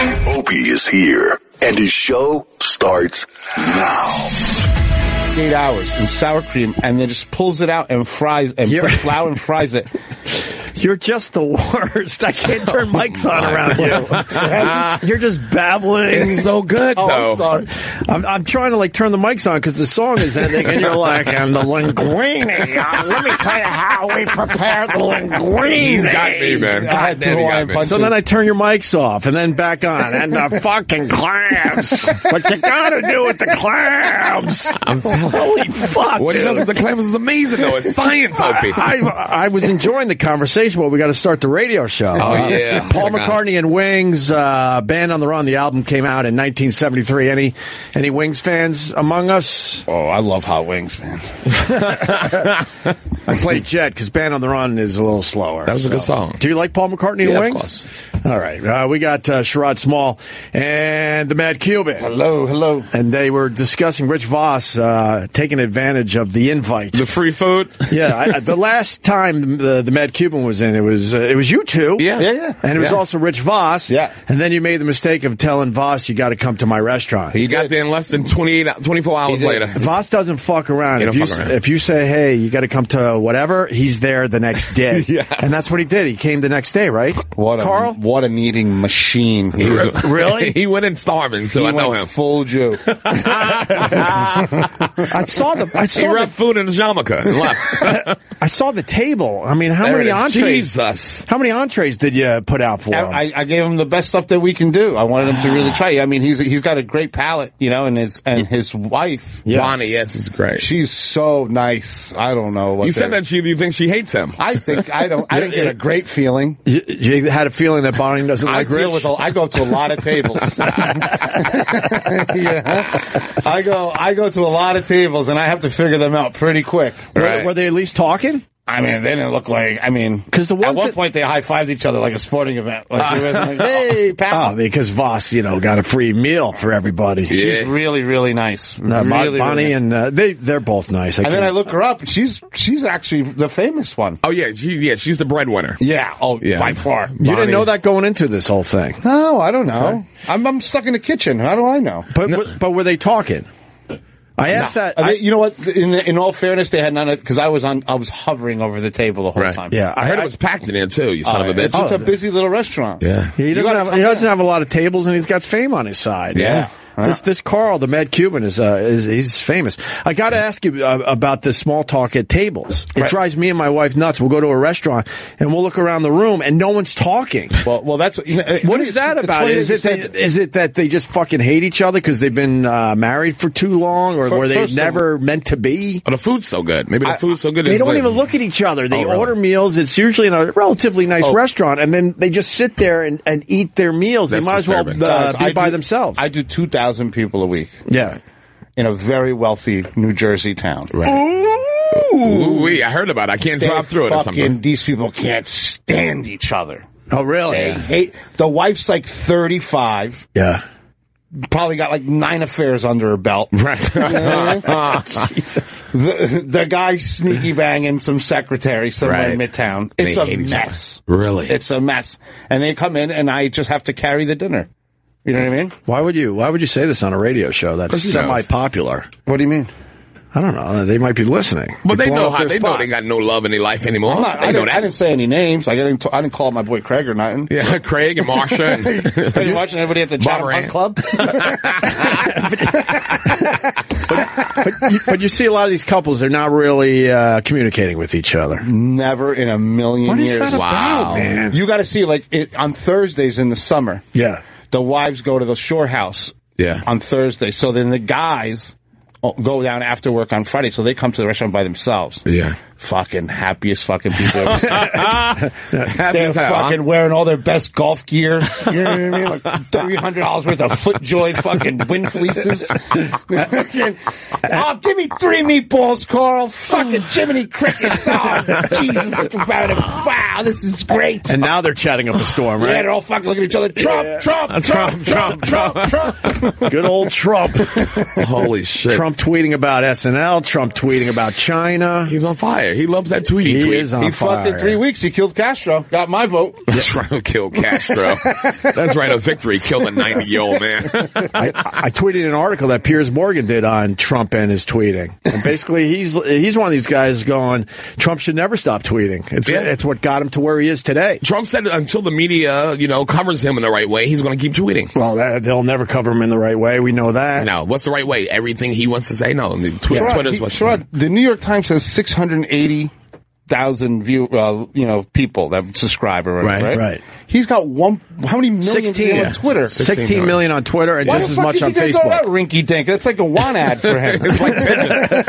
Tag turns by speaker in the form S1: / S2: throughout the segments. S1: Opie is here, and his show starts now.
S2: Eight hours in sour cream, and then just pulls it out and fries and
S3: You're-
S2: puts flour and fries it.
S3: You're just the worst. I can't turn mics on
S2: Oh, my
S3: around you. You're just babbling.
S4: It's so good,
S3: oh,
S4: though.
S3: I'm, sorry. I'm, I'm trying to like turn the mics on because the song is ending, and you're like, "And the linguine." Uh, let me tell you how we prepare the linguine.
S4: He's got me,
S2: I had
S4: man. God damn,
S2: two
S4: he got
S2: Hawaiian
S4: me.
S2: punches.
S3: So then I turn your mics off, and then back on, and the fucking clams. What you gotta do with the clams? Holy fuck!
S4: What he
S3: dude.
S4: does with the clams is amazing, though. It's science, Opie.
S3: I, I was enjoying the conversation. Well, we got to start the radio show. Oh
S4: yeah.
S3: Paul
S4: Forgot.
S3: McCartney and Wings, uh, Band on the Run. The album came out in 1973. Any any Wings fans among us?
S2: Oh, I love hot wings, man.
S3: I played Jet because Band on the Run is a little slower.
S4: That was a good song.
S3: Do you like Paul McCartney and
S4: Yeah, of
S3: Wings?
S4: course.
S3: All right, uh, we got uh, Sherrod Small and the Mad Cuban.
S2: Hello, hello.
S3: And they were discussing Rich Voss uh, taking advantage of the invite.
S4: The free food.
S3: yeah, I, I- the last time the, the Mad Cuban was in, it was uh, it was you two.
S4: Yeah. Yeah, yeah.
S3: And it was
S4: Yeah.
S3: also Rich Voss.
S2: Yeah.
S3: And then you made the mistake of telling Voss you got to come to my restaurant.
S4: He got there in less than 28, hou- 24 hours
S2: did.
S4: later.
S3: Voss doesn't fuck around.
S4: He
S3: If
S4: don't
S3: you,
S4: fuck
S3: s-
S4: around.
S3: if you say, hey, you got to come to whatever, he's there the next day.
S4: Yes.
S3: And that's what he did. He came the next day, right?
S2: What a
S3: Carl?
S2: what an eating machine. He was a-
S3: Really?
S4: he went in starving, so
S2: he
S4: I know
S2: went
S4: him.
S2: full Jew.
S3: I saw the I
S4: He
S3: saw
S4: wrapped
S3: the,
S4: food in his yarmulke and left.
S3: I saw the table. I mean, how
S4: There
S3: many
S4: it is.
S3: entrees?
S4: Jesus.
S3: How many entrees did you put out for him?
S2: I, I gave him the best stuff that we can do. I wanted him to really try. I mean, he's he's got a great palate, you know, and his and his wife,
S3: Yeah.
S4: Bonnie, yes, it's great.
S2: she's so nice. I don't know. What
S4: you said
S2: they're-
S4: that she, you think she hates him.
S2: I think I don't. I didn't get a great feeling.
S3: you, you had a feeling that Bonnie doesn't
S2: I
S3: like
S2: deal
S3: Rich.
S2: with. A, I go to a lot of tables. yeah. I go. I go to a lot of tables, and I have to figure them out pretty quick.
S3: were, were they at least talking?
S2: I mean, they didn't look like. I mean,
S3: 'Cause the one
S2: at one
S3: thi-
S2: point they high fived each other like a sporting event. Like, it was like, hey, pal.
S3: Oh, because Voss, you know, got a free meal for everybody.
S2: She's really, really nice.
S3: Uh, Bon-
S2: really, really
S3: Bonnie
S2: nice.
S3: and uh, they, they're both nice. I
S2: And then I
S3: can't-
S2: look her up. and She's she's actually the famous one.
S4: Oh, yeah, she, yeah, she's the breadwinner.
S2: Yeah. Oh,
S4: Yeah.
S2: by far.
S3: you didn't know that going into this whole thing.
S2: No, I don't know. I'm I'm stuck in the kitchen. How do I know?
S3: But w- but were they talking? I asked that.
S2: I mean,
S3: I-
S2: you know what? In the, in all fairness, they had none of because I was on. I was hovering over the table the whole
S4: Right.
S2: time. Oh,
S3: yeah,
S4: I, heard it was packed in there, too, you son of a bitch.
S2: It's, it's a busy little restaurant.
S4: yeah.
S3: He doesn't have he doesn't have a lot of tables, and he's got fame on his side.
S4: Yeah.
S3: This this Carl, the Mad Cuban, is uh, is he's famous. I got to ask you uh, about the small talk at tables. It drives me and my wife nuts. We'll go to a restaurant and we'll look around the room, and no one's talking.
S2: Well, well, that's
S3: What is that about? Is it that, is it that they just fucking hate each other because they've been uh, married for too long, or
S2: Fir-
S3: were they
S2: first of
S3: never meant to be?
S4: But the food's so good. Maybe the food's so good.
S3: They
S4: it's
S3: don't
S4: like-
S3: even look at each other. They
S4: Oh, really? Oh.
S3: order meals. It's usually in a relatively nice restaurant, and then they just sit there and, and eat their meals. They
S4: That's
S3: might as well
S4: disturbing.
S3: uh, be by themselves.
S2: I do two thousand people a week
S3: yeah.
S2: in a very wealthy New Jersey town. Right.
S4: Ooh, wee, I heard about it. I can't
S2: They
S4: drive through it or
S2: fucking
S4: something.
S2: these people can't stand each other.
S3: Oh, really?
S2: They hate. The wife's like thirty five.
S3: Yeah.
S2: Probably got like nine affairs under her belt.
S4: Right.
S3: Jesus.
S2: The, the guy sneaky banging some secretary somewhere in
S4: Right.
S2: Midtown.
S4: They
S2: It's a
S4: hate each other.
S2: mess.
S4: Really?
S2: It's a mess. And they come in, and I just have to carry the dinner. You know what I mean?
S3: Why would you? Why would you say this on a radio show that's
S4: Who knows?
S3: semi-popular?
S2: What do you mean?
S3: I don't know. They might be listening.
S4: But they
S2: blowing
S4: know
S2: up
S4: how
S2: their
S4: they know
S2: spot.
S4: they got no love in their life anymore.
S2: I'm not,
S4: they
S2: I,
S4: know
S2: didn't, I
S4: that.
S2: didn't say any names. I didn't. I didn't call my boy Craig or nothing.
S4: yeah, Craig and Marsha. And
S2: Are you watching everybody at the
S4: Bob
S2: Chatham Hunt
S4: Moran.
S2: Club?
S3: but, you, but you see a lot of these couples. They're not really uh, communicating with each other.
S2: Never in a million
S3: What is
S2: years.
S3: that about,
S4: Wow.
S3: man?
S2: You got to see like it, on Thursdays in the summer.
S3: Yeah.
S2: the wives go to the shore house
S4: Yeah.
S2: on Thursday. So then the guys o- go down after work on Friday. So they come to the restaurant by themselves.
S4: Yeah.
S2: Fucking happiest fucking people. I've ever seen.
S4: Happy
S2: They're
S4: as hell, huh?
S2: fucking wearing all their best golf gear. You know what I mean? Like $300 worth of FootJoy fucking wind fleeces. Fucking, oh, give me three meatballs, Carl. Fucking Jiminy Crickets. Oh, Jesus. Wow, this is great.
S3: And now they're chatting up a storm,
S2: yeah,
S3: right?
S2: they're all fucking looking at each other. Trump, Trump, Trump, Trump, Trump, Trump.
S3: Good old Trump.
S4: Holy shit.
S3: Trump tweeting about SNL. Trump tweeting about China.
S4: He's on fire. fire. He loves that tweet.
S3: He
S4: tweet.
S3: is on
S2: He fucked
S3: fire.
S2: in three weeks. He killed Castro. Got my vote.
S4: That's right, kill Castro. That's right, a victory killed a 90 year old man.
S3: I, I tweeted an article that Piers Morgan did on Trump and his tweeting. And basically, he's he's one of these guys going, Trump should never stop tweeting. It's
S4: Yeah.
S3: it's what got him to where he is today.
S4: Trump said until the media, you know, covers him in the right way, he's going to keep tweeting.
S3: Well, that, they'll never cover him in the right way. We know that.
S4: No, what's the right way? Everything he wants to say? No, the tw-
S2: Sherrod,
S4: Twitter's
S2: he-
S4: what's
S2: Sherrod, the New York Times has 680,000 view, uh, you know, people that subscribe or whatever,
S3: Right,
S2: right?
S3: right.
S2: He's got one, how many million people on Twitter?
S3: 16 million on Twitter and
S2: Why
S3: just
S2: the
S3: as
S2: fuck
S3: much
S2: is
S3: on
S2: he gonna Go out
S3: Facebook.
S2: rinky dink. That's like a one ad for him. it's like,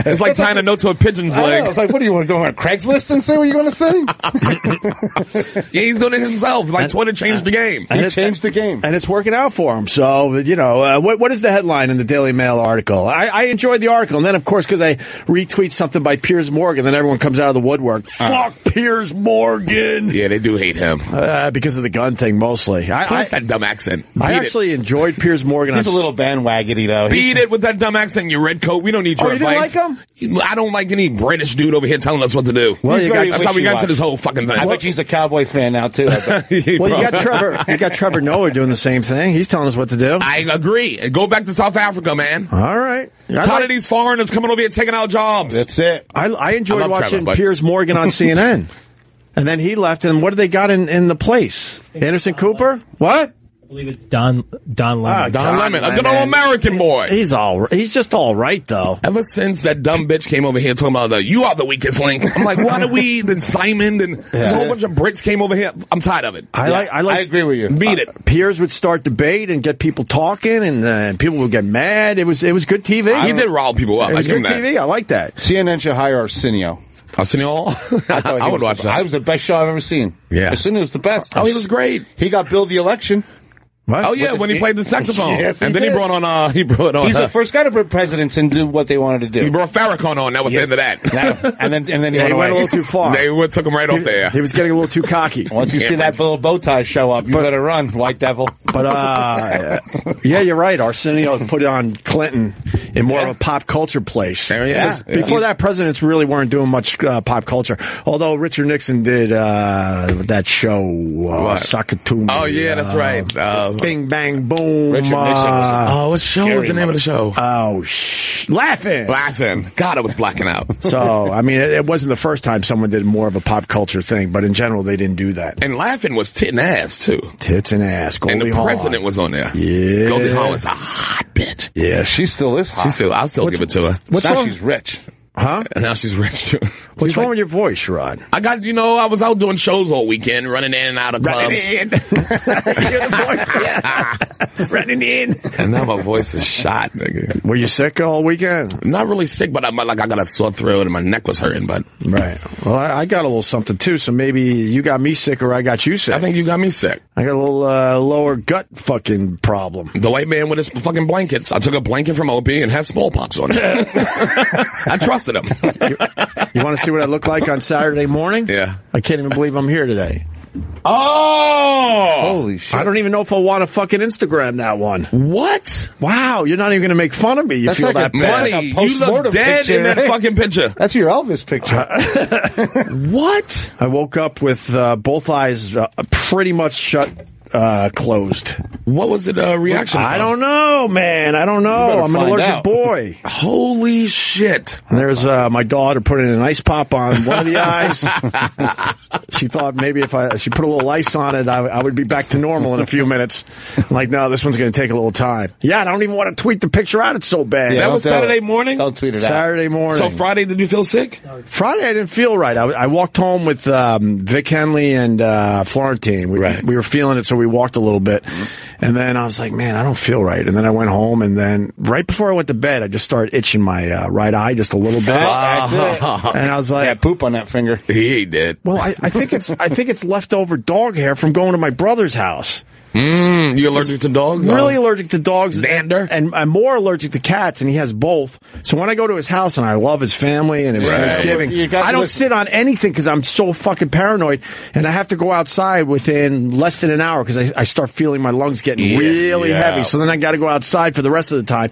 S4: It's like tying a note to a pigeon's
S2: I know.
S4: leg.
S2: It's like, what do you want to go on Craigslist and say what you want to say?
S4: Yeah, he's doing it himself. Like Twitter changed the game.
S2: He
S3: it's-
S2: changed the game.
S3: And it's working out for him. So, you know, uh, what, what is the headline in the Daily Mail article? I, I enjoyed the article. And then, of course, because I retweet something by Piers Morgan, then everyone comes out of the woodwork.
S4: Uh,
S3: Uh, Fuck Piers Morgan!
S4: Yeah, they do hate him.
S3: Uh, because of the gun thing, mosely. I, I,
S4: What's that dumb accent?
S3: I
S4: Beat it.
S3: actually enjoyed Piers Morgan.
S2: He's
S3: on
S2: a little bandwaggony though. He-
S4: Beat it with that dumb accent, you red coat. We don't need your
S3: Oh, you didn't
S4: advice.
S3: like
S4: I don't like any British dude over here telling us what to do.
S3: Well,
S2: He's
S3: you
S2: very
S3: got-
S4: That's how we got to this whole fucking thing.
S2: I bet you he's a Cowboy fan now too. I bet.
S3: Well, you got Trevor. You got Trevor Noah doing the same thing. He's telling us what to do.
S4: I agree. Go back to South Africa, man.
S3: All right. I,
S4: Tired of
S3: like-
S4: these foreigners coming over here taking our jobs.
S2: That's it.
S3: I, I enjoyed
S4: I love
S3: watching
S4: Trevor, but-
S3: Piers Morgan on CNN. And then he left, and what do they got in, in the place? Anderson Cooper? What?
S5: I believe it's Don Don
S3: Ah,
S5: Lemon.
S4: Don,
S3: Don
S4: Lemon, a good
S3: Lemon.
S4: old American boy.
S3: He's all. r- He's just all right, though.
S4: Ever since that dumb bitch came over here talking about the you are the weakest link, I'm like, why do we? Then Simon and this whole bunch of bricks came over here. I'm tired of it.
S3: I like. I like.
S2: I agree with you.
S4: Beat it.
S3: Piers Uh, would start debate and get people talking, and, uh, and people would get mad. It was. It was good TV.
S4: He did rile people up.
S3: It
S4: I
S3: was
S4: give him
S3: good
S4: that.
S3: TV. I like that.
S2: CNN should hire Arsenio.
S4: Arsenio, I,
S2: thought he
S4: would
S2: was
S4: watch
S2: the
S4: that.
S2: best. I was the best show I've ever seen.
S4: Yeah.
S2: Arsenio was the best.
S4: oh, he was great.
S2: He got billed the election.
S3: What?
S4: Oh yeah,
S2: With
S4: when
S2: his-
S4: he played the saxophone,
S2: Yes, he
S4: and then he
S2: did.
S4: brought on uh he brought on
S2: He's
S4: uh,
S2: the first guy to bring presidents and do what they wanted to
S4: he
S2: do.
S4: brought Farrakhan on. Oh, That was the end of that.
S2: Now- and then and then he,
S3: Yeah, he went a
S2: went, away.
S3: little too far.
S4: They would- took him right off there.
S3: He was getting a little too cocky.
S2: Once you see that little bow tie show up, you better run, white devil.
S3: But uh, yeah, you're right. Arsenio put on Clinton in more of a pop culture place.
S4: There he is. Yeah.
S3: Before that, presidents really weren't doing much uh, pop culture. Although Richard Nixon did uh, that show, uh,
S4: What?
S3: Sakatumi.
S4: Oh yeah, that's
S3: uh,
S4: right. Uh,
S3: Bing Bang Boom.
S2: Richard Nixon was
S3: uh,
S4: oh, what show was the name of the show?
S3: oh, shh, laughing.
S4: Laughing. God, I was blacking out.
S3: so I mean, it, it wasn't the first time someone did more of a pop culture thing, but in general, they didn't do that.
S4: And laughing was titting ass too.
S3: Tits and ass.
S4: And
S3: Goldie
S4: the
S3: Hawn.
S4: president was on there.
S3: Yeah.
S4: Goldie Hawn was a hot bitch.
S3: Yeah, she-
S2: She still is hot.
S4: She still, I'll still give it to her.
S3: what's
S2: now
S3: wrong?
S2: she's rich.
S3: huh?
S4: And now she's rich too.
S3: What's wrong with your voice, Rod?
S4: I got, you know, I was out doing shows all weekend, running in and out of clubs.
S3: running in.
S4: And now my voice is shot, nigga.
S3: Were you sick all weekend?
S4: Not really sick, but I'm like, I got a sore throat and my neck was hurting, but
S3: Right. Well, I, I got a little something too, so maybe you got me sick or I got you sick.
S4: I think you got me sick.
S3: I got a little uh, lower gut fucking problem.
S4: The white man with his fucking blankets. I took a blanket from Opie and had smallpox on it. I trusted him.
S3: You want to see what I look like on Saturday morning?
S4: Yeah.
S3: I can't even believe I'm here today.
S4: Oh!
S2: Holy shit.
S3: I don't even know if I want to fucking Instagram that one.
S4: What?
S3: Wow, you're not even going to make fun of me. You
S2: That's
S3: feel
S2: like
S3: that
S2: a-
S3: bad?
S4: Money,
S2: like a
S4: you look
S2: postmortem
S4: dead
S2: picture,
S4: in that
S2: right?
S4: fucking picture.
S2: That's your Elvis picture.
S4: What?
S3: I woke up with uh, both eyes uh, pretty much shut, uh, closed.
S4: What was it? Uh, reaction?
S3: I don't
S4: from?
S3: know, man. I don't know.
S2: better
S3: I'm an
S2: find
S3: allergic
S2: out.
S3: boy.
S4: Holy shit!
S3: And there's uh, my daughter putting an ice pop on one of the eyes. she thought maybe if I she put a little ice on it, I, I would be back to normal in a few minutes. I'm like, no, this one's going to take a little time. Yeah, I don't even want to tweet the picture out. It's so bad.
S4: That
S2: don't
S4: was
S2: tell
S4: Saturday
S2: it.
S4: morning?
S2: Don't tweet it out.
S3: Saturday morning.
S4: So Friday, did you feel sick?
S3: Friday, I didn't feel right. I, I walked home with um, Vic Henley and uh, Florentine. We,
S4: Right.
S3: we were feeling it, so we walked a little bit.
S2: Mm-hmm.
S3: And then I was like, man, I don't feel right. And then I went home, and then right before I went to bed, I just started itching my uh, right eye just a little bit.
S2: That- that's it.
S3: And I was like,
S2: That poop on that finger.
S4: He did.
S3: Well, I, I think it's I think it's leftover dog hair from going to my brother's house.
S4: Mm, you allergic to dogs?
S3: really
S4: Oh.
S3: allergic to dogs
S4: Vander?
S3: and I'm more allergic to cats and he has both so when I go to his house and I love his family and it was
S4: Right.
S3: Thanksgiving
S2: You got to
S3: I don't
S2: listen.
S3: sit on anything because I'm so fucking paranoid and I have to go outside within less than an hour because I, I start feeling my lungs getting
S4: Yeah.
S3: really
S4: Yeah.
S3: heavy so then I got to go outside for the rest of the time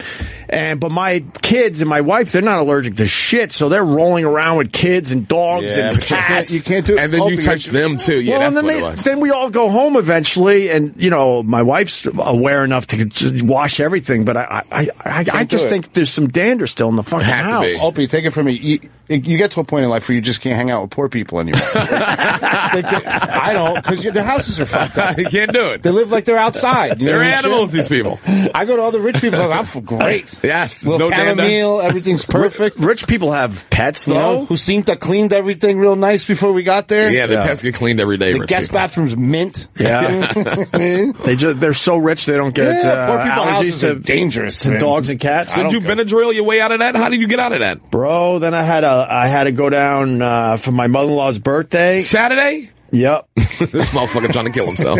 S3: and but my kids and my wife they're not allergic to shit so they're rolling around with kids and dogs
S2: Yeah,
S3: and
S2: but you can't-
S3: cats
S2: you can't do it.
S4: And then you
S2: Opiates.
S4: touch them too. Yeah,
S3: well,
S4: that's
S3: and
S4: what
S3: then,
S4: it
S3: they,
S4: was.
S3: then we all go home eventually, and you know, my wife's aware enough to just wash everything, but I, I, I, I
S2: Can't do
S3: just
S2: it.
S3: think there's some dander still in the fucking
S4: Had to
S3: house.
S4: be.
S2: Opie, take it from me. You, you get to a point in life where you just can't hang out with poor people anymore. Like, they- I don't, because their houses are fucked up.
S4: you can't do
S2: They
S4: it.
S2: live like they're outside. you know
S4: They're
S2: what I'm saying?
S4: animals, these people.
S2: I go to all the rich people's houses. I'm for great.
S4: Yes,
S2: Little
S4: no dander.
S2: chamomile, everything's perfect.
S3: Rich people have pets,
S2: You know,
S3: though.
S2: who seemed to cleaned everything real nice before we got there.
S4: Yeah, the pets get cleaned every day.
S2: The
S4: rich
S2: guest
S4: people.
S2: bathroom's mint.
S3: Yeah, they just they're so rich they don't get
S2: Yeah,
S3: uh,
S2: poor people
S3: allergies
S2: houses
S3: to
S2: are dangerous,
S3: to
S2: man.
S3: dogs and cats.
S4: Did you Benadryl your way out of that? How did you get out of that?
S3: bro? Then I had a I had to go down uh, for my mother in law's birthday.
S4: Saturday?
S3: Yep,
S4: This motherfucker trying to kill himself.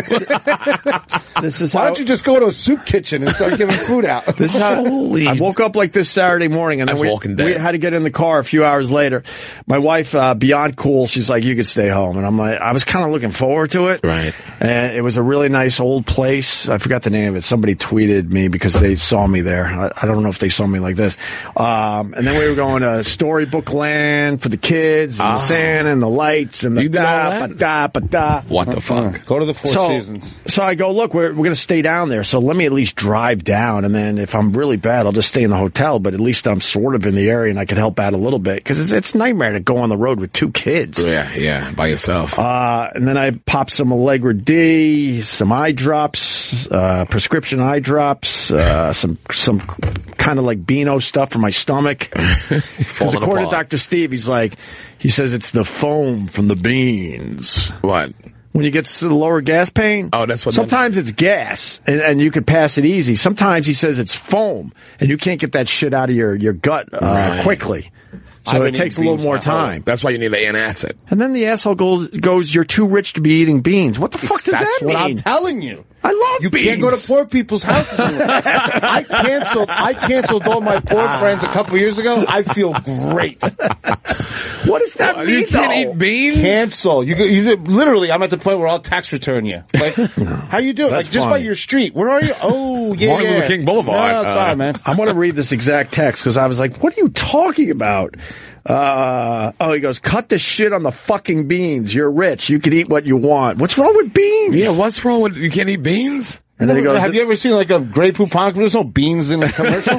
S3: this is
S2: Why
S3: how
S2: don't you just go to a soup kitchen and start giving food out?
S3: This is how I woke up like this Saturday morning, and then
S4: That's
S3: we,
S4: Walking Dead.
S3: we had to get in the car a few hours later. My wife, uh, beyond cool, she's like, "You could stay home," and I'm like, I was kind of looking forward to it,
S4: Right.
S3: And it was a really nice old place. I forgot the name of it. Somebody tweeted me because they saw me there. I, I don't know if they saw me like this. Um, and then we were going to Storybook Land for the kids, and the sand, and the lights, and the
S4: Ah. You did all
S3: da,
S4: that?
S3: ba, da, ba, da.
S4: what the fuck?
S2: Go to the Four
S3: So,
S2: Seasons.
S3: so I go, look, we're, we're going to stay down there. So let me at least drive down. And then if I'm really bad, I'll just stay in the hotel. But at least I'm sort of in the area and I can help out a little bit because it's, it's a nightmare to go on the road with two kids.
S4: Yeah, yeah, by yourself.
S3: Uh, and then I pop some Allegra D, some eye drops, uh, prescription eye drops, uh, some some kind of like Beano stuff for my stomach. Because
S4: Falling
S3: according to
S4: apart.
S3: Doctor Steve, he's like, he says it's the foam from the beans
S4: what?
S3: when you get to the lower gas pain.
S4: Oh, that's what-
S3: Sometimes it's gas, and, and you could pass it easy. Sometimes he says it's foam, and you can't get that shit out of your your gut uh, quickly. So it takes a little more time.
S4: That's why you need an antacid.
S3: And then the asshole goes, goes, "You're too rich to be eating beans." What the fuck does
S2: That's
S3: that
S2: what I'm
S3: mean?
S2: telling you.
S3: I love
S2: You
S3: beans.
S2: can't go to poor people's houses. anymore. I canceled. I canceled all my poor friends a couple years ago. I feel great.
S3: what does that mean?
S4: You can't
S3: though?
S4: eat beans?
S2: Cancel. You, go- you literally. I'm at the point where I'll tax return you. Like, how you doing?
S3: That's
S2: Like, just by
S3: funny.
S2: your street. Where are you? Oh, yeah,
S4: Martin Luther
S2: yeah.
S4: King Boulevard.
S2: No, sorry,
S4: Uh,
S2: man.
S3: I'm going to read this exact text because I was like, what are you talking about? Uh, oh, he goes, cut the shit on the fucking beans. You're rich. You can eat what you want. What's wrong with beans?
S4: Yeah, what's wrong with you can't eat beans?
S3: And then he goes,
S2: Have you ever seen like a Grey Poupon? There's no beans in the commercial.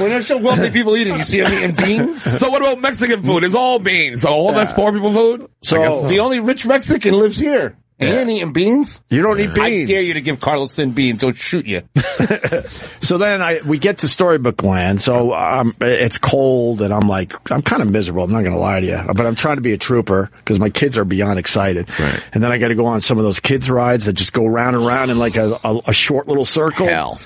S2: when there's so wealthy people eating, you see them eating beans.
S4: So what about Mexican food? It's all beans. So all that's poor people food?
S3: So-
S4: I guess
S2: The only rich Mexican lives here. And he ain't eating beans.
S3: you don't eat
S2: I
S3: beans.
S2: dare you to give Carlos Sin beans. He'll shoot you.
S3: So then I, we get to Storybook Land. So um, it's cold and I'm like, I'm kind of miserable. I'm not going to lie to you, but I'm trying to be a trooper because my kids are beyond excited.
S4: Right.
S3: And then I got to go on some of those kids rides that just go round and round in like a, a, a short little circle.
S4: Hell.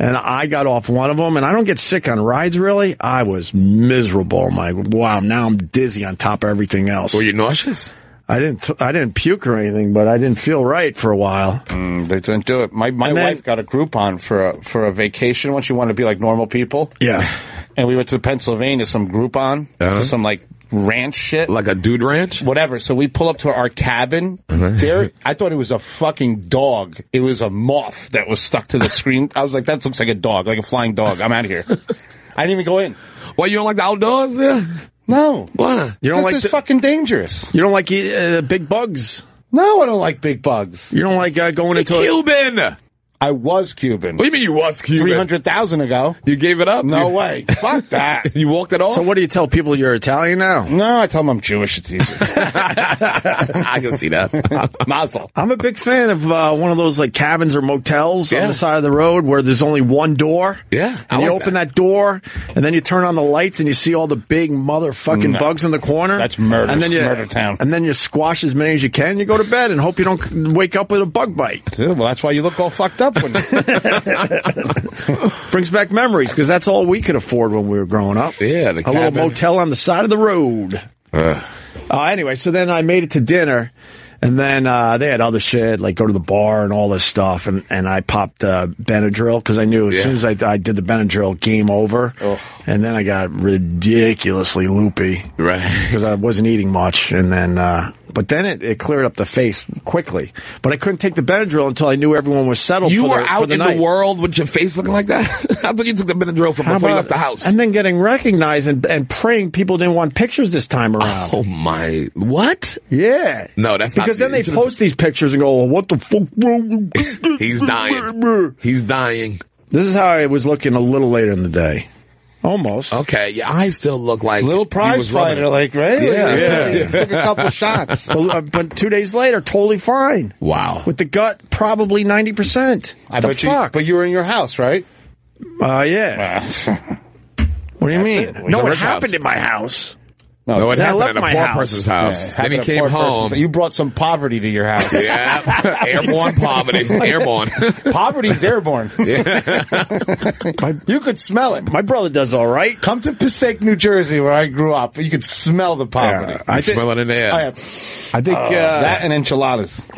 S3: And I got off one of them, and I don't get sick on rides really. I was miserable. I'm like, wow, now I'm dizzy on top of everything else.
S4: Were you nauseous?
S3: I didn't, th- I didn't puke or anything, but I didn't feel right for a while.
S4: Mm.
S2: They don't do it. My my
S3: And then-
S2: wife got a Groupon for a for a vacation when she wanted to be like normal people,
S3: Yeah,
S2: and we went to Pennsylvania. Some Groupon,
S4: Uh-huh.
S2: to some like ranch shit,
S4: Like a dude ranch?
S2: whatever. So we pull up to our cabin.
S3: Uh-huh.
S2: There, I thought it was a fucking dog. It was a moth that was stuck to the screen. I was like, that looks like a dog, like a flying dog. I'm out of here. I didn't even go in.
S4: Why you don't like the outdoors there?
S2: No,
S4: Why?
S3: you don't
S2: this
S3: like
S2: is
S3: the-
S2: fucking dangerous.
S3: you don't like uh, big bugs.
S2: No, I don't like big bugs.
S3: You don't like uh, going into a,
S4: Cuban. What
S2: I was Cuban.
S4: do you mean you was Cuban?
S2: Three hundred thousand ago.
S4: You gave it up?
S2: No
S4: You-
S2: way. Fuck that.
S4: You walked it off?
S3: So what do you tell people you're Italian now?
S2: No, I tell them I'm Jewish. It's easier.
S4: I can see that.
S2: Mazel.
S3: I'm a big fan of uh, one of those like cabins or motels on
S4: Yeah.
S3: the side of the road where there's only one door.
S4: Yeah, I
S3: and you
S4: like
S3: open
S4: that.
S3: that. door, and then you turn on the lights, and you see all the big motherfucking
S2: No.
S3: bugs in the corner.
S2: That's Mm. murder.
S3: And then you
S2: Murder town.
S3: And then you squash as many as you can. You go to bed and hope you don't wake up with a bug bite.
S2: Well, that's why you look all fucked up. When
S3: Brings back memories because that's all we could afford when we were growing up.
S4: Yeah, the
S3: a little
S4: cabin.
S3: motel on the side of the road.
S4: Ugh.
S3: Uh, anyway, so then I made it to dinner, And then uh, they had other shit, like go to the bar and all this stuff. And, and I popped uh, Benadryl because I knew as
S4: Yeah.
S3: soon as I, I did the Benadryl, game over. And then I got ridiculously loopy
S4: Right.
S3: because I wasn't eating much, and then uh, but then it, it cleared up the face quickly. But I couldn't take the Benadryl until I knew everyone was settled.
S4: You
S3: for
S4: were
S3: the, for
S4: out
S3: the
S4: in
S3: night.
S4: the world with your face looking like that. I thought you took the Benadryl from
S3: How
S4: before you
S3: about-
S4: left the house.
S3: and then getting recognized and, and praying people didn't want pictures this time around.
S4: oh my! What?
S3: Yeah,
S4: No, that's not
S3: because then
S4: the-
S3: they post these pictures and go, well, "What the fuck?" wrong with-
S4: He's dying. He's dying.
S3: This is how I was looking a little later in the day, almost.
S4: Okay, your eyes still look like
S2: Little
S4: you was
S2: prize
S4: rubbing
S2: fighter,
S4: it.
S2: like right?
S4: Yeah.
S2: yeah. Took a couple shots.
S3: But, uh, but two days later, totally fine.
S4: Wow.
S3: With the gut, probably ninety percent.
S2: I bet you. But you were in your house, right?
S3: Uh, yeah. what do you mean?
S2: it.
S3: No,
S4: The
S3: it
S4: rich house.
S3: happened in my house.
S4: No, it
S3: I
S4: happened
S3: left
S4: at a
S3: my
S4: poor
S3: house.
S4: person's house.
S2: Happened
S4: then he
S2: to
S4: came
S2: poor persons.
S4: home.
S2: You brought some poverty to your house.
S4: yeah, airborne poverty, airborne.
S2: Poverty's airborne. you could smell it.
S3: My brother does all right.
S2: Come to Passaic, New Jersey, where I grew up. You could smell the poverty.
S3: Yeah, I think,
S4: Smell it in the air.
S2: I have
S3: I think uh,
S2: that and enchiladas.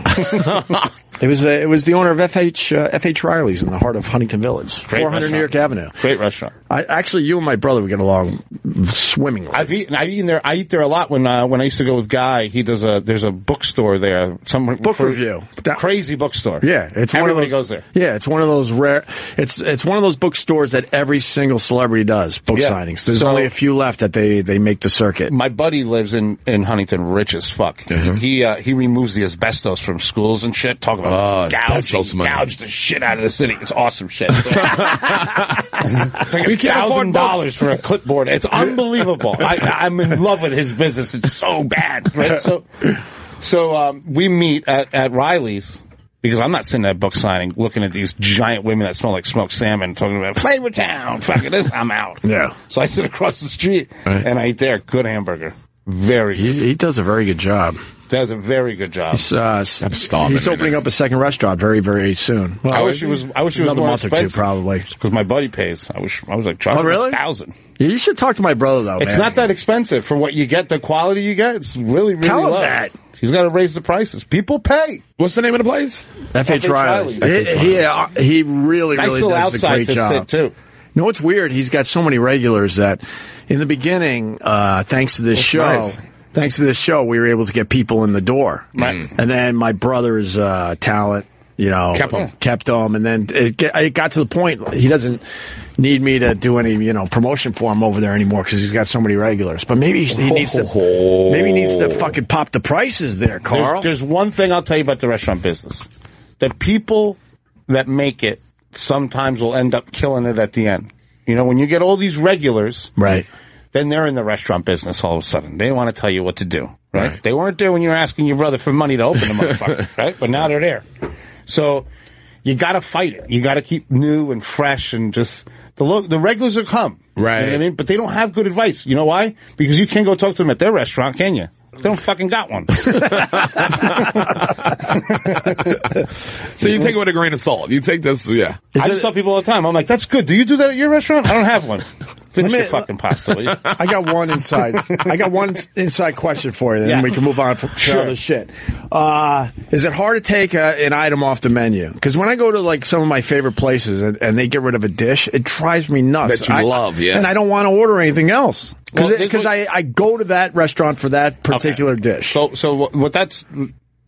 S3: it was uh, it was the owner of FH uh, FH Riley's in the heart of Huntington Village,
S2: Great
S3: 400 New
S2: restaurant.
S3: York Avenue.
S2: Great restaurant.
S3: I, actually, you and my brother would get along swimmingly.
S2: I've eaten. I've eaten there. I eat there a lot when uh, when I used to go with Guy. He does a. There's a bookstore there. Some
S3: Book review. That-
S2: Crazy bookstore.
S3: yeah, it's
S2: everybody
S3: one of those,
S2: goes there.
S3: Yeah, it's one of those rare. It's it's one of those bookstores that every single celebrity does book
S2: Yeah.
S3: signings. There's
S2: So-
S3: only a few left that they they make the circuit.
S2: my buddy lives in, in Huntington, rich as fuck.
S3: Mm-hmm.
S2: He uh, he removes the asbestos from schools and shit. Talk
S4: Oh,
S2: about gouging,
S4: asbestos money.
S2: gouge the shit out of the city. It's awesome shit. it's like a thousand
S4: afford books.
S2: dollars for a clipboard. It's unbelievable. I, I'm in love with his business. It's so bad. Right? So so um, we meet at, at Riley's. Because I'm not sitting at a book signing looking at these giant women that smell like smoked salmon talking about Flavor Town, fucking this, I'm out.
S3: Yeah.
S2: So I sit across the street
S3: Right.
S2: and I eat there. Good hamburger. Very
S3: He,
S2: good.
S3: he does a very good job.
S2: Does a very good job.
S3: He's, uh, s-
S4: starving
S3: he's
S4: right
S3: opening
S4: now.
S3: up a second restaurant very very soon. Well,
S2: I wish it was. I wish it was
S3: another
S2: more
S3: month or two
S2: expensive.
S3: probably.
S2: Because my buddy pays. I wish I was like charging
S3: Oh, really?
S2: a thousand.
S3: You should talk to my brother though.
S2: It's
S3: Oh, man.
S2: not that expensive for what you get. The quality you get, it's really really
S3: Tell him
S2: low.
S3: that.
S2: He's got to raise the prices. People pay.
S4: What's the name of the place?
S3: FH
S2: FH
S3: Riley's.
S2: Riley's.
S3: He, he, uh, he really, really
S2: I still
S3: does a
S2: outside
S3: great
S2: to
S3: job.
S2: sit too.
S3: You know what's weird? He's got so many regulars that in the beginning, uh, thanks to this show,
S4: nice.
S3: thanks to this show, we were able to get people in the door. Mm.
S2: Right.
S3: And then my brother's uh, talent, you know,
S4: Kept 'em.
S3: kept 'em. And then it, get- it got to the point he doesn't need me to do any, you know, promotion for him over there anymore because he's got so many regulars. But maybe he, he needs to,
S2: Oh.
S3: maybe he needs to fucking pop the prices there, Carl.
S2: There's, there's one thing I'll tell you about the restaurant business: the people that make it sometimes will end up killing it at the end. You know, when you get all these regulars,
S3: right.
S2: then they're in the restaurant business all of a sudden. They want to tell you what to do, right? They weren't there when you were asking your brother for money to open the motherfucker, right? But now they're there. So you got to fight it. You got to keep new and fresh and just the lo- the regulars will come, You
S4: Right.
S2: know what I mean, but they don't have good advice. You know why? Because you can't go talk to them at their restaurant, can you? They don't fucking got one.
S4: So you take it with a grain of salt. You take this, yeah.
S2: I just tell people all the time. I'm like, that's good. Do you do that at your restaurant? I don't have one. Finish your fucking pasta. will you?
S3: I got one inside. I got one s- inside question for you, then
S2: Yeah.
S3: we can move on from
S2: Sure.
S3: other shit. Uh, is it hard to take uh an item off the menu? Because when I go to like some of my favorite places and, and they get rid of a dish, it drives me nuts.
S4: That you
S3: I-
S4: love, yeah.
S3: and I don't want to order anything else
S2: Well,
S3: because
S2: this was-
S3: I, I go to that restaurant for that particular dish.
S2: So, so what- what that's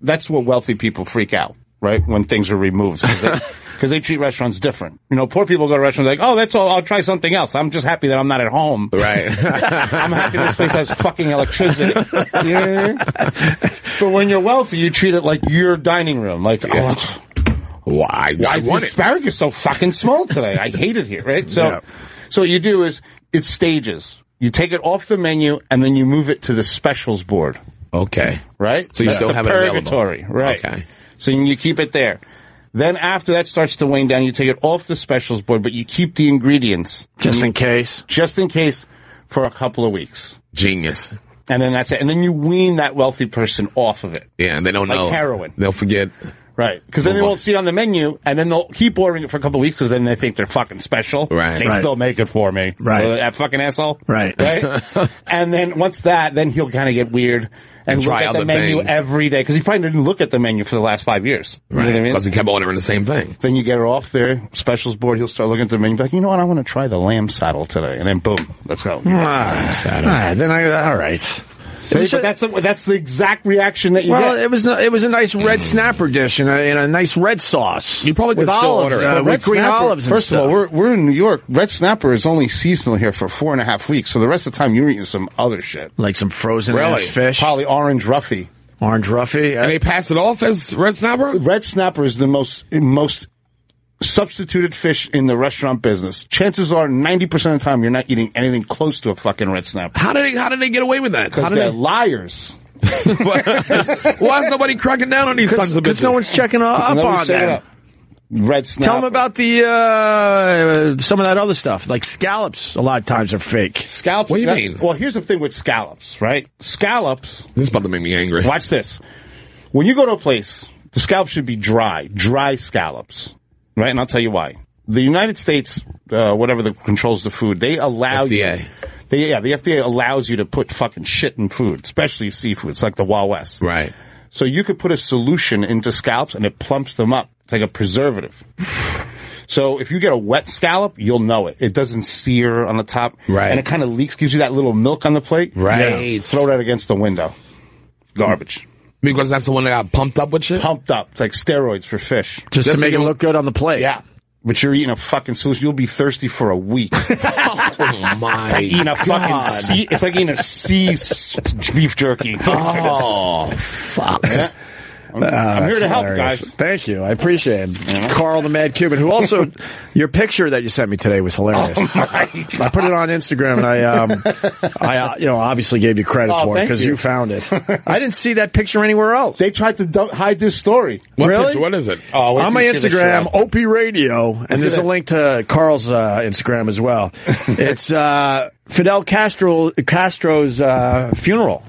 S2: that's what wealthy people freak out, right? When things are removed because they, 'cause they treat restaurants different. You know, poor people go to restaurants like, oh, that's all. I'll try something else. I'm just happy that I'm not at home.
S4: Right.
S2: I'm happy this place has fucking electricity. You know what I mean? But when you're wealthy, you treat it like your dining room. Like, oh,
S4: Why?
S2: why
S4: I
S2: is the
S4: want it.
S2: asparagus so fucking small today? I hate it here, right? So,
S3: Yeah.
S2: so what you do is it's stages. You take it off the menu and then you move it to the specials board
S4: Okay.
S2: right?
S4: So you
S2: That's
S4: still
S2: the
S4: have it available.
S2: purgatory, right?
S4: Okay.
S2: So you keep it there. Then after that starts to wane down, you take it off the specials board, but you keep the ingredients
S3: just in case.
S2: just in case for a couple of weeks,
S4: Genius.
S2: and then that's it. And then you wean that wealthy person off of it,
S4: Yeah, and they don't
S2: Like
S4: know
S2: heroin.
S4: They'll forget.
S2: Right. Because then they
S4: Move on.
S2: won't see it on the menu, and then they'll keep ordering it for a couple of weeks because then they think they're fucking special.
S4: Right.
S2: They
S3: Right.
S2: still make it for me.
S3: Right.
S2: Uh, that fucking asshole.
S3: Right.
S2: Right. and then once that, then he'll kind of get weird and look
S4: Try
S2: at the
S4: other
S2: menu
S4: things.
S2: every day because he probably didn't look at the menu for the last five years. You know what I mean?
S4: Because he kept ordering the same thing.
S2: Then you get her off there, specials board. He'll start looking at the menu, be like, you know what? I want to try the lamb saddle today, and then boom, let's go.
S3: Ah, all right, then I, all right.
S2: See, but that's the- that's the exact reaction that you
S3: Well,
S2: get.
S3: it was it was a nice
S4: Mm.
S3: red snapper dish and a, and a nice red sauce.
S4: You probably could
S3: with
S4: still
S3: olives,
S4: order it.
S3: uh,
S4: But
S3: with green olives. And
S2: First
S3: stuff.
S2: of all, we're we're in New York. Red snapper is only seasonal here for four and a half weeks, so the rest of the time you're eating some other shit.
S3: like some frozen ass
S4: Really?
S3: fish,
S2: Probably orange roughy.
S3: orange ruffy.
S4: And they pass it off as red snapper?
S2: Red snapper is the most most substituted fish in the restaurant business. Chances are, ninety percent of the time, you're not eating anything close to a fucking red snapper
S4: How did they, how did they get away with that?
S2: because
S4: How did
S2: they're
S4: they,
S2: liars.
S4: why is nobody cracking down on these sons of
S3: because
S4: bitches?
S3: no one's checking u- up
S2: Let me
S3: on
S2: say it
S3: that.
S2: up. Red snapper.
S3: Tell them about the uh, some of that other stuff, like scallops. A lot of times are fake.
S2: Scallops.
S4: What do you
S2: that-
S4: mean?
S2: Well, here's the thing with scallops, right? Scallops.
S4: this is about to make me angry.
S2: Watch this. When you go to a place, the scallop should be dry, dry scallops, right? And I'll tell you why. The United States, uh, whatever the controls the food, they allow
S4: FDA.
S2: you. They, yeah, the FDA allows you to put fucking shit in food, especially seafood. It's like the Wild West.
S4: Right.
S2: So you could put a solution into scallops and it plumps them up. It's like a preservative. So if you get a wet scallop, you'll know it. It doesn't sear on the top.
S4: Right.
S2: And it kind of leaks, gives you that little milk on the plate.
S4: Right.
S2: Throw that against the window. Garbage.
S4: Because that's the one that got pumped up with shit?
S2: Pumped up. It's like steroids for fish.
S3: Just,
S4: Just
S3: to make
S4: so
S3: it
S4: you-
S3: look good on the plate.
S2: Yeah. But you're eating a fucking solution. You'll be thirsty for a week.
S4: Oh
S2: eating
S4: my.
S2: a fucking sea. It's like eating a sea s- beef jerky.
S4: Oh, fuck.
S2: I'm, I'm here to help, guys.
S3: Uh, Thank you. I appreciate it. Carl the Mad Cuban, who also, your picture that you sent me today was hilarious.
S2: Oh,
S3: I put it on Instagram and I, um, I, uh, you know, obviously gave you credit
S2: Oh,
S3: for it
S2: thank
S3: because
S2: you.
S3: you. found it. I didn't see that picture anywhere else.
S2: They tried to do- hide this story.
S4: What
S3: Really?
S4: picture? What is it?
S2: Oh, wait
S3: on
S2: till
S3: my
S2: you see the
S3: Instagram,
S2: show.
S3: OP Radio, and there's a
S2: that.
S3: link to Carl's uh, Instagram as well. it's uh, Fidel Castro Castro's uh, funeral,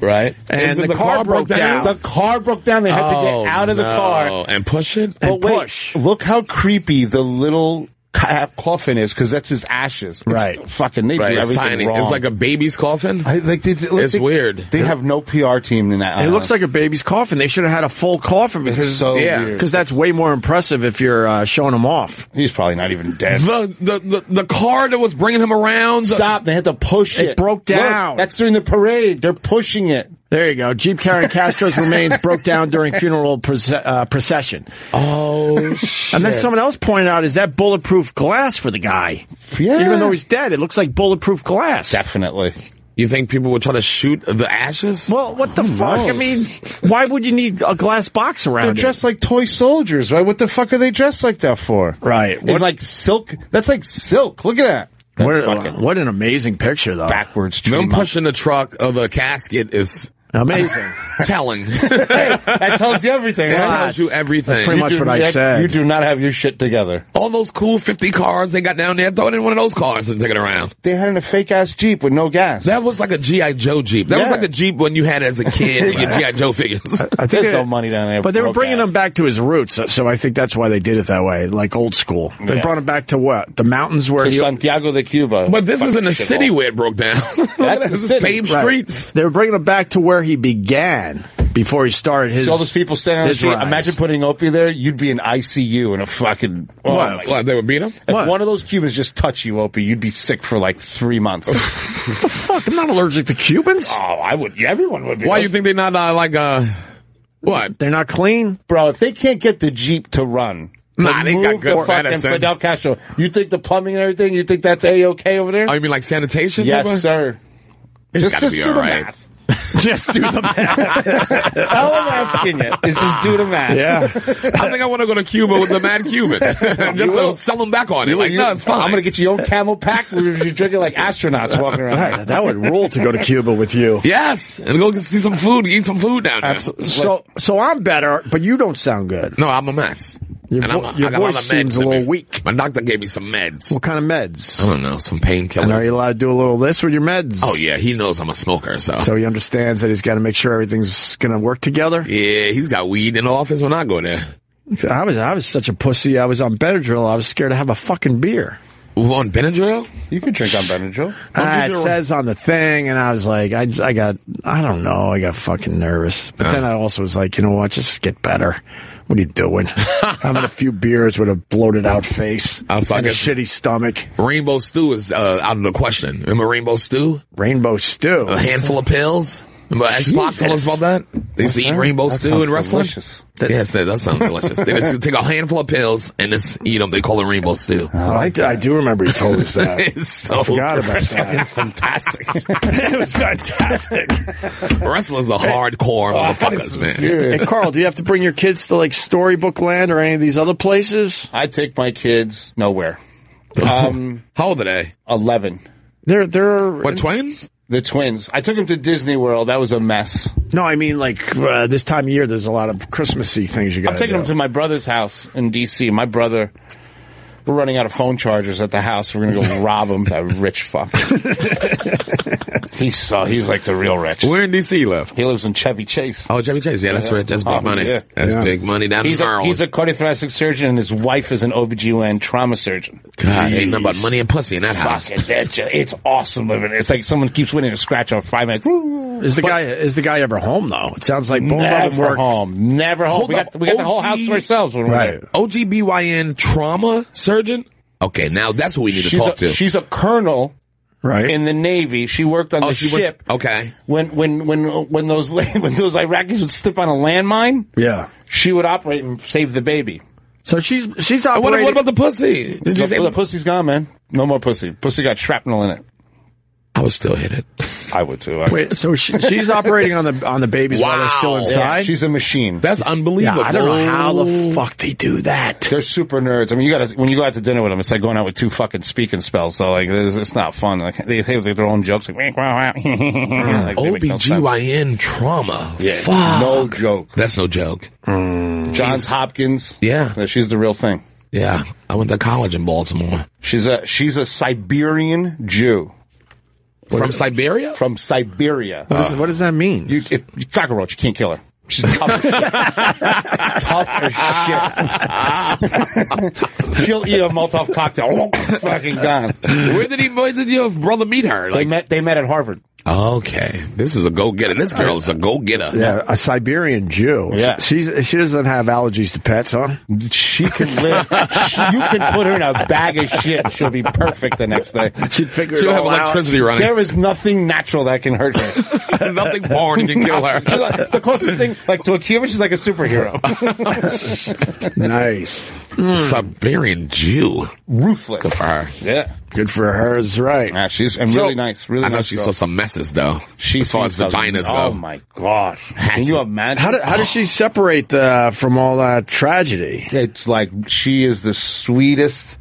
S4: right.
S3: and the, car, broke down.
S2: The car broke down. They had to
S4: Oh,
S2: get out of the
S4: no.
S2: car.
S4: and push it.
S2: But wait,
S3: push.
S2: look how creepy the little ca- coffin is because that's his ashes. It's
S3: Right.
S2: Fucking they
S4: right,
S2: do
S4: it's
S2: everything
S4: tiny.
S2: wrong.
S4: It's like a baby's coffin.
S2: I, like they, they-
S4: It's
S2: they-
S4: weird.
S2: They have no PR team in that. uh,
S3: it looks like a baby's coffin. They should have had a full coffin because
S2: Um, it's so
S4: Yeah.
S2: weird.
S3: Because that's way more impressive if you're uh, showing them off.
S2: He's probably not even dead.
S4: the, the the the car that was bringing him around. the-
S2: Stop! They had to push it.
S3: It broke down.
S2: that's during the parade. They're pushing it.
S3: There you go. Jeep carrying Castro's remains broke down during funeral proce- uh, procession.
S4: oh, shit.
S3: And then someone else pointed out, is that bulletproof glass for the guy?
S2: Yeah.
S3: Even though he's dead, it looks like bulletproof glass.
S2: Definitely.
S4: you think people would try to shoot the ashes?
S3: well, what the fuck? I
S2: knows?
S3: mean, why would you need a glass box
S2: They're
S3: around
S2: dressed like toy soldiers, right? What the fuck are they dressed like that for?
S3: Right.
S2: What?
S3: What-
S2: like silk. That's like silk. Look at that.
S3: it? What,
S2: Fucking
S3: what an amazing picture, though.
S2: backwards.
S4: Them
S2: tree monk.
S4: pushing the truck of a casket is
S3: Amazing.
S4: telling. it
S2: that tells you everything. right?
S4: tells you everything.
S3: pretty much
S2: do
S3: what I
S2: not-
S3: said.
S2: You do not have your shit together.
S4: All those cool fifty cars they got down there, throw it in one of those cars and take it around.
S2: They had in a fake ass Jeep with no gas.
S4: That was like a GI Joe Jeep. That was
S2: Yeah.
S4: like the Jeep when you had as a kid with your GI Joe figures.
S3: I
S2: There's
S3: they-
S2: no money down there.
S3: But they were
S2: Broke
S3: bringing
S2: ass.
S3: him back to his roots, so, so I think that's why they did it that way, like old school. They
S2: Yeah.
S3: brought him back to what? The mountains where
S2: to
S3: he
S2: Santiago de Cuba.
S4: But this is
S2: Fucking
S4: in the
S2: shithole.
S4: city where it broke down.
S2: That's the
S4: this is
S2: city,
S4: paved
S3: Right.
S4: streets.
S3: They were bringing him back to where he began before he started his.
S2: See all those people standing on the
S3: his
S2: street.
S3: rise.
S2: Imagine putting Opie there. You'd be in ICU in a fucking. Oh
S3: What?
S2: my God.
S4: What, they would beat him?
S2: If
S3: What?
S2: one of those Cubans just touch you, Opie, you'd be sick for like three months. oh,
S3: the fuck. I'm not allergic to Cubans.
S2: I would. yeah, Everyone would be.
S4: Why you think they not uh, like uh what?
S3: They're not clean.
S2: bro? If they can't get the jeep to run, to
S4: Nah, they got
S2: move
S4: good
S2: the fucking
S4: medicine.
S2: Fidel Castro. You think the plumbing and everything? You think that's a okay over there?
S4: Oh, you mean like sanitation? Uber?
S2: yes, sir.
S4: It's
S2: Just,
S4: gotta
S2: just
S4: be
S2: do the
S4: alright.
S2: math.
S3: Just do the
S2: All I'm asking you is just do the math.
S3: Yeah.
S4: I think I want to go to Cuba with the mad Cuban. Just so sell them back on it. like,
S2: You-
S4: no, it's fine.
S2: I'm gonna get your own camel pack. We're just drinking like astronauts walking around.
S3: Right, that would rule to go to Cuba with you.
S4: Yes, and go get- see some food, eat some food down there.
S2: Absolutely.
S3: So, so I'm better, but you don't sound good.
S4: No, I'm a mess.
S3: Your,
S4: And
S3: vo-
S4: I'm, on-
S3: your
S4: and I'm on
S3: voice
S4: the
S3: seems
S4: meds.
S3: a little weak.
S4: My doctor gave me some meds.
S3: What kind of meds?
S4: I don't know, some
S3: And are you
S4: painkillers.
S3: allowed to do a little of this with your meds?
S4: Oh yeah, he knows I'm a smoker, so.
S3: So he understands that he's got to make sure everything's going to work together.
S4: yeah, he's got weed in the office when I go there.
S3: I was I was such a pussy. I was on Benadryl. I was scared to have a fucking beer.
S4: On Benadryl?
S2: You could drink on Benadryl.
S3: Ah, it
S4: do it-
S3: says on the thing, and I was like, I, I got, I don't know, I got fucking nervous. But then I also was like, you know what, just get better. What are you doing? Having a few beers with a bloated out face
S4: I was like,
S3: and a
S4: I-
S3: shitty stomach,
S4: Rainbow stew is uh, out of the question. Remember Rainbow stew?
S3: rainbow stew.
S4: A handful of pills. Remember Xbox told us about that? They used to eat rainbow stew in wrestling.
S2: Delicious.
S4: yes, that, that sounds delicious. They just take a handful of pills and just eat them. They call it rainbow stew.
S3: Oh, I, I do remember you told us that.
S4: It's so
S3: I forgot about that.
S4: fantastic.
S3: it was fantastic.
S4: Wrestlers are hardcore motherfuckers, man.
S3: Hey, Carl, do you have to bring your kids to like Storybook Land or any of these other places?
S2: I take my kids nowhere. Um,
S4: How old are they?
S2: eleven.
S3: They're they're
S4: What twins?
S2: The twins. I took them to Disney World. That was a mess.
S3: no, I mean like uh, this time of year. There's a lot of Christmassy things you got.
S2: I'm taking them to my brother's house in D.C. My brother. We're running out of phone chargers at the house. We're gonna go rob him. That rich fuck. he saw. He's like the real rich.
S4: We're in DC left.
S2: He lives in Chevy Chase.
S4: Oh, Chevy Chase. Yeah, that's rich. That's big
S2: Oh,
S4: money.
S2: yeah.
S4: That's
S3: Yeah.
S4: big money down
S2: He's
S4: in
S2: a,
S4: Maryland.
S2: he's a cardiothoracic surgeon, and his wife is an OBGYN trauma surgeon.
S4: God, ain't nothing but money and pussy in that house.
S2: Fucking that ju- It's awesome living. It's like someone keeps winning a scratch off five minutes.
S3: Is the guy is the guy ever home though? It sounds like both of them
S2: Never
S3: work.
S2: home. Never home.
S4: Hold
S2: we got,
S4: up,
S2: we got the whole
S4: OG.
S2: house to ourselves when we're
S3: Right.
S2: there.
S4: OGBYN trauma surgeon? Okay, now that's what we need to
S2: She's
S4: talk
S2: a,
S4: to.
S2: she's a colonel
S3: Right.
S2: in the Navy. She worked on
S4: Oh,
S2: the
S4: she went-
S2: ship.
S4: okay.
S2: When when when when those la- when those Iraqis would slip on a landmine,
S3: yeah.
S2: she would operate and save the baby.
S3: So she's she's
S4: What,
S3: operating.
S4: what about the pussy? Did you
S2: The,
S4: say
S2: the pussy's gone, man. No more pussy. Pussy got shrapnel in it.
S4: I was still hit it?
S2: I would too. I,
S3: Wait, so she, she's operating on the on the babies while they're still
S4: Wow.
S2: yeah,
S3: inside.
S2: she's a machine.
S4: That's unbelievable.
S3: I don't know how the fuck they do that.
S2: They're super nerds. I mean, you got to when you go out to dinner with them, it's like going out with two fucking speaking spells. Though, like, it's, it's not fun. Like, they say like, their own jokes, like, wah, wah, wah. like they make no sense.
S4: OBGYN trauma.
S2: Yeah,
S4: Fuck.
S2: no joke. Mm.
S4: That's no joke.
S2: Johns Hopkins.
S4: Yeah.
S2: she's the real thing.
S4: Yeah. I went to college in Baltimore.
S2: She's a she's a Siberian Jew
S4: From Siberia?
S2: from Siberia.
S3: What does- what does that mean?
S2: You, if, you cockroach, you can't kill her. She's tough as shit. tough as shit. She'll eat a Molotov cocktail. Oh, Fucking gone.
S4: Where did he? Where did your brother meet her?
S2: They
S4: Like,
S2: met. They met at Harvard.
S4: okay, this is a go getter. This girl is a go getter.
S3: Yeah, a Siberian Jew.
S2: Yeah.
S3: She's, she doesn't have allergies to pets, huh?
S2: She can live. she, you can put her in a bag of shit. and She'll be perfect the next day.
S3: She'd figure
S4: She'll have electricity running.
S2: There is nothing natural that can hurt her.
S4: Nothing foreign can kill her.
S2: She's like, the closest thing, like to a human, she's like a superhero.
S3: Nice.
S4: Siberian Mm. Jew.
S2: Ruthless.
S4: Her.
S2: Yeah.
S3: Good for her. Is right.
S2: Yeah, she's and really
S4: So-
S2: nice. Really
S4: I know
S2: nice.
S4: she
S2: girl.
S4: saw some messes though.
S2: She
S4: as far as
S2: sees something-
S4: vaginas
S2: Oh
S4: go.
S2: my gosh! Can you imagine?
S3: How, do, how does she separate uh, from all that tragedy?
S2: it's like she is the sweetest.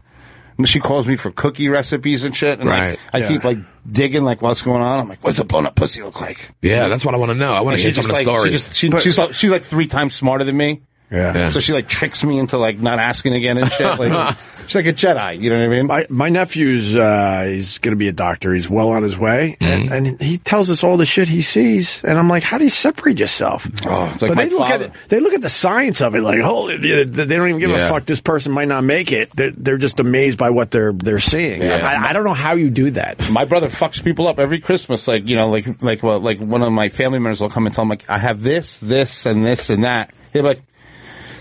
S2: She calls me for cookie recipes and shit, and like,
S4: Right.
S2: I keep like digging, like what's going on. I'm like, what's a blown up pussy look like?
S4: Yeah, that's what I want to know. I want to hear
S2: She's
S4: some of
S2: just
S4: the
S2: like she
S4: stories.
S2: just she, she's like, she's like three times smarter than me.
S3: Yeah.
S4: Yeah.
S2: So she like tricks me into like not asking again and shit. Like she's like a Jedi, you know what I mean?
S3: My, my nephew's uh, he's going to be a doctor. He's well on his way,
S2: Mm-hmm.
S3: and, and he tells us all the shit he sees. And I'm like, how do you separate yourself?
S2: Oh, it's like my
S3: they look
S2: father.
S3: at they look at the science of it like, holy, they they don't even give
S4: Yeah.
S3: a fuck. This person might not make it. They're, they're just amazed by what they're they're seeing. I, I don't know how you do that.
S2: My brother fucks people up every Christmas. Like you know, like like well, like one of my family members will come and tell him like I have this, this, and this, and that. He'll be like,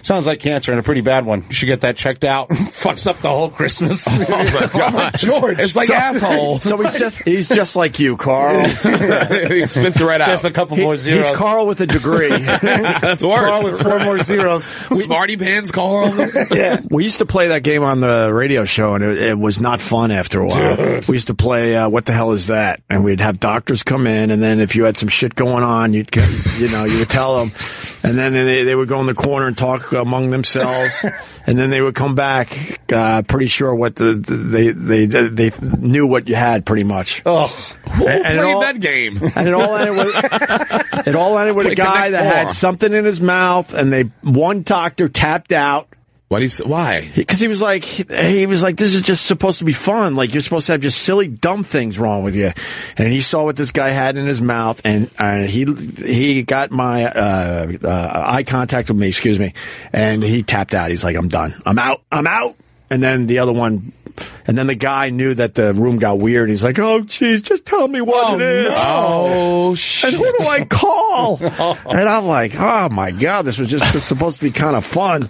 S2: sounds like cancer and a pretty bad one. You should get that checked out. Fucks up the whole Christmas.
S4: oh my God.
S2: George.
S4: it's like
S2: So-
S4: asshole.
S3: So he's just he's just like you, Carl.
S4: he spits it right out.
S2: There's a couple more zeros.
S3: He's Carl with a degree.
S4: That's
S2: Carl
S4: worse.
S2: with four more zeros.
S4: Smarty pants, Carl.
S3: We used to play that game on the radio show, and it, it was not fun after a while. We used to play uh, "What the hell is that?" and we'd have doctors come in, and then if you had some shit going on, you'd go- you know you would tell them, and then they, they would go in the corner and talk among themselves, and then they would come back, uh, pretty sure what the, the they they they knew what you had pretty much.
S2: Oh,
S4: Who
S3: And- and
S4: played
S3: all-
S4: that game?
S3: And it all ended with, it all ended with a
S4: Play
S3: guy
S4: Connect
S3: that had
S4: Four.
S3: something in his mouth, and they one doctor tapped out,
S6: Why do you? s- Why?
S3: Because he was like, he was like, this is just supposed to be fun. Like you're supposed to have just silly, dumb things wrong with you. And he saw what this guy had in his mouth, and uh, he he got my uh, uh, eye contact with me, excuse me, and he tapped out. He's like, I'm done. I'm out. I'm out. And then the other one, and then the guy knew that the room got weird. He's like, Oh, jeez, just tell me what it is.
S6: Oh shit!
S3: And who do I call? and I'm like, oh my god, this was just supposed to be kind of fun.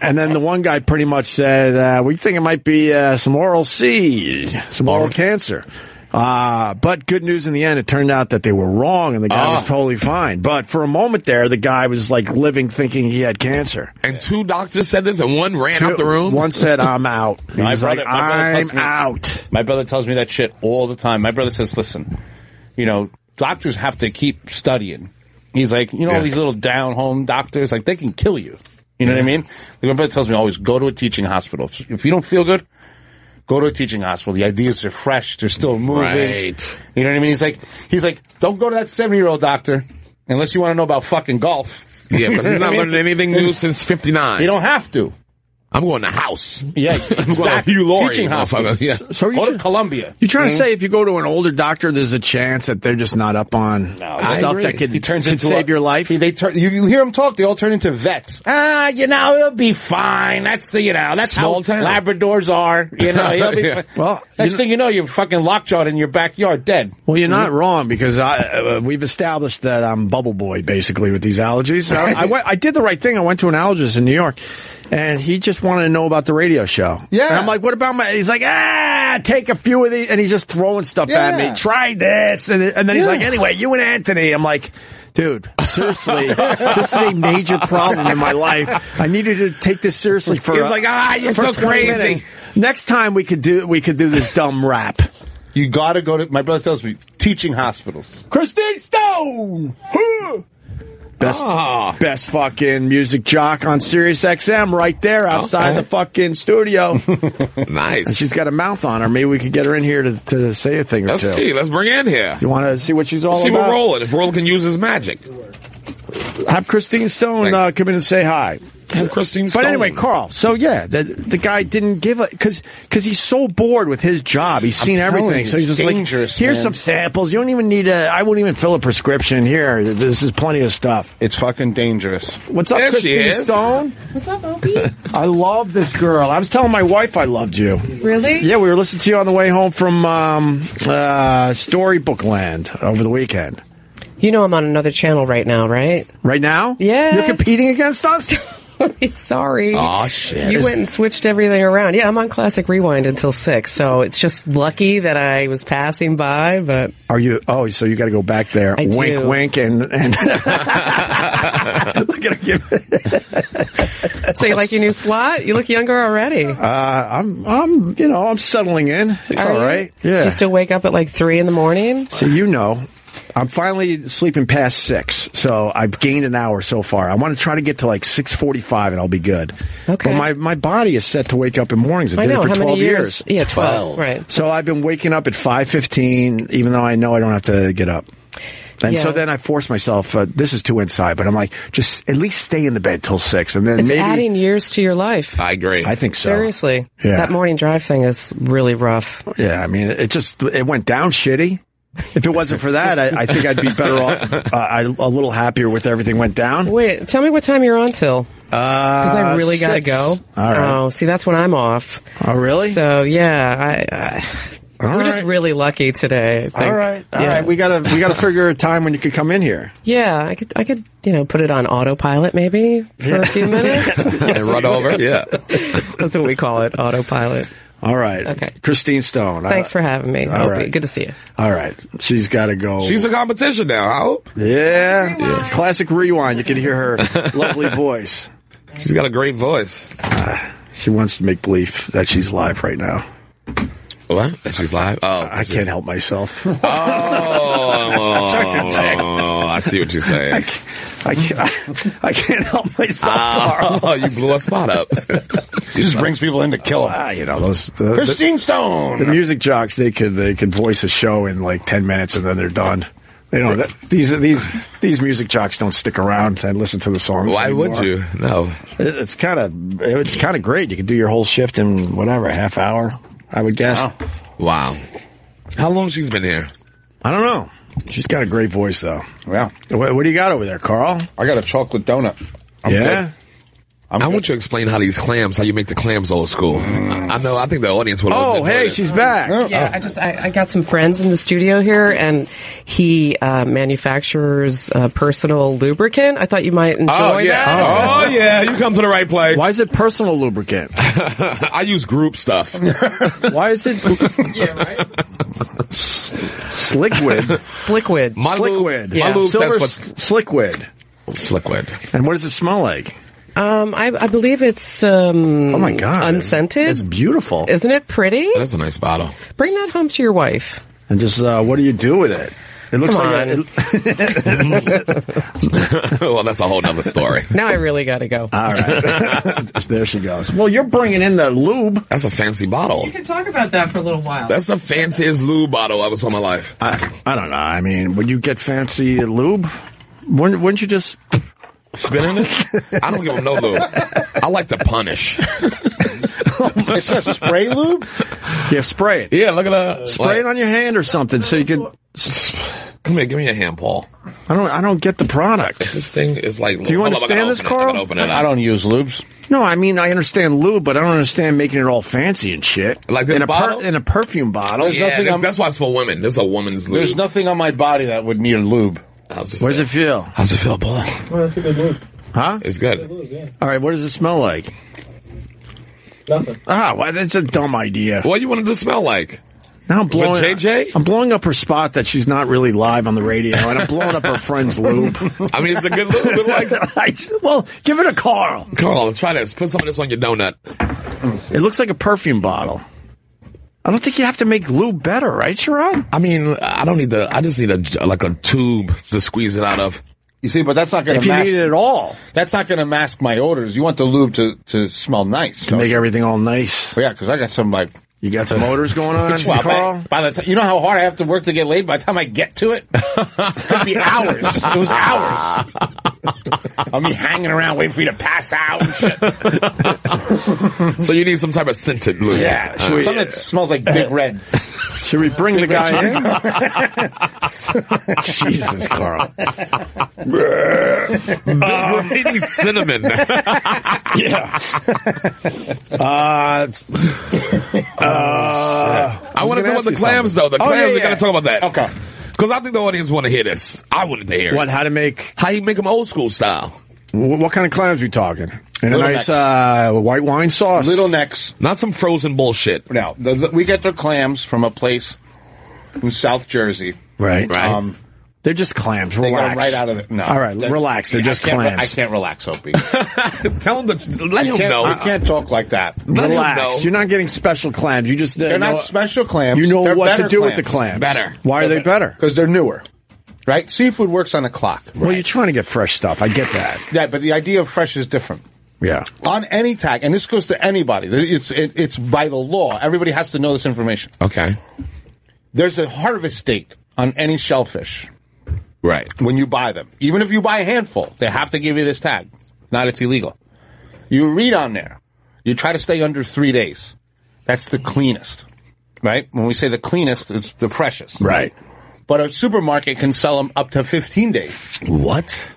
S3: and then the one guy pretty much said, uh, we think it might be uh, some oral C, some oral cancer. Uh, but good news in the end, it turned out that they were wrong and the guy was totally fine. But for a moment there, the guy was like living thinking he had cancer.
S6: And two doctors said this, and one ran out the room.
S3: One said, I'm out. He
S2: My
S3: was
S2: brother-
S3: like,
S2: my brother
S3: I'm
S2: tells me-
S3: out.
S2: My brother tells me that shit all the time. My brother says, listen, you know, doctors have to keep studying. He's like, you know, all
S6: Yeah.
S2: these little down home doctors, like, they can kill you. You know what I mean? Like, my brother tells me always go to a teaching hospital. If, if you don't feel good, go to a teaching hospital. The ideas are fresh. They're still moving.
S6: Right.
S2: You know what I mean? He's like, he's like, don't go to that 70 year old doctor unless you want to know about fucking golf.
S6: Yeah, because he's not
S2: I mean-
S6: learning anything new since '59.
S2: You don't have to.
S6: I'm going to house.
S2: Yeah.
S6: Exactly.
S2: Exactly.
S6: Hugh Laurie,
S2: teaching hospital.
S6: motherfucker. Yeah. Mm.
S3: So are you
S2: Go
S3: sure-
S2: to Columbia.
S3: You trying to say if you go to an older doctor, there's a chance that they're just not up on
S2: I
S3: stuff
S2: agree.
S3: that could,
S2: he turns
S3: could
S2: into
S3: save
S2: a-
S3: your life?
S2: He- they turn. You, you hear them talk. They all turn into vets. Ah, you know, he'll be fine. That's the you know. That's how
S6: Small town.
S2: Labradors are. You know, he'll be.
S6: Yeah.
S2: fine.
S3: Well,
S2: next
S3: you know-
S2: thing you know, you're fucking lockjawed in your backyard, dead.
S3: Well, you're not wrong because I, uh, we've established that I'm bubble boy basically with these allergies. I, I, went, I did the right thing. I went to an allergist in New York, and he just wanted to know about the radio show.
S7: Yeah.
S3: and I'm like, what about my? He's like, ah, take a few of these, and he's just throwing stuff at
S7: Yeah.
S3: me. Try this, and and then he's
S7: Yeah.
S3: like, anyway, you and Anthony. I'm like. Dude, seriously, this is a major problem in my life. I needed to take this seriously for.
S6: He's
S3: uh,
S6: like, ah, you're
S3: for
S6: so
S3: 20
S6: crazy.
S3: minutes. Next time we could do we could do this dumb rap.
S2: You gotta go to. My brother tells me teaching hospitals.
S7: Christine Stone.
S3: Best,
S6: Ah.
S3: best fucking music jock on Sirius XM right there outside the fucking studio.
S6: Nice.
S3: she's got a mouth on her. Maybe we could get her in here to, to say a thing or
S6: Let's
S3: two.
S6: see. Let's bring in here.
S3: You want to see what she's all
S6: Let's see
S3: about?
S6: what Roland. If Roland can use his magic.
S3: Have Christine Stone
S6: Thanks.
S3: uh, come in and say hi.
S6: Christine.
S3: But
S6: Stone.
S3: anyway, Carl. So yeah, the, the guy didn't give a because because he's so bored with his job. He's seen
S2: telling
S3: everything,
S2: you,
S3: so he's
S2: it's
S3: just like,
S2: dangerous,
S3: here's
S2: man."
S3: some samples. You don't even need a. I wouldn't even fill a prescription. Here, this is plenty of stuff.
S2: It's fucking dangerous.
S3: What's up,
S6: There she
S3: Christine
S6: is.
S3: Stone?
S8: What's up, Opie?
S3: I love this girl. I was telling my wife I loved you.
S8: really?
S3: Yeah, we were listening to you on the way home from um, uh, Storybook Land over the weekend.
S8: You know I'm on another channel right now, right?
S3: Right now?
S8: Yeah.
S3: You're competing against us?
S8: Sorry.
S6: Oh shit.
S8: you went and switched everything around. Yeah, I'm on Classic Rewind until 6, so it's just lucky that I was passing by, but
S3: Are you? Oh, so you got to go back there.
S8: I
S3: wink,
S8: do.
S3: wink, and. and Look at her.
S8: so you like your new slot? You look younger already. All
S3: Uh, I'm, I'm, you know, I'm settling in. It's all right. Yeah.
S8: Just to wake up at like 3 in the morning?
S3: so you know. I'm finally sleeping past six, so I've gained an hour so far. I want to try to get to like six forty-five, and I'll be good.
S8: Okay.
S3: But my, my body is set to wake up in mornings. I
S8: I
S3: did
S8: know.
S3: it for
S8: How
S3: twelve
S8: many years?
S3: years.
S8: Yeah, 12. Right.
S3: So I've been waking up at five fifteen, even though I know I don't have to get up. And so
S8: Yeah.
S3: then I force myself. Uh, this is too inside, but I'm like, just at least stay in the bed till six, and then
S8: It's
S3: maybe
S8: adding years to your life.
S6: I agree.
S3: I think so.
S8: Seriously.
S3: Yeah.
S8: That morning drive thing is really rough.
S3: Yeah, I mean, it just it went down shitty. If it wasn't for that, I, I think I'd be better off. Uh, I, a little happier with everything went down. Uh,
S8: Wait, tell me what time you're on till. Because I really got to
S3: six.
S8: go.
S3: All right.
S8: Oh, see, that's when I'm off.
S3: Oh, really?
S8: So yeah, I, I we're just
S3: right.
S8: really lucky today. I think.
S3: all right, all right.
S8: yeah.
S3: We gotta we gotta figure a time when you could come in here.
S8: yeah, I could, I could, you know, put it on autopilot maybe for a few minutes.
S6: And run over. Yeah.
S8: That's what we call it, autopilot.
S3: All right.
S8: Okay.
S3: Christine Stone. I-
S8: Thanks for having me.
S3: all
S8: Opie.
S3: right.
S8: Good to see you.
S3: All right. She's got to go.
S6: She's a competition now. I hope
S3: yeah. Classic rewind. You can hear her lovely voice. Uh,
S6: she's got a great voice.
S3: She wants to make believe that she's live right now.
S6: What? That she's live. Oh,
S3: I can't help myself.
S6: Oh, I see what you're saying.
S3: I can't, I can't help myself. Carl.
S2: Ah.
S6: Oh, you blew a spot up.
S2: He just brings people in to kill them.
S3: Ah, you know those the, the,
S2: Christine Stone.
S4: Oh,
S3: the music jocks. They could they could voice a show in like ten minutes and then they're done. You know, that, these these these music jocks don't stick around and listen to the songs.
S4: Why would
S3: anymore.
S4: you? No.
S3: It- It's kind of it's kind of great. You could do your whole shift in whatever half hour. I would guess.
S4: Wow. How long she's been here?
S3: I don't know. She's got a great voice though.
S6: Yeah.
S3: What, what do you got over there, Carl?
S6: I got a chocolate donut. I'm
S3: yeah.
S6: good. I'm
S4: I
S6: good.
S4: want you to explain how these clams, how you make the clams old school. I I know. I think the audience will.
S3: Oh,
S4: enjoy
S3: hey,
S4: this.
S3: she's back. Oh.
S8: Yeah, I just I, I got some friends in the studio here, and he uh, manufactures uh, personal lubricant. I thought you might enjoy
S4: Oh
S8: that.
S4: yeah. Oh yeah. You come to the right place.
S3: Why is it personal lubricant?
S4: I use group stuff.
S3: Why is it
S8: Yeah, right.
S3: sliquid?
S8: Liquid.
S4: My lube-
S3: sliquid.
S4: My lube
S3: Silver
S4: says
S3: s- sliquid.
S4: what? Sliquid.
S3: And what does it smell like?
S8: Um, I, I believe it's um.
S3: Oh my god.
S8: unscented.
S3: It's beautiful.
S8: Isn't it pretty?
S4: That's a nice bottle.
S8: Bring that home to your wife.
S3: and just uh, what do you do with it? It looks
S8: Come
S3: like a-
S8: on.
S3: it-
S4: well, that's a whole nother story.
S8: Now I really got to go.
S3: All right. there she goes. Well, you're bringing in the lube.
S4: That's a fancy bottle.
S8: can talk about that for a little while.
S4: That's the fanciest lube bottle I ever saw in my life.
S3: I, I don't know. I mean, would you get fancy lube? Wouldn't, wouldn't you just?
S4: Spinning it? I don't give him no lube. I like to punish.
S3: It's a spray lube. Yeah, spray it.
S4: Yeah, look at that.
S3: Spray it on your hand or something, so you could.
S4: Come here, give me your hand, Paul.
S3: I don't. I don't get the product.
S4: This thing is like.
S3: Do you
S4: Hold up, I gotta
S3: understand this,
S4: open it. I gotta
S3: Carl?
S4: open it up.
S2: I don't use lubes.
S3: No, I mean I understand lube, but I don't understand making it all fancy and shit.
S4: Like this
S3: in a
S4: bottle?
S3: in a perfume bottle.
S4: Yeah, that's, that's why it's for women. This is a woman's lube.
S2: There's nothing on my body that would need lube.
S4: How's it
S3: What does it feel?
S4: How's it feel, Paul?
S9: Well, that's a good move.
S3: Huh?
S4: It's good.
S3: All right. What does it smell like?
S9: Nothing.
S3: Ah, well, that's a dumb idea.
S4: What you want it to smell like?
S3: Now I'm blowing
S4: JJ?
S3: I'm blowing up her spot that she's not really live on the radio, and I'm blowing up her friend's lube.
S4: I mean, it's a good lube. It's like,
S3: I- well, give it a Carl.
S4: Carl, try this. Put some of this on your donut.
S3: It looks like a perfume bottle. I don't think you have to make lube better, right, Sherrod?
S4: I mean, I don't need the. I just need a like a tube to squeeze it out of.
S2: You see, but that's not going
S3: If
S2: to
S3: you
S2: mask.
S3: need it at all
S2: That's not going to mask my odors. You want the lube to, to smell nice.
S3: to make everything all nice,
S2: yeah, because I got some like.
S3: you got some odors going on,
S2: Well,
S3: Carl.
S2: by, by the time you know how hard I have to work to get laid. By the time I get to it, it could be hours. It was hours. I'll be hanging around waiting for you to pass out and shit.
S4: So you need some type of scented lube.
S2: Yeah,
S4: Uh,
S2: something that smells like Big Red.
S3: Should we bring the guy in? Jesus, Carl.
S4: you need cinnamon.
S3: Yeah. Uh,
S4: I want
S3: gonna ask
S4: to talk about the
S3: you
S4: clams though. The
S3: Oh,
S4: clams,
S3: yeah,
S4: we
S3: yeah.
S4: gotta talk about that.
S2: Uh, Okay.
S4: Because I think the audience want to hear this. I wanted to hear
S3: what?
S4: it.
S3: How to make?
S4: How you make them old school style?
S3: wh- What kind of clams we talking? And a
S2: Little
S3: nice
S2: necks.
S3: uh, white wine sauce.
S2: Little necks.
S4: Not some frozen bullshit.
S2: Now the, the, we get their clams from a place in South Jersey.
S3: right?
S4: Right.
S2: Um,
S3: They're just clams.
S2: they
S3: Relax.
S2: go right out of it. No,
S3: All right,
S2: That-
S3: relax. They're
S2: I
S3: just
S2: can't re- I
S3: clams.
S2: can't relax, Opie.
S4: Tell them to let
S2: You
S4: them
S2: can't,
S4: know.
S2: you can't talk like that.
S4: Let him know.
S3: Relax. You're not getting special clams. You just
S2: They're not special clams.
S3: You know
S2: They're
S3: what to
S2: better
S3: do with the clams.
S4: Better.
S3: Why are they better?
S2: because they're newer, right? Seafood works on a clock.
S3: Well, you're trying to get fresh stuff. I get that.
S2: Yeah, but the idea of fresh is different.
S3: Yeah.
S2: On any tag, and this goes to anybody. It's it, it's by the law. Everybody has to know this information.
S4: Okay.
S2: There's a harvest date on any shellfish
S4: Right.
S2: when you buy them. Even if you buy a handful, they have to give you this tag. Not it's illegal. You read on there. You try to stay under three days. That's the cleanest, right? When we say the cleanest, it's the freshest.
S3: Right.
S2: But a supermarket can sell them up to 15 days.
S4: What?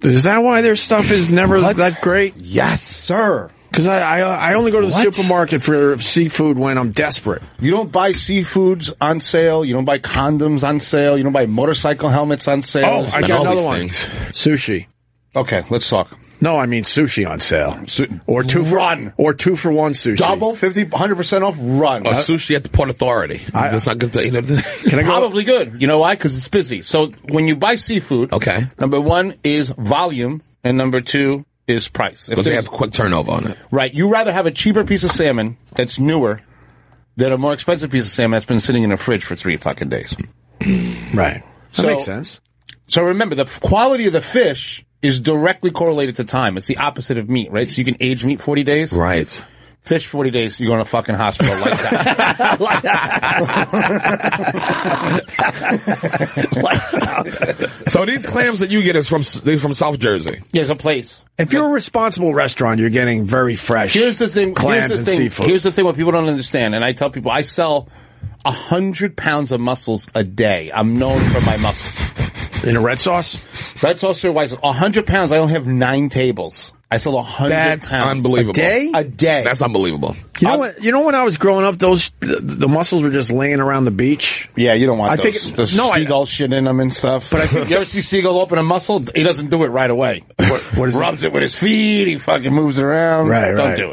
S3: Is that why their stuff is never
S2: What?
S3: that great?
S2: Yes, sir.
S3: Because I, I I only go to the
S2: What?
S3: supermarket for seafood when I'm desperate.
S2: You don't buy seafoods on sale. You don't buy condoms on sale. You don't buy motorcycle helmets on sale.
S3: Oh, I
S4: And
S3: got
S4: all
S3: another
S4: these
S3: one.
S4: things.
S3: Sushi.
S2: okay, let's talk.
S3: No, I mean sushi on sale. or two
S2: Run.
S3: for or two for one sushi.
S2: Double, 50, 100% off, run.
S3: Oh,
S4: A sushi at the Port Authority. That's not good to you know.
S3: Can I go?
S2: Probably good. You know why? Because it's busy. So when you buy seafood,
S4: Okay.
S2: number one is volume, and number two is price. If
S4: Because they
S2: there's-
S4: have quick turnover on it.
S2: right, you rather have a cheaper piece of salmon that's newer than a more expensive piece of salmon that's been sitting in a fridge for three fucking days.
S3: Right. That
S2: So-
S3: makes sense.
S2: So remember, the f- quality of the fish is directly correlated to time. It's the opposite of meat, right? So you can age meat 40 days.
S4: Right.
S2: Fish 40 days, you're going to fucking hospital. Lights out.
S4: So these clams that you get is from they from South Jersey.
S2: There's a place.
S3: If you're a responsible restaurant, you're getting very fresh.
S2: Here's the thing.
S3: clams
S2: here's the
S3: and
S2: thing,
S3: seafood.
S2: Here's the thing. What people don't understand, and I tell people, I sell a hundred pounds of mussels a day. I'm known for my mussels.
S3: in a red sauce.
S2: Red sauce or white sauce. A hundred pounds. I only have nine tables. I sell a hundred pounds
S4: That's unbelievable.
S3: day?
S2: a day.
S4: That's unbelievable.
S3: You know what? You know when I was growing up, those the, the mussels were just laying around the beach.
S2: yeah, you don't want
S3: I
S2: those.
S3: think-
S2: those
S3: no, I-
S2: seagull shit in them and stuff. But I think you ever see seagull open a mussel, he doesn't do it right away.
S3: what is it?
S2: Rubs it with his feet. He fucking moves around.
S3: Right,
S2: Don't
S3: right.
S2: do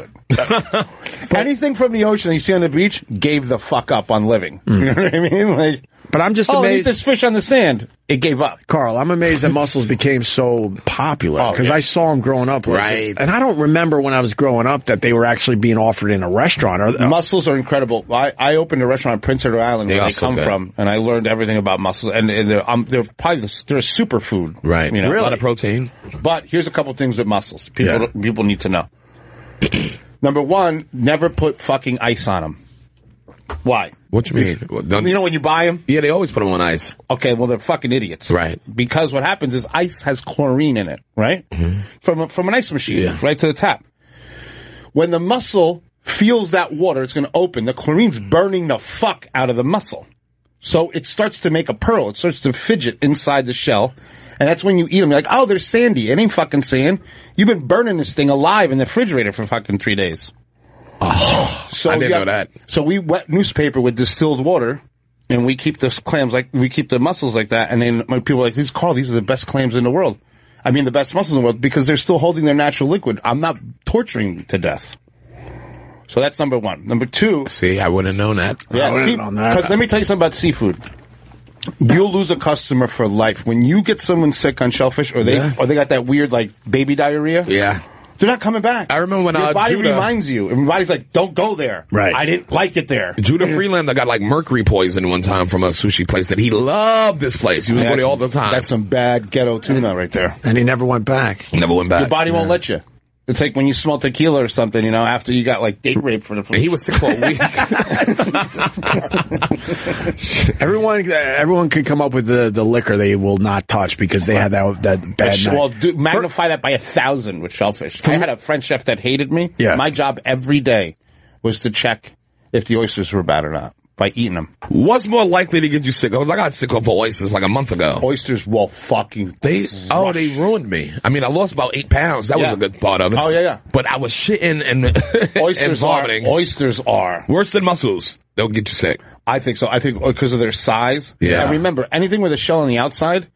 S2: it. Anything from the ocean that you see on the beach, gave the fuck up on living.
S3: Mm.
S2: You know what I mean? Like,
S3: But I'm just
S2: oh, eat
S3: amazed.
S2: this fish on the sand. It gave up.
S3: Carl, I'm amazed that mussels became so popular
S2: Oh,
S3: because
S2: yeah.
S3: I saw them growing up. like-
S4: Right.
S3: And I don't remember when I was growing up that they were actually being offered in a restaurant. Or,
S2: Mussels are incredible. I, I opened a restaurant in Prince Edward Island where
S4: They
S2: they
S4: are so
S2: come
S4: good.
S2: from, and I learned everything about mussels. And, and they're, um, they're probably the, they're a superfood, You know,
S4: A lot of protein.
S2: But here's a couple things with mussels. People people need to know. Number one, never put fucking ice on them. Why?
S4: What you mean? Well, don't-
S2: You know when you buy them,
S4: yeah, they always put them on ice.
S2: Okay, well they're fucking idiots,
S4: Right.
S2: Because what happens is ice has chlorine in it, right?
S4: Mm-hmm.
S2: From a, from an ice machine, right to the tap. When the muscle feels that water, it's going to open. The chlorine's burning the fuck out of the muscle, so it starts to make a pearl. It starts to fidget inside the shell, and that's when you eat them. You're like, oh, they're sandy. It ain't fucking sand. You've been burning this thing alive in the refrigerator for fucking three days. Oh, so
S4: I didn't
S2: you
S4: know that.
S2: So we wet newspaper with distilled water and we keep the clams like we keep the mussels like that, and then my people are like these Carl, these are the best clams in the world. I mean, the best mussels in the world because they're still holding their natural liquid. I'm not torturing you to death. So that's number one. Number two,
S4: See, I wouldn't have known that.
S2: yeah,
S3: wouldn't have known that.
S2: because let me tell you something about seafood. You'll lose a customer for life when you get someone sick on shellfish, or they
S4: Yeah.
S2: or they got that weird like baby diarrhea.
S4: Yeah.
S2: They're not coming back.
S4: I remember when,
S2: Your
S4: uh,
S2: body
S4: Judah-
S2: reminds you, and your body's like, "Don't go there."
S3: Right.
S2: I didn't like it there.
S4: Judah Freeland, I got like mercury poison one time from a sushi place that he loved. This place, he was going
S2: That's
S4: there all the
S2: some-
S4: time.
S2: That's some bad ghetto tuna right there.
S3: and he never went back.
S4: never went
S2: Your
S4: back.
S2: body won't let you. It's like when you smell tequila or something, you know, after you got like date rape for the
S4: And he was sick for a week.
S3: Everyone, everyone could come up with the, the liquor they will not touch because they had that that bad night.
S2: Well, do, magnify that by a thousand with shellfish. I had a French chef that hated me.
S3: Yeah.
S2: My job every day was to check if the oysters were bad or not by eating them.
S4: What's more likely to get you sick? I got sick of oysters like a month ago.
S2: Oysters will fucking.
S4: They oh they ruined me. I mean I lost about eight pounds. That was
S2: Yeah.
S4: a good part of it.
S2: Oh, yeah, yeah.
S4: But I was shitting and and
S2: Oysters are.
S4: vomiting.
S2: Oysters are.
S4: Worse than mussels. They'll get you sick.
S2: I think so. I think because of their size.
S4: Yeah.
S2: And remember, anything with a shell on the outside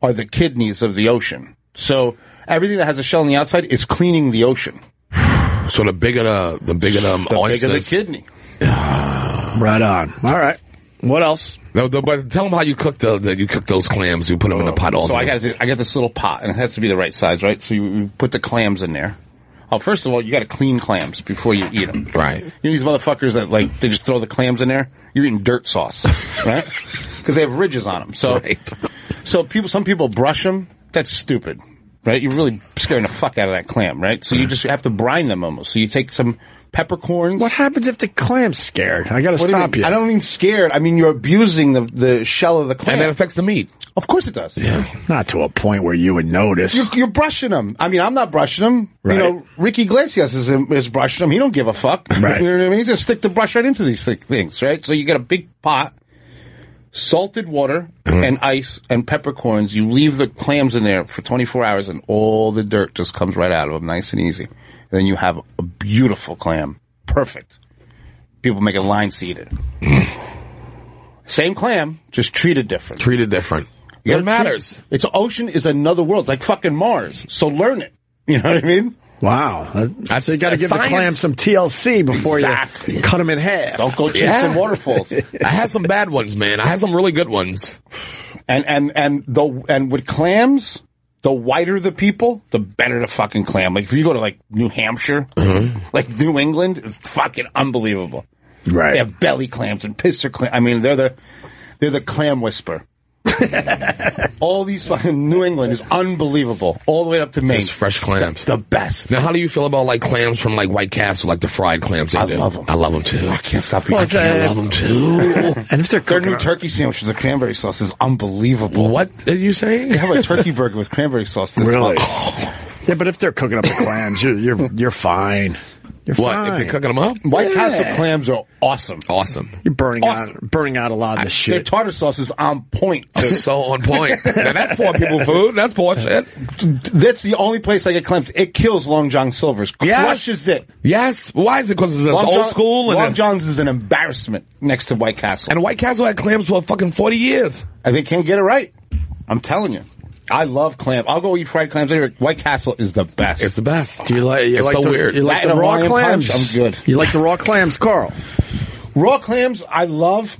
S2: are the kidneys of the ocean. So everything that has a shell on the outside is cleaning the ocean.
S4: So the bigger the the bigger the,
S2: The
S4: oysters.
S2: bigger the kidney.
S3: right on. All right. What else?
S4: No, the, but tell them how you cook the, the you cook those clams. You put them in a pot. all
S2: Oh, So I got
S4: together.
S2: th- I got this little pot, and it has to be the right size, right? So you, you put the clams in there. Oh, first of all, you got to clean clams before you eat them.
S4: Right.
S2: You know these motherfuckers that like they just throw the clams in there. You're eating dirt sauce, right? Because they have ridges on them. So, so people, some people brush them. That's stupid, right? You're really scaring the fuck out of that clam, right? So you just have to brine them almost. So you take some peppercorns.
S3: What happens if the clam's scared? I got to
S2: What do you
S3: stop
S2: mean?
S3: you.
S2: I don't mean scared. I mean you're abusing the the shell of the clam.
S4: and that affects the meat.
S2: of course it does.
S3: Not to a point where you would notice.
S2: You're, you're brushing them. I mean, I'm not brushing them.
S3: Right.
S2: You know, Ricky Iglesias is, is brushing them. He don't give a fuck.
S3: Right.
S2: You know what I mean? He just stick the brush right into these thi- things, right? So you get a big pot, salted water
S3: Mm-hmm.
S2: and ice and peppercorns. You leave the clams in there for 24 hours and all the dirt just comes right out of them nice and easy. And then you have a beautiful clam. Perfect. People making lines to eat it.
S3: Mm.
S2: Same clam, just treated different.
S4: Treated different.
S2: You
S4: It
S2: gotta treat-
S4: matters.
S2: It's ocean is another world, It's like fucking Mars. So learn it. You know what I mean?
S3: wow. That- So you got to
S4: that's
S3: give the
S4: science.
S3: clam some TLC before
S4: Exactly.
S3: you cut them in half.
S2: Don't go chasing
S4: Yeah.
S2: waterfalls.
S4: I had some bad ones, man. I had some really good ones.
S2: And and and the and with clams, the whiter the people, the better the fucking clam. Like if you go to like New Hampshire,
S3: Mm-hmm.
S2: like New England, it's fucking unbelievable.
S3: Right.
S2: They have belly clams and pisser clams. I mean, they're the they're the clam whisper. All these fucking New England is unbelievable. All the way up to Maine.
S4: It's fresh clams.
S2: The best.
S4: Now, how do you feel about like clams from like White Castle, like the fried clams? They
S2: I
S4: do?
S2: love 'em.
S4: I love them too. I can't stop eating. I
S3: uh,
S4: can't love them too.
S3: And if they're
S2: uh, Their
S3: cooking,
S2: new turkey sandwich with the cranberry sauce is unbelievable.
S4: what are you saying?
S2: They have a turkey burger with cranberry sauce. This
S3: Really?
S2: month.
S3: yeah, but if they're cooking up the clams, you're you're, you're fine. You're
S4: What?
S3: fine.
S4: If they're cooking them up?
S2: White
S3: Yeah.
S2: Castle clams are awesome.
S4: Oh, Awesome.
S3: you're burning
S2: Awesome.
S3: out, burning out a lot of this
S2: Their
S3: shit.
S2: tartar sauce is on point. too.
S4: so on point. Now that's poor people food. That's poor shit.
S2: That's the only place I get clams. It kills Long John Silver's.
S4: Yes.
S2: Crushes it.
S4: Yes. Why is it? Because it's
S2: Long
S4: old
S2: John-
S4: school and
S2: Long
S4: it-
S2: John's is an embarrassment next to White Castle.
S4: and White Castle had clams for fucking forty years.
S2: And they can't get it right. I'm telling you. I love clam. I'll go eat fried clams later. White Castle is the best.
S4: It's the best. Do
S3: you like- you
S4: It's
S3: like
S4: so
S3: the-
S4: weird.
S3: you like-
S2: Latin
S3: the raw
S2: Hawaiian punch,
S3: clams.
S2: I'm good.
S3: You like the raw clams, Carl?
S2: Raw clams, I love.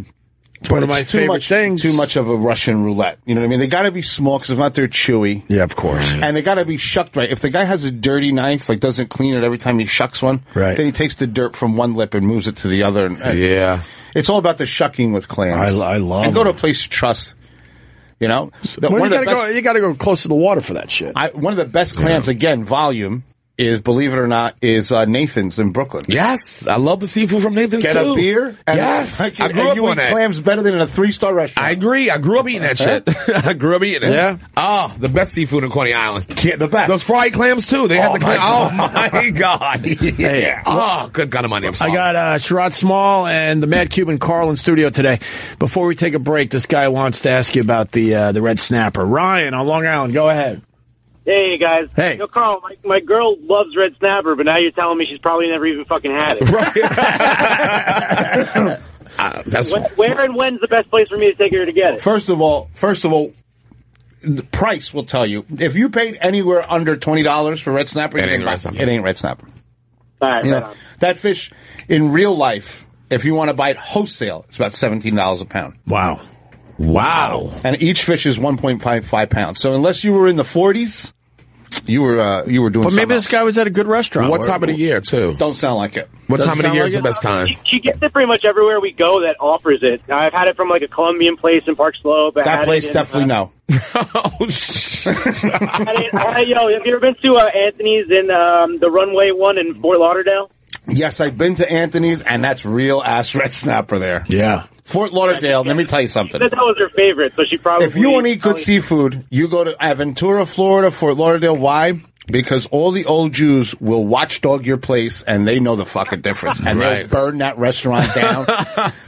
S2: But
S3: one of
S2: it's
S3: my
S2: too
S3: favorite
S2: much,
S3: things.
S2: Too much of a Russian roulette. You know what I mean? They got to be small because if not, they're chewy.
S3: Yeah, of course.
S2: And they got to be shucked right. If the guy has a dirty knife, like doesn't clean it every time he shucks one,
S3: Right.
S2: then he takes the dirt from one lip and moves it to the other. And,
S4: Yeah.
S2: It's all about the shucking with clams.
S3: I- I love
S2: And go to a
S3: it.
S2: place you trust. You know, The-
S3: Well,
S2: one
S3: you
S2: of the
S3: gotta
S2: best-
S3: go. You gotta go close to the water for that shit.
S2: I, one of the best clams, again, volume is, believe it or not, is uh, Nathan's in Brooklyn.
S4: Yes, I love the seafood from Nathan's
S2: Get
S4: too.
S2: a beer.
S4: yes,
S2: Like,
S4: I grew
S2: and
S4: up
S2: you
S4: on
S2: eat
S4: that.
S2: clams better than in a three star restaurant.
S4: I agree. I grew up eating that shit. I grew up eating it.
S3: Yeah.
S4: Oh, the best seafood in Coney Island.
S2: Yeah, the best.
S4: Those fried clams too. They had the clam. Oh my god.
S3: Hey.
S4: yeah. Oh, good god almighty. I'm sorry.
S3: I got uh, Sherrod Small and the Mad Cuban Carl in studio today. Before we take a break, this guy wants to ask you about the uh, the red snapper, Ryan on Long Island. Go ahead.
S10: Hey guys.
S3: Hey.
S10: Yo, Carl. My, my girl loves red snapper, but now you're telling me she's probably never even fucking had it.
S4: Uh, that's
S10: When, where and when's the best place for me to take her to get it?
S2: First of all, first of all, the price will tell you. If you paid anywhere under twenty dollars for red snapper,
S4: It
S2: you
S4: ain't
S2: can buy-
S4: red snapper.
S2: It ain't red snapper.
S10: All right,
S2: You
S10: right
S2: know,
S10: on.
S2: that fish in real life, if you want to buy it wholesale, it's about seventeen dollars a pound,
S3: Wow, wow.
S2: and each fish is one point five five pounds. So unless you were in the forties, you were uh, you were doing.
S3: But maybe
S2: something
S3: this
S2: else.
S3: guy was at a good restaurant.
S4: what
S3: Or-
S4: time of the year too?
S2: don't sound like it.
S4: What
S3: Doesn't
S4: time of the
S3: sound
S4: year
S3: like
S4: is the
S3: it.
S4: best time?
S10: She, she gets it pretty much everywhere we go that offers it. I've had it from like a Colombian place in Park Slope. I had
S2: That
S10: it
S2: place
S10: in,
S2: definitely
S10: uh,
S2: no.
S4: oh shit.
S10: I had it- I had- yo, have you ever been to uh, Anthony's in um, the runway one in Fort Lauderdale?
S2: Yes, I've been to Anthony's, and that's real ass red snapper there.
S3: Yeah.
S2: Fort Lauderdale. Let me tell you something.
S10: That, that was her favorite, so she probably.
S2: If you want to eat good
S10: probably-
S2: seafood, you go to Aventura, Florida, Fort Lauderdale. Why? Because all the old Jews will watchdog your place, and they know the fucking difference, and they'll
S4: Right.
S2: burn that restaurant down.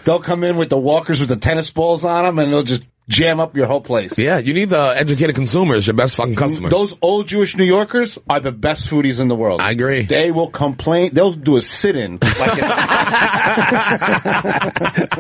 S2: they'll come in with the walkers with the tennis balls on them, and they'll just jam up your whole place.
S4: Yeah, you need the educated consumers, your best fucking customer.
S2: Those old Jewish New Yorkers are the best foodies in the world.
S4: I agree.
S2: They will complain. They'll do a sit-in. Like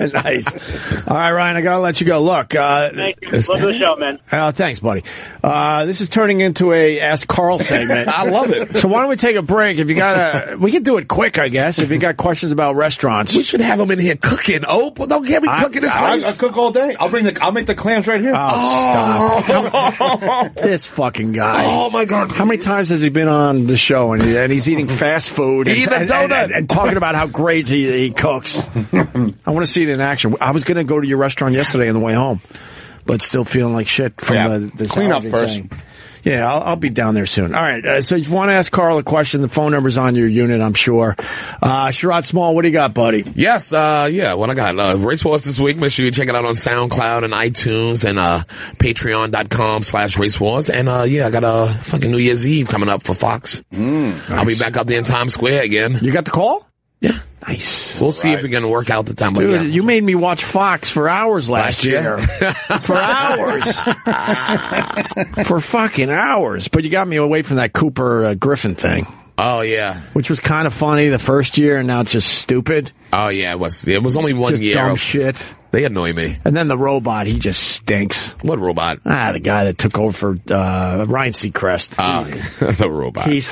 S3: nice. All right, Ryan, I gotta let you go. Look, uh,
S10: Thank you. Love the show, man.
S3: uh, thanks, buddy. Uh, this is turning into a Ask Carl segment.
S4: I love it.
S3: so why don't we take a break? If you got a, we can do it quick, I guess. If you got questions about restaurants,
S4: We should have them in here cooking. Oh, but don't get me
S3: I-
S4: cooking this
S2: I, I
S4: place.
S2: cook all day. I'll bring the. I'll make the clams right here.
S4: Oh,
S3: Oh. this fucking guy.
S4: oh my god!
S3: How many times has he been on the show and, and he's eating fast food and,
S4: Eat a
S3: and- and-
S4: donut.
S3: and- and talking about how great he, he cooks? I want to see it in action. I was going to go to your restaurant yesterday on the way home, but still feeling like shit from
S2: Yeah.
S3: uh, this
S2: Clean up
S3: allergy
S2: first.
S3: thing. Yeah, I'll, I'll be down there soon. All right. Uh, so if you want to ask Carl a question, the phone number's on your unit, I'm sure. Uh, Sherrod Small, what do you got, buddy?
S4: Yes, uh, yeah, what I got. Uh, Race Wars this week. Make sure you check it out on SoundCloud and iTunes and, uh, patreon.com slash Race Wars. And, uh, yeah, I got a uh, fucking New Year's Eve coming up for Fox. I'll be back out there in Times Square again.
S3: You got the call? Yeah. Nice.
S4: We'll see if we can work out the time. but
S3: Dude,
S4: yeah.
S3: you made me watch Fox for hours last,
S4: Last year?
S3: year. for hours. for fucking hours. But you got me away from that Cooper uh, Griffin thing,
S4: oh, yeah.
S3: which was kind of funny the first year and now it's just stupid.
S4: Oh, yeah. It was, it was only one
S3: just
S4: year.
S3: dumb
S4: of-
S3: shit.
S4: they annoy me.
S3: And then the robot, he just stinks.
S4: What robot?
S3: Ah, the guy that took over for uh, Ryan Seacrest.
S4: Uh, the robot.
S3: He's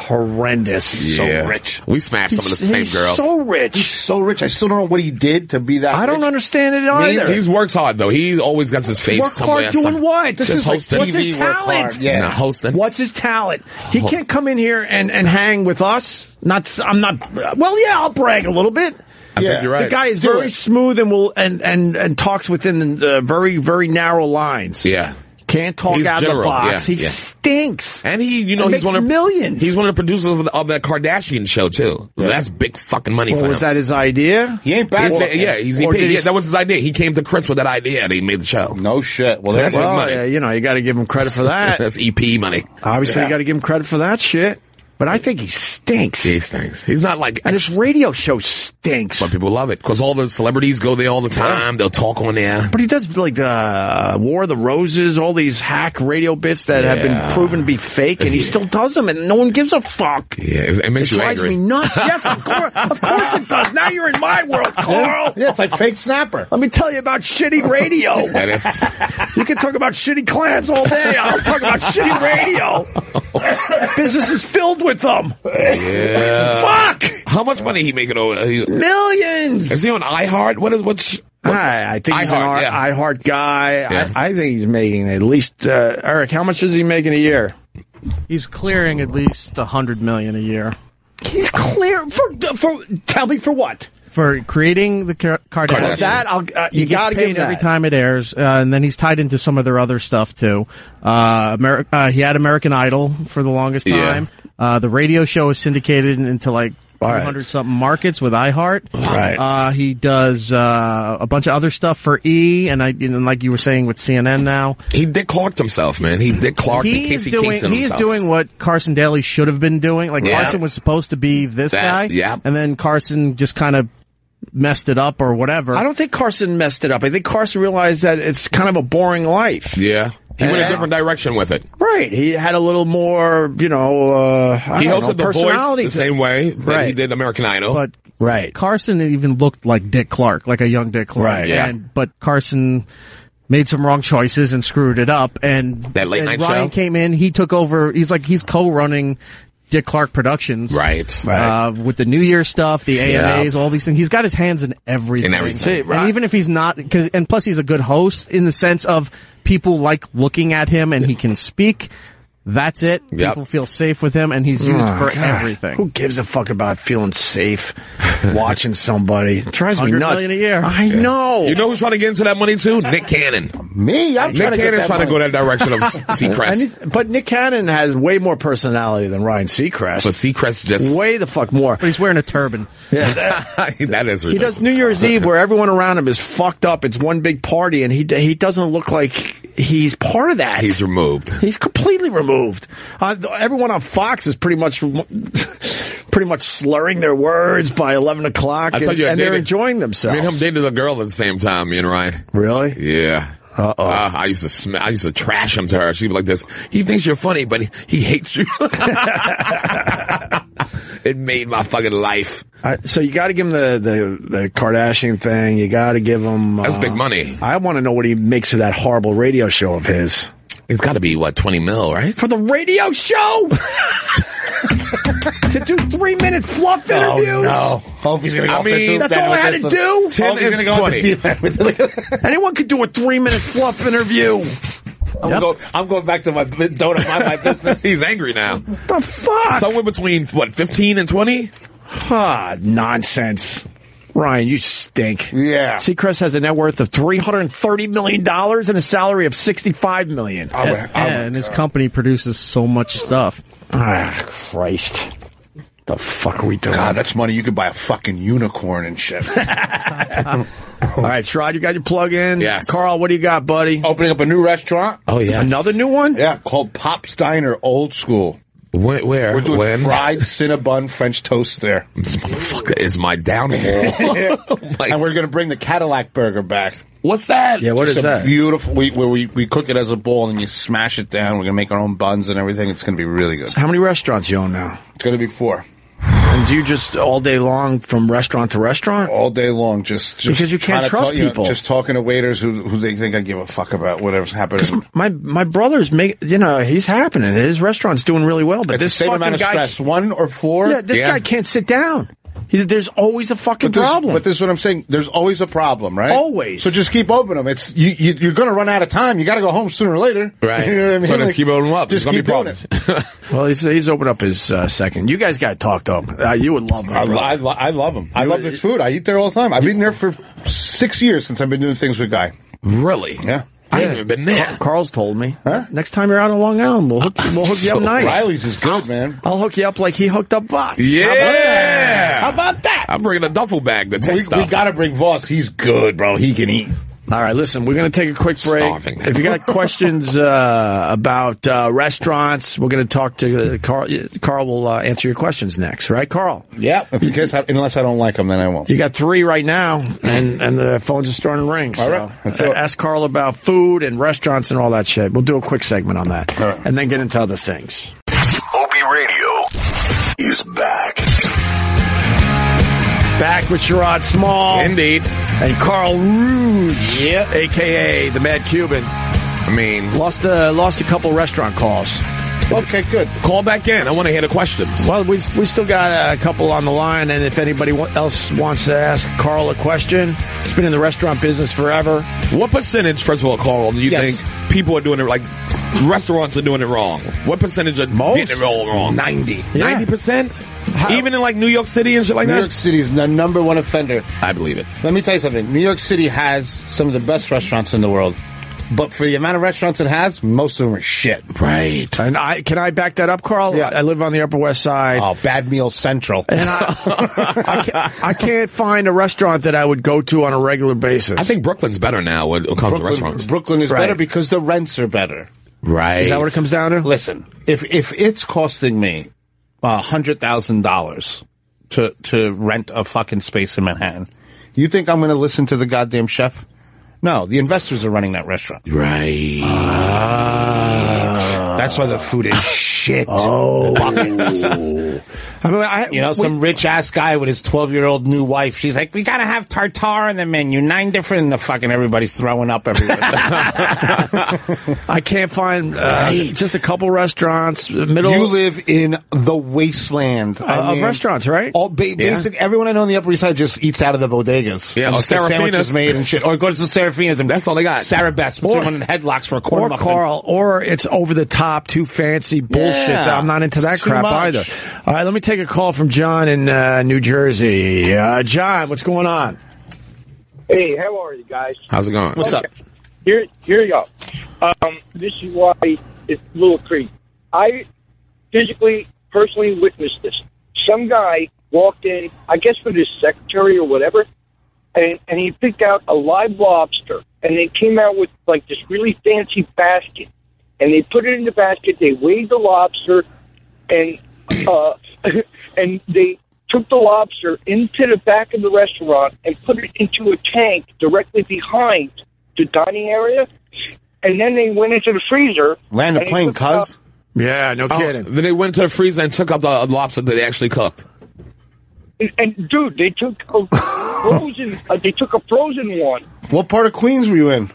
S3: horrendous.
S4: Yeah. We smashed some of the
S3: He's-
S4: same
S3: he's
S4: girls.
S3: so
S2: He's
S3: rich.
S2: so rich. I still don't know what he did to be that.
S3: I don't
S2: rich.
S3: understand it either.
S4: He's works hard though. He always got his face
S3: Work
S4: somewhere.
S3: hard doing
S4: some-
S3: what? This
S4: just
S3: is like-
S4: hosting.
S3: what's his
S2: TV work hard,
S3: talent?
S2: yeah.
S4: Nah, hosting.
S3: What's his talent? He can't come in here and, and hang with us. Not s- I'm not. Well, yeah, I'll brag a little bit.
S4: I think you're right.
S3: The guy is
S2: Do
S3: very
S2: it.
S3: smooth and will and and and talks within uh, very very narrow lines.
S4: yeah.
S3: Can't talk
S4: He's
S3: out of
S4: general,
S3: the box.
S4: yeah,
S3: he
S4: yeah.
S3: stinks.
S4: And he, you know,
S3: And
S4: he's
S3: makes
S4: one of
S3: millions.
S4: He's one of the producers of, the, of that Kardashian show too. That's big fucking money for
S3: Well,
S4: him.
S3: was that his idea?
S2: He ain't bad.
S4: He's- yeah, he's, he
S3: or
S4: paid-
S3: did he
S4: yeah,
S3: s-
S4: that was his idea. He came to Chris with that idea, and he made the show.
S2: No shit. Well, that's
S4: That's
S2: well,
S4: what-
S3: Well,
S4: money.
S3: yeah, you know, you got to give him credit for that.
S4: That's EP money.
S3: Obviously, you got to give him credit for that shit. But I think he stinks.
S4: He stinks. He's not like
S3: And this radio show stinks.
S4: but people love it because all the celebrities go there all the time. They'll talk on there.
S3: But he does like uh, War of the Roses, all these hack radio bits that have been proven to be fake, and he still does them, and no one gives a fuck.
S4: Yeah, it, it makes you
S3: drives
S4: angry.
S3: me nuts. Yes, of course, of course it does. Now you're in my world, Carl.
S7: Yeah, it's like fake snapper.
S3: Let me tell you about shitty radio.
S4: That is,
S3: You can talk about shitty clans all day. I'll talk about shitty radio. Business is filled with them.
S4: yeah.
S3: Fuck,
S4: How much money he making over? Is
S3: millions.
S4: he on iHeart? What is what's?
S3: I, I think he's an
S4: iHeart,
S3: R-
S4: yeah.
S3: iHeart guy.
S4: Yeah.
S3: I, I think he's making at least uh, Eric. How much is he making a year?
S11: He's clearing at least a hundred million a year
S3: He's clear for for. Tell me for what?
S11: for creating the Kar- Kardashians.
S3: That I'll. Uh,
S11: He
S3: you
S11: gets
S3: got to
S11: paid
S3: give him
S11: every
S3: that.
S11: time it airs, uh, and then he's tied into some of their other stuff too. Uh, Ameri- uh, he had American Idol for the longest
S4: Yeah.
S11: time. Uh, the radio show is syndicated in- into like
S3: All right.
S11: 200 something markets with iHeart.
S3: Right.
S11: Uh, he does uh, a bunch of other stuff for E, and I and like you were saying with CNN now.
S4: He Dick Clarked himself, man. He Dick Clarked and
S11: He is
S4: Casey
S11: doing.
S4: Kingston
S11: He is
S4: himself.
S11: doing what Carson Daly should have been doing. Like
S4: Yeah.
S11: Carson was supposed to be this
S4: That-
S11: guy,
S4: yeah.
S11: and then Carson just kind of messed it up or whatever.
S3: I don't think Carson messed it up. I think Carson realized that it's kind of a boring life.
S4: Yeah, he went a different direction with it.
S3: Right. He had a little more, you know, uh, I
S4: He
S3: don't
S4: hosted
S3: know,
S4: the voice
S3: personality.
S4: the same way that he
S3: Right.
S4: did American Idol.
S11: but
S3: right.
S11: Carson even looked like Dick Clark, like a young Dick Clark.
S3: Right,
S4: yeah.
S11: And, but Carson made some wrong choices and screwed it up. And
S4: That late
S11: and
S4: night
S11: Ryan
S4: show?
S11: came in. He took over. He's like he's co-running Dick Clark Productions.
S4: right.
S11: Uh, with the New Year stuff, the AMAs, all these things, he's got his hands in everything.
S4: In everything.
S3: See, right.
S11: And even if he's not, because and plus he's a good host in the sense of people like looking at him and he can speak. That's it.
S4: Yep.
S11: People feel safe with him, and he's used
S3: Oh,
S11: for
S3: God.
S11: everything.
S3: Who gives a fuck about feeling safe watching somebody? It drives me
S11: 100
S3: nuts.
S11: million a year.
S3: I know.
S4: You know who's trying to get into that money too? Nick Cannon.
S7: Me, I'm trying
S4: Nick
S7: to get
S4: Cannon's
S7: that
S4: trying to
S7: money.
S4: go that direction of
S3: I
S4: Seacrest.
S3: need- but Nick Cannon has way more personality than Ryan
S4: So
S3: Seacrest.
S4: Seacrest just
S3: Way the fuck more.
S11: But he's wearing a turban.
S4: that is ridiculous.
S3: He does New Year's Eve where everyone around him is fucked up. It's one big party, and he he doesn't look like he's part of that.
S4: He's removed.
S3: He's completely removed. Uh, th- everyone on Fox is pretty much, pretty much slurring their words by eleven o'clock,
S4: I
S3: and,
S4: tell you, I
S3: and they're
S4: dated-
S3: enjoying themselves.
S4: Me and him dated a girl at the same time. Me and Ryan.
S3: really?
S4: Yeah. Uh-oh. I used to sm- I used to trash him to her. She'd be like this. He thinks you're funny, but he, he hates you. it made my fucking life.
S3: I, so you got to give him the, the the Kardashian thing. You got to give him.
S4: That's
S3: uh,
S4: big money.
S3: I want to know what he makes of that horrible radio show of his
S4: It's got to be what twenty mil, right?
S3: for the radio show. to do three minute fluff
S4: Oh,
S3: interviews.
S2: Hope he's gonna go
S4: I
S2: off the
S4: mean,
S2: deep
S3: That's
S2: end
S3: all I
S2: with
S3: had
S2: this
S3: to
S2: one.
S3: do.
S4: Ten
S2: Hope he's
S4: and
S2: gonna go off the
S4: twenty.
S2: deep end with it.
S3: Anyone could do a three minute fluff interview. What
S2: I'm, go- I'm going back to my bu- don't mind my business.
S4: He's angry now.
S3: the fuck?
S4: Somewhere between what fifteen and twenty.
S3: Ah, nonsense. Ryan, you stink.
S2: Yeah.
S3: Seacrest has a net worth of three hundred and thirty million dollars and a salary of sixty-five million.
S11: and, and his company produces so much stuff.
S3: Ah, Christ. The fuck are we doing?
S2: God, that's money you could buy a fucking unicorn and shit.
S3: All right, Sherrod, you got your plug in.
S4: Yes.
S3: Carl, what do you got, buddy?
S2: Opening up a new restaurant.
S4: Oh yeah.
S3: Another new one?
S2: Yeah, called Pop's Diner Old School.
S4: Where? where
S2: We're doing
S4: when?
S2: fried Cinnabon French toast there.
S4: This motherfucker is my downfall. Like-
S2: and we're going to bring the Cadillac burger back.
S4: What's that?
S3: Yeah, what
S2: Just
S3: is
S2: a
S3: that?
S2: Beautiful, we, where we, we cook it as a bowl and you smash it down. We're going to make our own buns and everything. It's going to be really good.
S3: How many restaurants you own now?
S2: It's going to be four.
S3: And do you just all day long from restaurant to restaurant?
S2: All day long, just, just
S3: Because you can't
S2: trying to
S3: trust
S2: talk- you know,
S3: people.
S2: just talking to waiters who, who they think I give a fuck about whatever's happening.
S3: My my brother's make you know he's happening. His restaurant's doing really well, but
S2: It's the
S3: this
S2: same
S3: fucking
S2: amount of
S3: guy
S2: stress. One or four.
S3: Yeah, this
S4: Yeah.
S3: guy can't sit down. There's always a fucking
S7: but this,
S3: problem.
S7: But this is what I'm saying. There's always a problem, right?
S3: Always.
S7: So just keep opening them. It's you, you, you're going to run out of time. You got to go home sooner or later.
S4: Right.
S7: You know what I mean?
S4: So let's keep opening 'em up.
S7: Just
S4: There's
S7: keep
S4: gonna
S7: doing
S4: be
S7: it.
S3: well, he's, he's opened up his uh, second. You guys got talked up. Uh, you would love
S7: I,
S3: that.
S7: lo- I, lo- I love them. I love this food. I eat there all the time. I've been there for six years since I've been doing things with Guy.
S4: Really?
S7: Yeah.
S4: I haven't even been there.
S3: Carl's told me. Next time you're out on Long Island, we'll hook, we'll hook you up nice.
S7: Riley's is good, man.
S3: I'll hook you up like he hooked up Voss.
S4: Yeah.
S7: How about that?
S4: I'm bringing a duffel bag to take
S7: We,
S4: stuff.
S7: we got to bring Voss. He's good, bro. He can eat.
S3: All right, listen, we're going to take a quick break.
S4: Starving.
S3: If you got questions uh, about uh, restaurants, we're going to talk to uh, Carl. Carl will uh, answer your questions next, right, Carl?
S7: Yeah. If you guys have, unless I don't like him, then I won't.
S3: You got three right now, and, and the phones are starting to ring. So
S7: All right. That's
S3: uh,
S7: it.
S3: ask Carl about food and restaurants and all that shit. We'll do a quick segment on that, and then get into other things.
S12: Opie Radio is back.
S3: Back with Sherrod Small
S4: Indeed.
S3: and Carl Rouge, aka the Mad Cuban.
S4: I mean,
S3: Lost uh, lost a couple restaurant calls.
S7: Okay, good.
S4: call back in. I want to hear the questions.
S3: Well, we we still got a couple on the line, and if anybody wa- else wants to ask Carl a question, he's been in the restaurant business forever.
S4: What percentage, first of all, Carl, do you
S3: Yes.
S4: think people are doing it like restaurants are doing it wrong? What percentage are getting it all wrong?
S7: 90.
S3: Yeah.
S4: 90%? Even in like New York City and shit like
S2: New
S4: that?
S2: York City is the number one offender.
S4: I believe it.
S2: Let me tell you something. New York City has some of the best restaurants in the world, but for the amount of restaurants it has, most of them are shit.
S4: Right.
S3: And I can I back that up, Carl?
S2: Yeah.
S3: I live on the Upper West Side.
S2: Oh, Bad Meal Central.
S3: And I, I, can't, I can't find a restaurant that I would go to on a regular basis.
S4: I think Brooklyn's better now when it comes to restaurants.
S2: Brooklyn is
S3: Right.
S2: better because the rents are better.
S4: right.
S3: is that what it comes down to?
S2: Listen, if if it's costing me a hundred thousand dollars to to rent a fucking space in Manhattan, you think I'm going to listen to the goddamn chef? No, the investors are running that restaurant. Ah.
S4: Right.
S2: That's why the food is shit.
S3: Oh. I mean, I,
S2: You know, some rich ass guy with his twelve year old new wife. She's like, "We gotta have tartare on the menu. Nine different." And the fucking everybody's throwing up everywhere.
S3: I can't find uh, just a couple restaurants, uh, middle
S7: You live in the wasteland
S3: uh, of restaurants, right?
S7: All ba- basic. Everyone I know on the Upper East Side just eats out of the bodegas.
S4: Yeah,
S7: And
S4: oh, or
S7: just gets sandwiches
S4: Serafina's.
S7: made and shit, or goes to Serafina's and
S4: That's all they got.
S2: Sarah Beth puts someone in headlocks for a quarter
S3: or
S2: muffin.
S3: Carl, or it's over the top, too fancy bullshit.
S7: Yeah.
S3: I'm not into
S7: It's
S3: that
S7: too
S3: crap
S7: much.
S3: either. All right, let me take a call from John in uh, New Jersey. Uh, John, what's going on?
S9: Hey, how are you guys?
S4: How's it going?
S2: What's up?
S9: Here, here you go. Um, this is why it's Little Creek. I physically, personally witnessed this. Some guy walked in, I guess with his secretary or whatever, and, and he picked out a live lobster, and they came out with like this really fancy basket, and they put it in the basket. They weighed the lobster, and uh, and they took the lobster into the back of the restaurant and put it into a tank directly behind the dining area, and then they went into the freezer.
S7: Land a
S9: and they
S7: plane,
S9: took out-
S7: cuz.
S3: Yeah, no kidding.
S4: Oh, Then they went to the freezer and took up the lobster that they actually cooked.
S9: And, and dude, they took a frozen. Uh, they took a frozen one.
S7: What part of Queens were you in?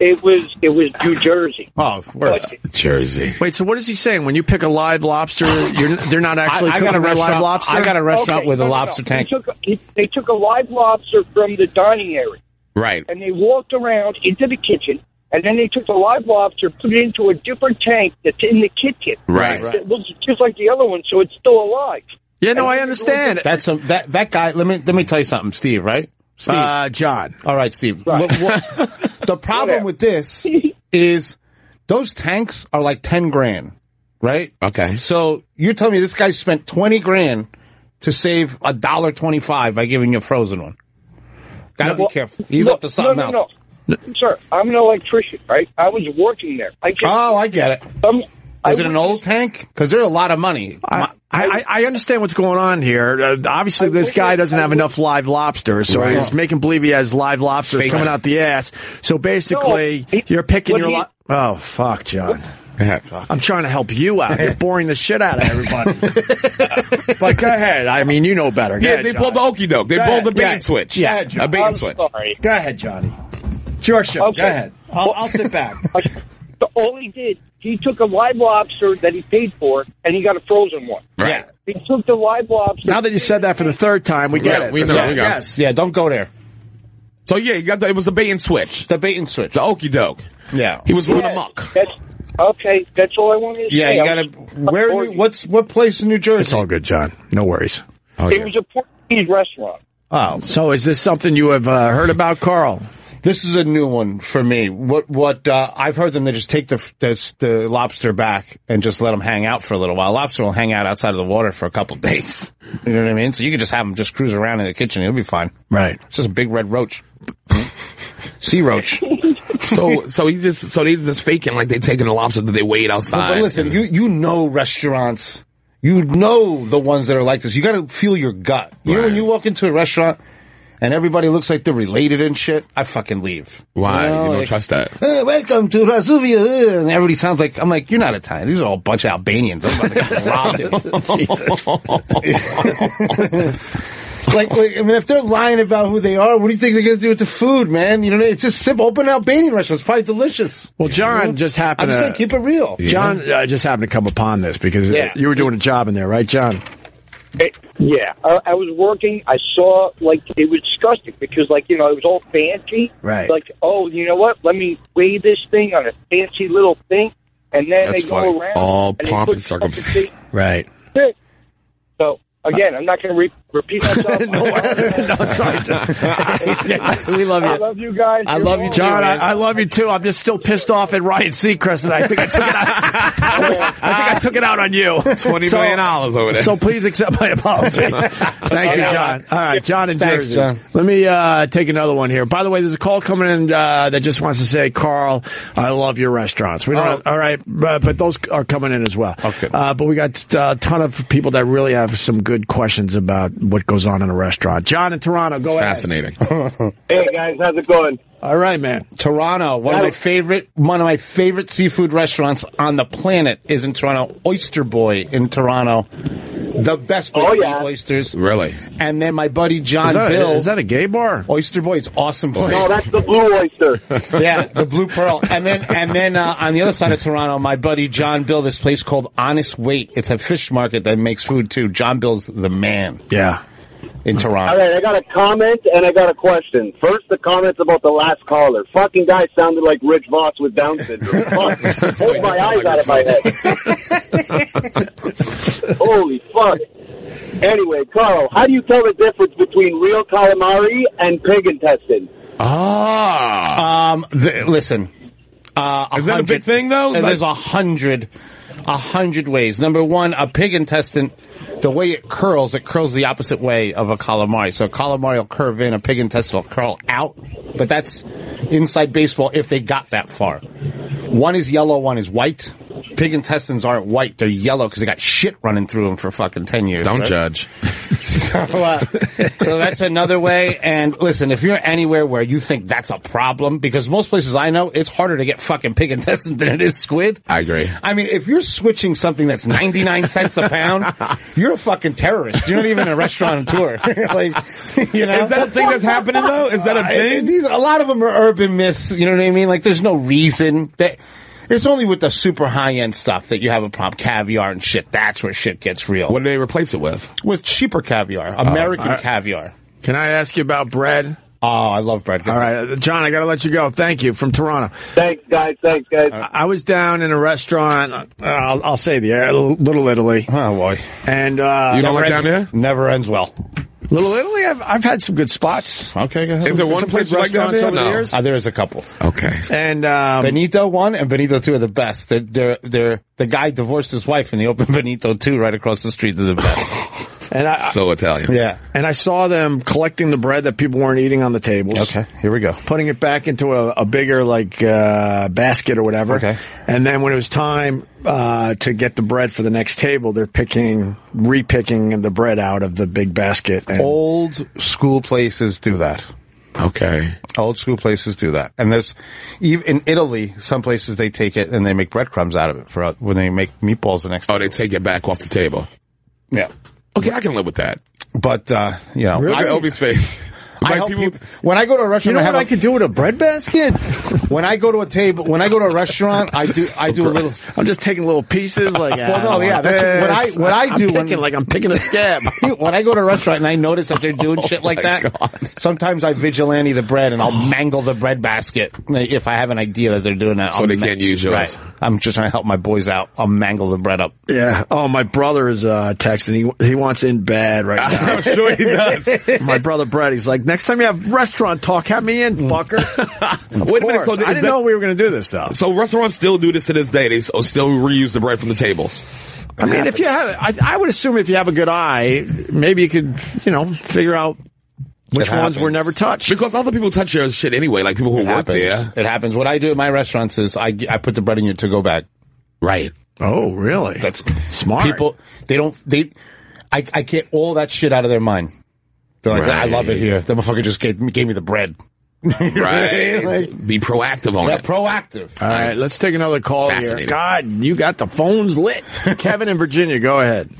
S9: It was it was New Jersey.
S7: Oh, where?
S9: But-
S4: Jersey.
S3: Wait, so what is he saying? When you pick a live lobster, you're, they're not actually
S2: I
S3: cooking
S2: got a
S3: their live
S2: restaurant-
S3: lobster.
S2: I got a restaurant
S9: Okay,
S2: with
S9: no,
S2: a
S9: no, no.
S2: lobster tank.
S9: They took, a- they took a live lobster from the dining area
S4: Right.
S9: and they walked around into the kitchen and then they took the live lobster, put it into a different tank that's in the kitchen.
S4: Right.
S9: It looks just like the other one, so it's still alive.
S3: yeah, no, I understand.
S2: That's a that that guy. Let me let me tell you something, Steve. Right, Steve.
S3: Uh, John,
S2: All right, Steve.
S9: Right.
S2: What- what- the problem
S9: Whatever.
S2: with this is those tanks are like ten grand, right?
S4: Okay.
S2: So you're telling me this guy spent twenty grand to save a dollar twenty five by giving you a frozen one? Gotta be
S9: Well,
S2: careful. He's
S9: look,
S2: up to something
S9: no, no,
S2: else.
S9: No. Sir, I'm an electrician, right? I was working there. I just,
S2: Oh, I get it.
S9: um, I
S2: Was it an old tank? Because they're a lot of money.
S3: I, I, I understand what's going on here. Uh, obviously, this guy doesn't have enough live lobster, so he's making believe he has live lobsters coming out the ass. So basically,
S9: No, he-
S3: you're picking
S9: what
S3: your.
S9: he-
S3: Lo- oh fuck, John!
S4: Yeah.
S3: I'm trying to help you out. You're boring the shit out of everybody. but go ahead. I mean, you know better. Go
S4: Yeah,
S3: ahead,
S4: they
S3: John.
S4: pulled the okey doke. They pulled the bait
S3: Yeah.
S4: and switch.
S3: Yeah.
S4: a bait
S9: I'm
S4: and switch.
S9: sorry.
S3: Go ahead, Johnny. It's your show.
S9: Okay.
S3: Go ahead. I'll, I'll sit back.
S9: So all he did, he took a live lobster that he paid for, and he got a frozen one.
S4: Right.
S9: He took the live lobster.
S3: Now that you said that for the third time, we get
S4: Yeah,
S3: it.
S4: we know,
S3: Yeah,
S4: we got it.
S3: yes.
S2: Yeah, don't go there.
S4: So yeah, you got the, it was the bait and switch,
S2: The bait and switch.
S4: the okey doke.
S2: Yeah.
S4: He was running
S9: Yeah,
S4: amok.
S9: That's okay. That's all I wanted to
S2: Yeah,
S9: say.
S2: you
S9: I
S2: gotta.
S9: was-
S2: Where are you? What's what place in New
S3: It's
S2: Jersey?
S3: all good, John. No worries.
S4: Oh,
S9: It was a Portuguese restaurant.
S3: Oh, so is this something you have uh, heard about, Carl?
S2: This is a new one for me. What what uh, I've heard them they just take the, f- the s- the lobster back and just let them hang out for a little while. Lobster will hang out outside of the water for a couple days. You know what I mean? So you can just have them just cruise around in the kitchen. It'll be fine.
S3: Right.
S2: It's just a big red roach, sea roach.
S4: so so he just so they just faking like they taking the lobster that they weighed outside.
S2: But listen, you you know restaurants. You know the ones that are like this. You got to feel your gut. You know when
S4: Right.
S2: you walk into a restaurant and everybody looks like they're related and shit. I fucking leave.
S4: Why you,
S2: know,
S4: don't
S2: like,
S4: trust that?
S2: "Uh, welcome to Razuvia, uh," and everybody sounds like I'm like you're not Italian. These are all a bunch of Albanians. I'm about to get robbed. Jesus. like, like, I mean, if they're lying about who they are, what do you think they're gonna do with the food, man? You know, it's just simple. Open Albanian restaurant. It's probably delicious.
S3: Well, John just
S2: I'm
S3: happened
S2: just saying,
S3: to.
S2: keep it real.
S3: John uh, just happened to come upon this because uh,
S2: Oh. Yeah.
S3: you were doing a job in there, right, John?
S9: It, yeah, I, I was working. I saw like it was disgusting because like you know it was all fancy.
S3: Right.
S9: Like oh you know what? Let me weigh this thing on a fancy little thing, and then
S4: That's
S9: they
S4: funny. Oh.
S9: go around
S4: All
S9: and they
S4: pomp
S9: put
S4: and
S9: stuff to
S4: circumstance.
S3: Right.
S9: see. So again, I'm not going to re- repeat myself.
S3: no, sorry.
S11: we love
S9: I love you guys. I
S11: love you,
S3: John, I, I love you too. I'm just still pissed off at Ryan Seacrest, and I think I took it. Out, I think I took it out on you.
S4: Twenty million
S3: So-
S4: dollars over there.
S3: So please accept my apology. Thank you, John. All right, John and
S2: Thanks,
S3: Jersey.
S2: John.
S3: Let me uh, take another one here. By the way, there's a call coming in uh, that just wants to say, Carl, I love your restaurants. We don't.
S2: Oh.
S3: have- all right, but, but those are coming in as well.
S2: Okay.
S3: Uh, but we got uh, a ton of people that really have some good questions about what goes on in a restaurant. John in Toronto, go ahead.
S4: Fascinating.
S10: Hey guys, how's it going?
S3: All right, man.
S2: Toronto, one of my favorite one of my favorite seafood restaurants on the planet is in Toronto. Oyster Boy in Toronto, the best place
S10: Oh,
S2: to
S10: yeah.
S2: eat oysters.
S4: really?
S2: And then my buddy John
S3: Is that,
S2: Bill,
S3: is that a gay bar?
S2: Oyster Boy, it's awesome place.
S10: No, that's the Blue Oyster.
S2: yeah, the Blue Pearl. And then and then uh, on the other side of Toronto, my buddy John Bill, this place called Honest Wait. It's a fish market that makes food too. John Bill's the man
S3: Yeah.
S2: in Toronto.
S10: All right, I got a comment and I got a question. First, the comments about the last caller. Fucking guy sounded like Rich Voss with Down syndrome. Fuck. Hold my eyes out of my head. Holy fuck. Anyway, Carl, how do you tell the difference between real calamari and pig intestine?
S4: Ah,
S2: Um, th- listen, uh,
S4: Is that a big
S2: 100
S4: thing, though?
S2: Uh,
S4: Like-
S2: there's a hundred, a hundred ways. Number one, a pig intestine, the way it curls, it curls the opposite way of a calamari. So a calamari will curve in, a pig intestine will curl out. But that's inside baseball if they got that far. One is yellow, one is white. Pig intestines aren't white; they're yellow because they got shit running through them for fucking ten years.
S4: don't
S2: right?
S4: judge.
S2: So, uh, so that's another way. And listen, if you're anywhere where you think that's a problem, because most places I know, it's harder to get fucking pig intestine than it is squid.
S4: I agree.
S2: I mean, if you're switching something that's 99 cents a pound, you're a fucking terrorist. You're not even a restaurateur. like, you know?
S4: Is that a thing that's happening though? Is that a
S2: Uh, it-
S4: thing?
S2: These, a lot of them are urban myths. You know what I mean? Like, there's no reason that. It's only with the super high end stuff that you have a problem. Caviar and shit. That's where shit gets real.
S4: What do they replace it with? Uh,
S2: With cheaper caviar, American caviar.
S3: Can I ask you about bread?
S2: Oh, I love bread.
S3: All right, uh, John, I got to let you go. Thank you from Toronto. Uh,
S10: Thanks, guys. Thanks, guys.
S3: I was down in a restaurant. uh, I'll, I'll say the uh, Little Italy,
S2: Oh boy,
S3: and uh,
S4: You don't like down there?
S2: never ends well.
S3: Little Italy. I've, I've had some good spots.
S2: Okay, go ahead.
S4: Is there one
S3: Some
S4: place
S3: good
S4: you like down
S3: restaurants
S4: there?
S3: over the
S4: No.
S3: years.
S2: Uh, there is a couple.
S4: Okay.
S3: And um,
S2: Benito one and Benito two are the best. They're, they're, they're, the guy divorced his wife and he opened Benito two right across the street. They're the best.
S3: and I
S4: So Italian.
S2: yeah.
S3: and I saw them collecting the bread that people weren't eating on the tables.
S2: here we go.
S3: putting it back into a, a bigger like uh, basket or whatever.
S2: Okay.
S3: And then when it was time uh, to get the bread for the next table, they're picking, repicking the bread out of the big basket. And,
S2: Old school places do that.
S4: Okay.
S2: Old school places do that. And there's, even in Italy, some places they take it and they make breadcrumbs out of it for when they make meatballs the next
S4: Oh, they take it back off the table.
S2: Yeah.
S4: Okay, I can live with that.
S2: But, uh, you know,
S4: Look at Obie's face.
S7: I help people- when I go to a restaurant,
S3: You know
S7: I have
S3: what
S7: a-
S3: I could do with a bread basket?
S7: when I go to a table, Oh, when I go to a restaurant, I do I do a little.
S3: I'm just taking little pieces. Like,
S7: Well, no,
S3: I don't
S7: yeah,
S3: want
S7: that's what I
S3: this.
S7: what I do.
S3: I'm
S7: when-
S3: picking like I'm picking a scab. Oh
S7: when I go to a restaurant and I notice that they're doing shit like that, sometimes I vigilante the bread and I'll mangle the bread basket if I have an idea that they're doing that.
S4: So
S7: I'll
S4: they can't use yours.
S7: Right. I'm just trying to help my boys out. I'll mangle the bread up.
S3: Yeah. Oh, my brother is uh, texting. He he wants in bad right now.
S4: I'm sure he does.
S3: my brother Brett, he's like, next time you have restaurant talk, have me in, fucker.
S4: Wait a minute. So
S3: Mm. I
S4: is
S3: didn't
S4: that-
S3: know we were going to do this though.
S4: So restaurants still do this to this day. They s- oh, still reuse the bread from the tables.
S3: I mean, if you have, I, I would assume if you have a good eye, maybe you could, you know, figure out which
S4: It
S3: ones were
S4: happens.
S3: never touched.
S4: Because other people touch your shit anyway, like people who work there.
S2: It happens. What I do at my restaurants is I, I put the bread in your to go bag.
S4: Right.
S3: Oh, really?
S2: That's
S3: smart.
S2: People they don't they. I I get all that shit out of their mind. They're like, I love it here. That motherfucker just gave, me- gave me the bread.
S4: Right. Be proactive on
S2: They're
S4: it.
S2: proactive.
S3: All right, let's take another call here.
S4: Fascinating.
S3: God, you got the phones lit. Kevin in Virginia, go ahead.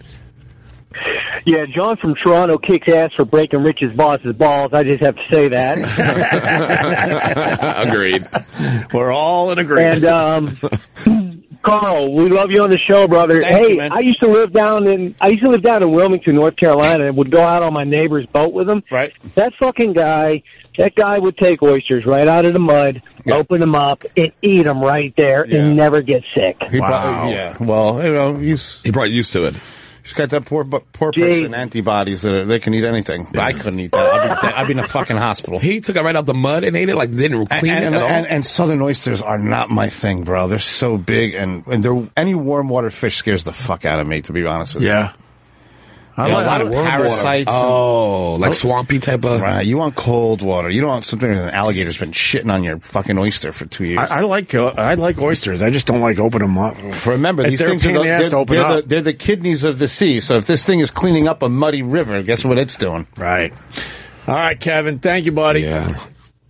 S9: Yeah, John from Toronto kicks ass for breaking Rich's boss's balls. I just have to say that.
S4: Agreed.
S3: We're all in agreement.
S9: and um, Carl, we love you on the show, brother.
S2: Thank
S9: hey,
S2: you, man.
S9: I used to live down in I used to live down in Wilmington, North Carolina, and would go out on my neighbor's boat with him.
S2: Right.
S9: That fucking guy, that guy would take oysters right out of the mud, open them up, and eat them right there, and never get sick.
S2: He probably, yeah. Well, you know, he's
S4: He brought used to it.
S2: he's got that poor bu- poor
S9: Gee.
S2: person antibodies that are, they can eat anything. But I couldn't eat that. I'd be, dead. I'd be in a fucking hospital.
S4: He took it right out the mud and ate it. Like didn't clean
S2: and,
S4: it
S2: and,
S4: at all.
S2: and- and southern oysters are not my thing, bro. They're so big, and and they're, any warm water fish scares the fuck out of me. To be honest with you,
S3: yeah. I
S2: Yeah,
S3: like,
S2: a lot
S3: I
S2: of
S3: like-
S2: parasites. and-
S4: oh, like swampy type of.
S2: Right, you want cold water. You don't want something that an alligator's been shitting on your fucking oyster for two years.
S3: I, I like uh, I like oysters. I just don't like open them up.
S2: Remember,
S3: If
S2: these
S3: they're a
S2: things
S3: pain
S2: are the,
S3: in the ass
S2: they're,
S3: to open
S2: they're
S3: up.
S2: the, they're the kidneys of the sea. So if this thing is cleaning up a muddy river, guess what it's doing?
S3: Right. All right, Kevin. Thank you, buddy.
S4: Yeah.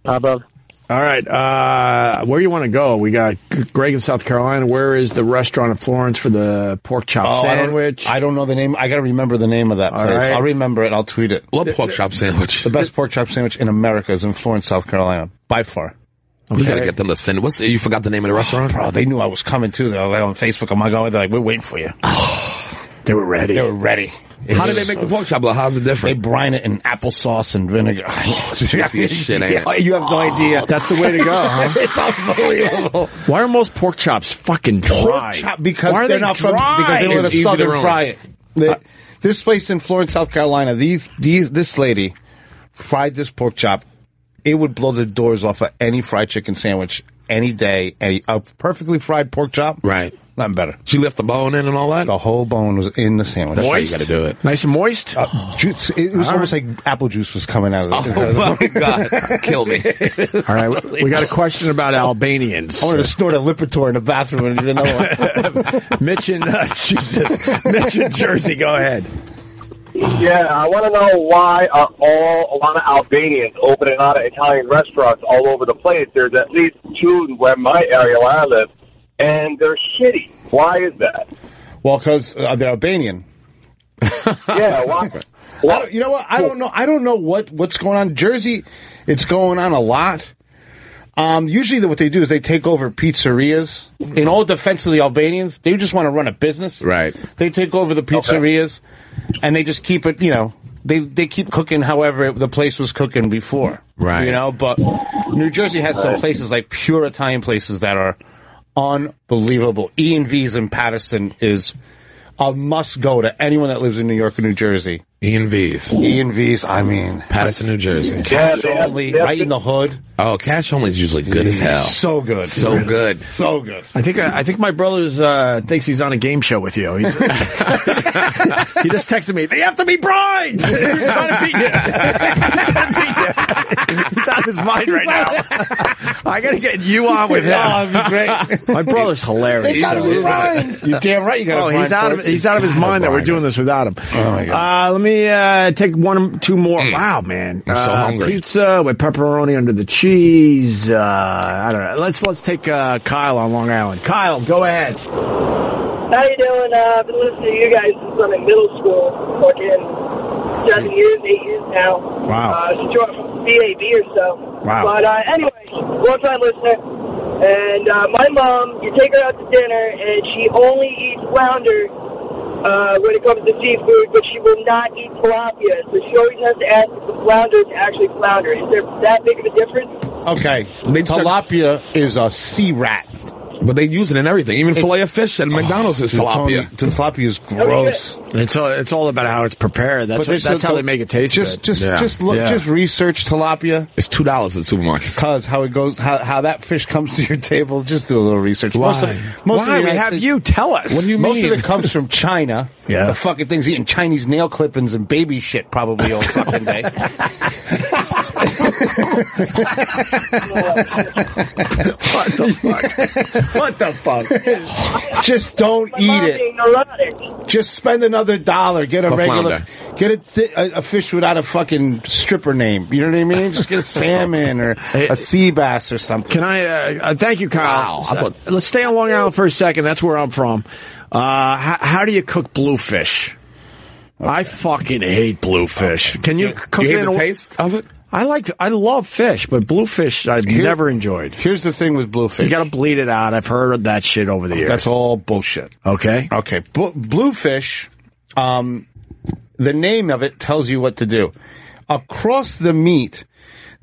S9: Uh, brother.
S3: All right. Uh, where you want to go? We got Greg in South Carolina. Where is the restaurant in Florence for the pork chop sandwich?
S2: Oh, I don't, I don't know the name. I got to remember the name of that
S3: All
S2: place.
S3: right.
S2: I'll remember it. I'll tweet it.
S4: Love pork chop sandwich.
S2: The best pork chop sandwich in America is in Florence, South Carolina, by far.
S4: You gotta get them to send. What's the, you forgot the name of the restaurant?
S2: Bro, they knew I was coming too. They're like on Facebook. I'm like, oh, they're like, we're waiting for you.
S3: they were ready.
S2: They were ready.
S4: How do they make the pork chop? Like, how's it
S2: They
S4: different? Oh,
S2: brine it in applesauce and vinegar.
S4: juicy as shit, ain't it?
S2: you have no idea.
S3: Oh. That's the way to go, huh?
S2: It's unbelievable.
S3: Why are most pork chops fucking dry?
S2: Pork chop because
S3: Why are
S2: they're
S3: they
S2: not
S3: dry?
S2: from because they
S4: It's
S2: don't let
S4: easy to
S2: southern
S4: ruin. Uh,
S2: fry it. They- this place in Florence, South Carolina, these these this lady fried this pork chop. It would blow the doors off of any fried chicken sandwich any day. Any a perfectly fried pork chop,
S4: Right.
S2: Nothing better.
S4: She left the bone in and all that.
S2: The whole bone was in the sandwich.
S4: That's how you gotta do it.
S3: nice and moist.
S2: Uh, Juice, it was almost like apple juice was coming out of the.
S4: Oh my god, kill me.
S3: All right, we- we got a question about Albanians.
S2: I wanted to snort a Lipitor in the bathroom and even know
S3: Mitch in uh, Jesus, Mitch in Jersey. Go ahead.
S10: Yeah, I want to know why are all a lot of Albanians opening a lot of Italian restaurants all over the place? There's at least two in where my area where I live, and they're shitty. Why is that?
S2: Well, because uh, they're Albanian.
S10: Yeah, why?
S2: I don't, you know what? I don't know. I don't know what what's going on. Jersey, it's going on a lot. Um, usually, what they do is they take over pizzerias. In all defense of the Albanians, they just want to run a business.
S4: Right.
S2: They take over the pizzerias, and they just keep it. You know, they they keep cooking however it, the place was cooking before.
S4: Right.
S2: You know, but New Jersey has some places like pure Italian places that are unbelievable. E and V's in Patterson is a must go to anyone that lives in New York or New Jersey.
S4: Ian V's,
S2: E and V's, I mean,
S4: Patterson, New Jersey.
S10: Yeah, they have-
S2: only
S10: they have
S2: right in the hood.
S4: Oh, cash only is usually good as hell.
S2: So good,
S4: So good.
S2: so good.
S3: I think I, I think my brother's uh, thinks he's on a game show with you. He's, he just texted me. They have to be brined. He's trying to beat you. He's trying to beat you. He's out of his mind right now. I got to get you on with him.
S2: Oh, great.
S3: My brother's hilarious.
S2: They gotta be Brian. You're damn right. You gotta.
S3: Oh, he's
S2: Brian
S3: out of
S2: Fortune.
S3: he's out of his mind that we're
S2: Brian.
S3: doing this without him.
S2: Oh, my God.
S3: Uh, let me uh, take one, two more. Wow, man!
S4: Mm. I'm so
S3: Uh,
S4: hungry.
S3: Pizza with pepperoni under the cheese. Uh, I don't know. Let's let's take uh, Kyle on Long Island. Kyle, go ahead.
S13: How you doing? Uh, I've been listening to you guys since I'm in middle school. Fucking seven years, eight years now.
S3: Wow.
S13: Uh, she joined from BAB or so.
S3: Wow.
S13: But uh, anyway, long-time listener. And uh, my mom, you take her out to dinner, and she only eats flounder uh, when it comes to seafood, but she will not eat tilapia. So she always has to ask if the flounder is actually flounder. Is there that big of a difference?
S2: Okay. tilapia is a sea rat. Oh,
S6: But they use it in everything, even fillet of fish at McDonald's is tilapia.
S2: tilapia is
S10: Oh,
S6: gross.
S3: It's all, it's all about how it's prepared.
S6: But
S3: That's what,
S6: there's
S3: that's
S6: a-
S3: how they make it taste
S2: Just,
S3: good.
S2: just, just look,
S3: Yeah.
S2: just research tilapia.
S6: It's two dollars at the supermarket.
S2: Cause how it goes, how, how that fish comes to your table. Just do a little research. Most of,
S3: Why?
S2: most
S3: Why?
S2: of the
S3: we
S2: United
S3: have
S2: States-
S3: you tell us.
S6: What do you
S2: Most
S6: mean?
S2: of it comes from China.
S3: Yeah.
S2: The fucking thing's eating Chinese nail clippings and baby shit probably all fucking day.
S3: what the fuck? what the fuck?
S2: Just don't eat
S13: Mom
S2: it.
S13: being neurotic.
S2: Just spend another dollar. Get a
S6: For
S2: regular,
S6: flounder.
S2: get a, thi- a, a fish without a fucking stripper name. You know what I mean? Just get a salmon or a sea bass or something.
S3: Can I? Uh, uh, thank you, Kyle.
S6: Wow, I thought-
S3: Uh, let's stay on Long Island for a second. That's where I'm from. Uh, how, how do you cook bluefish? I fucking hate bluefish. Can you, cook
S6: You
S3: it
S6: hate
S3: in
S6: the
S3: a-
S6: taste of it?
S3: I like. I love fish, but bluefish I've never enjoyed.
S2: Here's the thing with bluefish.
S3: You got to bleed it out. I've heard that shit over the years.
S2: That's all bullshit.
S3: okay.
S2: Okay, Bl- bluefish. Um, the name of it tells you what to do. Across the meat,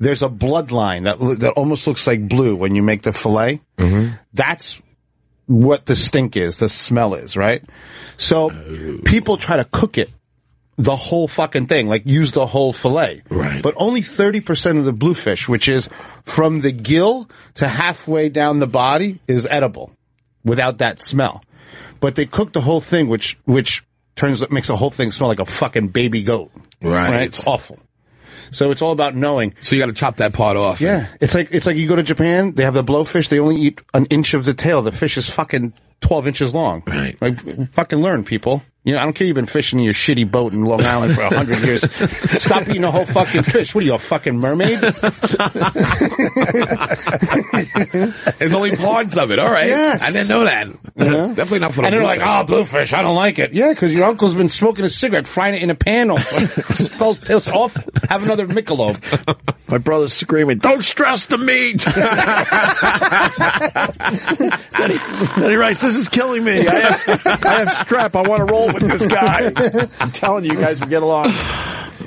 S2: there's a bloodline that lo- that almost looks like blue when you make the fillet. Mm-hmm. That's what the stink is, the smell is, right? So people try to cook it the whole fucking thing, like use the whole fillet.
S4: Right.
S2: But only 30% of the bluefish, which is from the gill to halfway down the body, is edible without that smell. But they cook the whole thing, which, which turns, makes the whole thing smell like a fucking baby goat.
S4: Right.
S2: It's awful. So it's all about knowing.
S4: So you got to chop that part off.
S2: Yeah. It's like, it's like you go to Japan, they have the blowfish, they only eat an inch of the tail. The fish is fucking 12 inches long.
S4: Right.
S2: Like, fucking learn, people. You know, I don't care you've been fishing in your shitty boat in Long Island for a hundred years. Stop eating a whole fucking fish. What are you, a fucking mermaid?
S4: There's only parts of it. All right.
S2: Yes. Uh-huh.
S4: I didn't know that. Definitely not for the
S2: And they're like,
S4: bluefish.
S2: oh, bluefish, I don't like it. Yeah, because your uncle's been smoking a cigarette, frying it in a pan all smells tastes off. Have another Michelob.
S3: My brother's screaming, "Don't stress the meat!" then, he, then he writes, "This is killing me. I have, I have strep. I want to roll with this guy." I'm telling you, you guys will get along.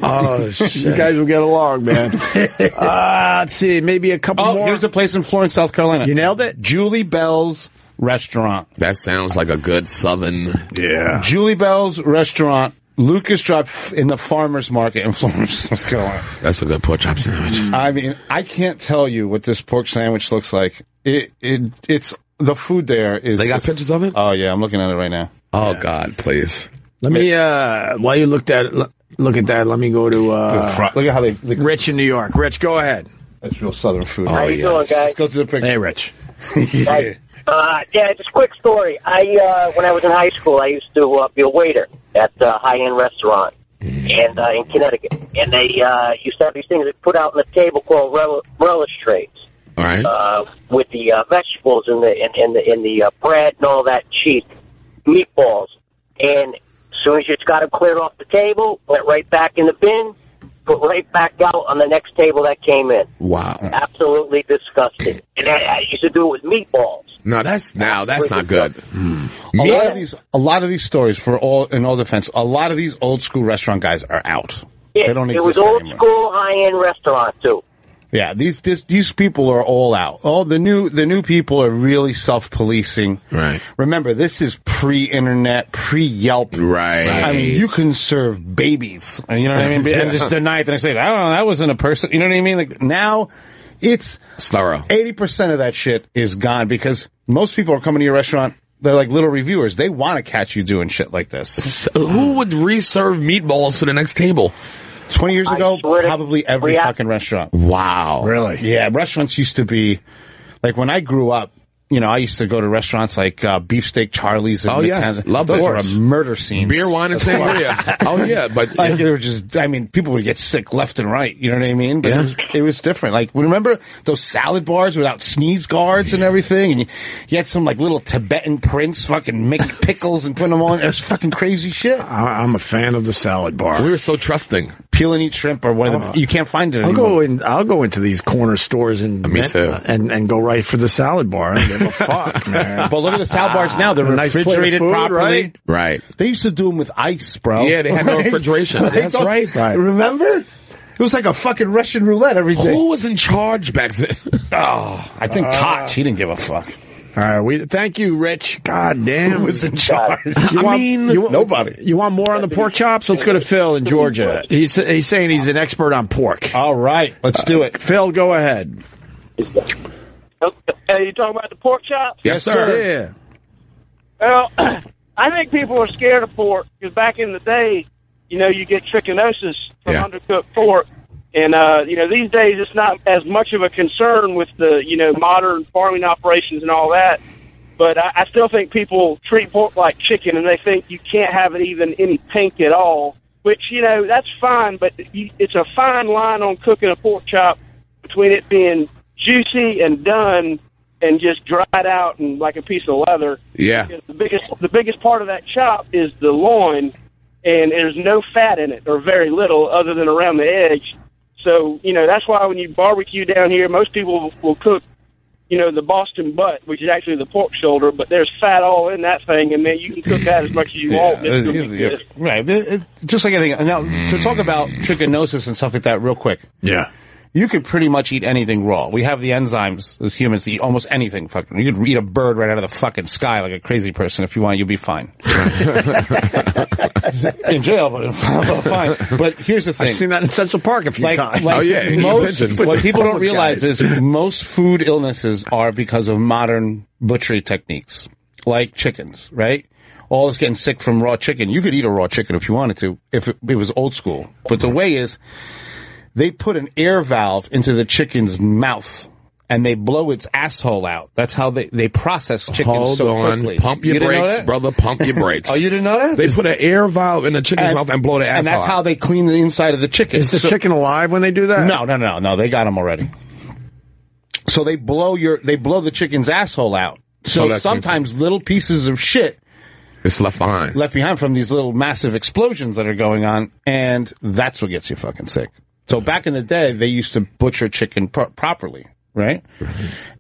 S4: oh,
S3: You guys will get along, man. Uh, let's see, maybe a couple
S2: Oh,
S3: more.
S2: here's a place in Florence, South Carolina.
S3: you nailed it.
S2: Julie Bell's restaurant.
S4: That sounds like a good southern.
S3: Yeah.
S2: Julie Bell's restaurant. Lucas dropped f- in the farmers market in Florence, South Carolina.
S4: That's a good pork chop sandwich.
S2: I mean, I can't tell you what this pork sandwich looks like. It, it, it's the food there is.
S4: They got pictures of it?
S2: Oh yeah, I'm looking at it right now.
S4: Oh God, please.
S3: Let me. Uh, while you looked at look, look at that, let me go to uh,
S2: Look at how they. they
S3: Rich in New York. Rich, go ahead.
S2: that's real southern food.
S4: Oh,
S13: How you
S4: yeah.
S13: doing, guys?
S2: Let's go through the picture.
S3: Hey, Rich.
S13: Right. Uh, yeah, just a quick story. I uh, when I was in high school, I used to uh, be a waiter at a high-end restaurant, and uh, in Connecticut, and they uh, used to have these things that put out on the table called rel- relish trays
S4: All right.
S13: uh, with the uh, vegetables and the and, and the and the uh, bread and all that cheap meatballs. And as soon as you just got them cleared off the table, went right back in the bin, put right back out on the next table that came in.
S4: wow.
S13: Absolutely disgusting. And I, I used to do it with meatballs.
S4: No, that's now that's not good.
S2: A lot of these, a lot of these stories for all in all defense, a lot of these old school restaurant guys are out.
S13: Yeah,
S2: they don't
S13: it
S2: exist
S13: was old
S2: anymore.
S13: school, high end restaurant too.
S2: Yeah, these this, these people are all out. All the new the new people are really self policing.
S4: Right.
S2: Remember, this is pre internet, pre Yelp.
S4: Right.
S2: I mean, you can serve babies. You know what I mean? And just deny it and say, "I don't know, that wasn't a person." You know what I mean? Like now, it's
S4: It's thorough.
S2: eighty percent of that shit is gone because most people are coming to your restaurant. They're like little reviewers. They want to catch you doing shit like this.
S4: So who would reserve meatballs to the next table?
S2: Twenty years
S13: I
S2: ago,
S13: swear to-
S2: probably every
S13: Yeah.
S2: fucking restaurant.
S4: Wow.
S3: Really?
S2: Yeah, restaurants used to be like when I grew up, you know, I used to go to restaurants like uh, Beefsteak Charlie's. in
S6: Oh, yes.
S2: Midtown.
S6: Love
S2: those.
S6: those.
S2: were a murder scene.
S6: Beer, wine, and sangria. Oh, yeah, but-
S2: like, they were just. I mean, people would get sick left and right. You know what I mean? But it, was, it was different. Like remember those salad bars without sneeze guards and everything, and you, you had some like little Tibetan prince fucking making pickles and putting them on. It was fucking crazy shit.
S3: I, I'm a fan of the salad bar. Oh.
S2: We
S6: were so trusting.
S2: Peel and eat shrimp or one of them. You can't find it
S3: I'll
S2: anymore.
S3: go in. I'll go into these corner stores and
S2: Me too.
S3: and and go right for the salad bar. I don't give a fuck, man.
S2: But look at the salad bars now. They're
S3: A nice plate of
S2: refrigerated
S3: food,
S2: properly.
S3: right?
S4: Right.
S2: They used to do them with ice, bro.
S6: Yeah, they had no refrigeration. That's
S2: those-
S6: right. Right.
S2: Remember? It was like a fucking Russian roulette every day.
S6: Who was in charge back then?
S2: oh, I think Koch. He didn't give a fuck.
S3: All right, we thank you, Rich. God damn,
S2: Who was in charge?
S3: I mean, nobody. You want more on the pork chops? Let's go to Phil in Georgia. He's he's saying he's an expert on pork.
S2: All right, let's do it.
S3: Phil, go ahead.
S14: Hey, you talking about the pork chops?
S3: Yeah.
S14: Well, I think people are scared of pork because back in the day, you know, you get trichinosis from undercooked pork, and uh, you know, these days it's not as much of a concern with the you know modern farming operations and all that. But I, I still think people treat pork like chicken, and they think you can't have it even any pink at all. Which you know that's fine, but you, it's a fine line on cooking a pork chop between it being juicy and done and just dried out and like a piece of leather.
S4: Yeah.
S14: The biggest the biggest part of that chop is the loin, and there's no fat in it or very little other than around the edge. So you know that's why when you barbecue down here, most people will cook, you know, the Boston butt, which is actually the pork shoulder, but there's fat all in that thing, and then you can cook that as much as you want. It's gonna be good.
S2: Right. It- it- just like anything. Now, to talk about trichinosis and stuff like that real quick.
S3: Yeah.
S2: You could pretty much eat anything raw. We have the enzymes as humans to eat almost anything fucking. You could eat a bird right out of the fucking sky like a crazy person if you want, you'll be fine. in jail, but, but fine. But here's the thing.
S3: I've seen that in Central Park a few
S2: like,
S3: times.
S6: Oh,
S2: like most, what people don't
S3: Homeless
S2: realize
S3: guys.
S2: is most food illnesses are because of modern butchery techniques, like chickens, right? All is getting sick from raw chicken. You could eat a raw chicken if you wanted to, if it, it was old school. But the way is, they put an air valve into the chicken's mouth. And they blow its asshole out. That's how they, they process chickens
S6: Hold
S2: so
S6: on.
S2: quickly.
S6: Pump your
S2: You didn't know
S6: brakes,
S2: that?
S6: brother. Pump your brakes.
S2: Oh, you didn't know that?
S6: They put an air valve in the chicken's mouth and blow the asshole
S2: And that's
S6: out.
S2: how they clean the inside of the chicken.
S3: Is the
S2: So-
S3: chicken alive when they do that?
S2: no, no, no, no. They got them already. So they blow your they blow the chicken's asshole out.
S6: Oh,
S2: So
S6: that cleans
S2: sometimes little pieces of shit
S6: It's left behind.
S2: left behind from these little massive explosions that are going on, and that's what gets you fucking sick. So back in the day, they used to butcher chicken pro- properly, right?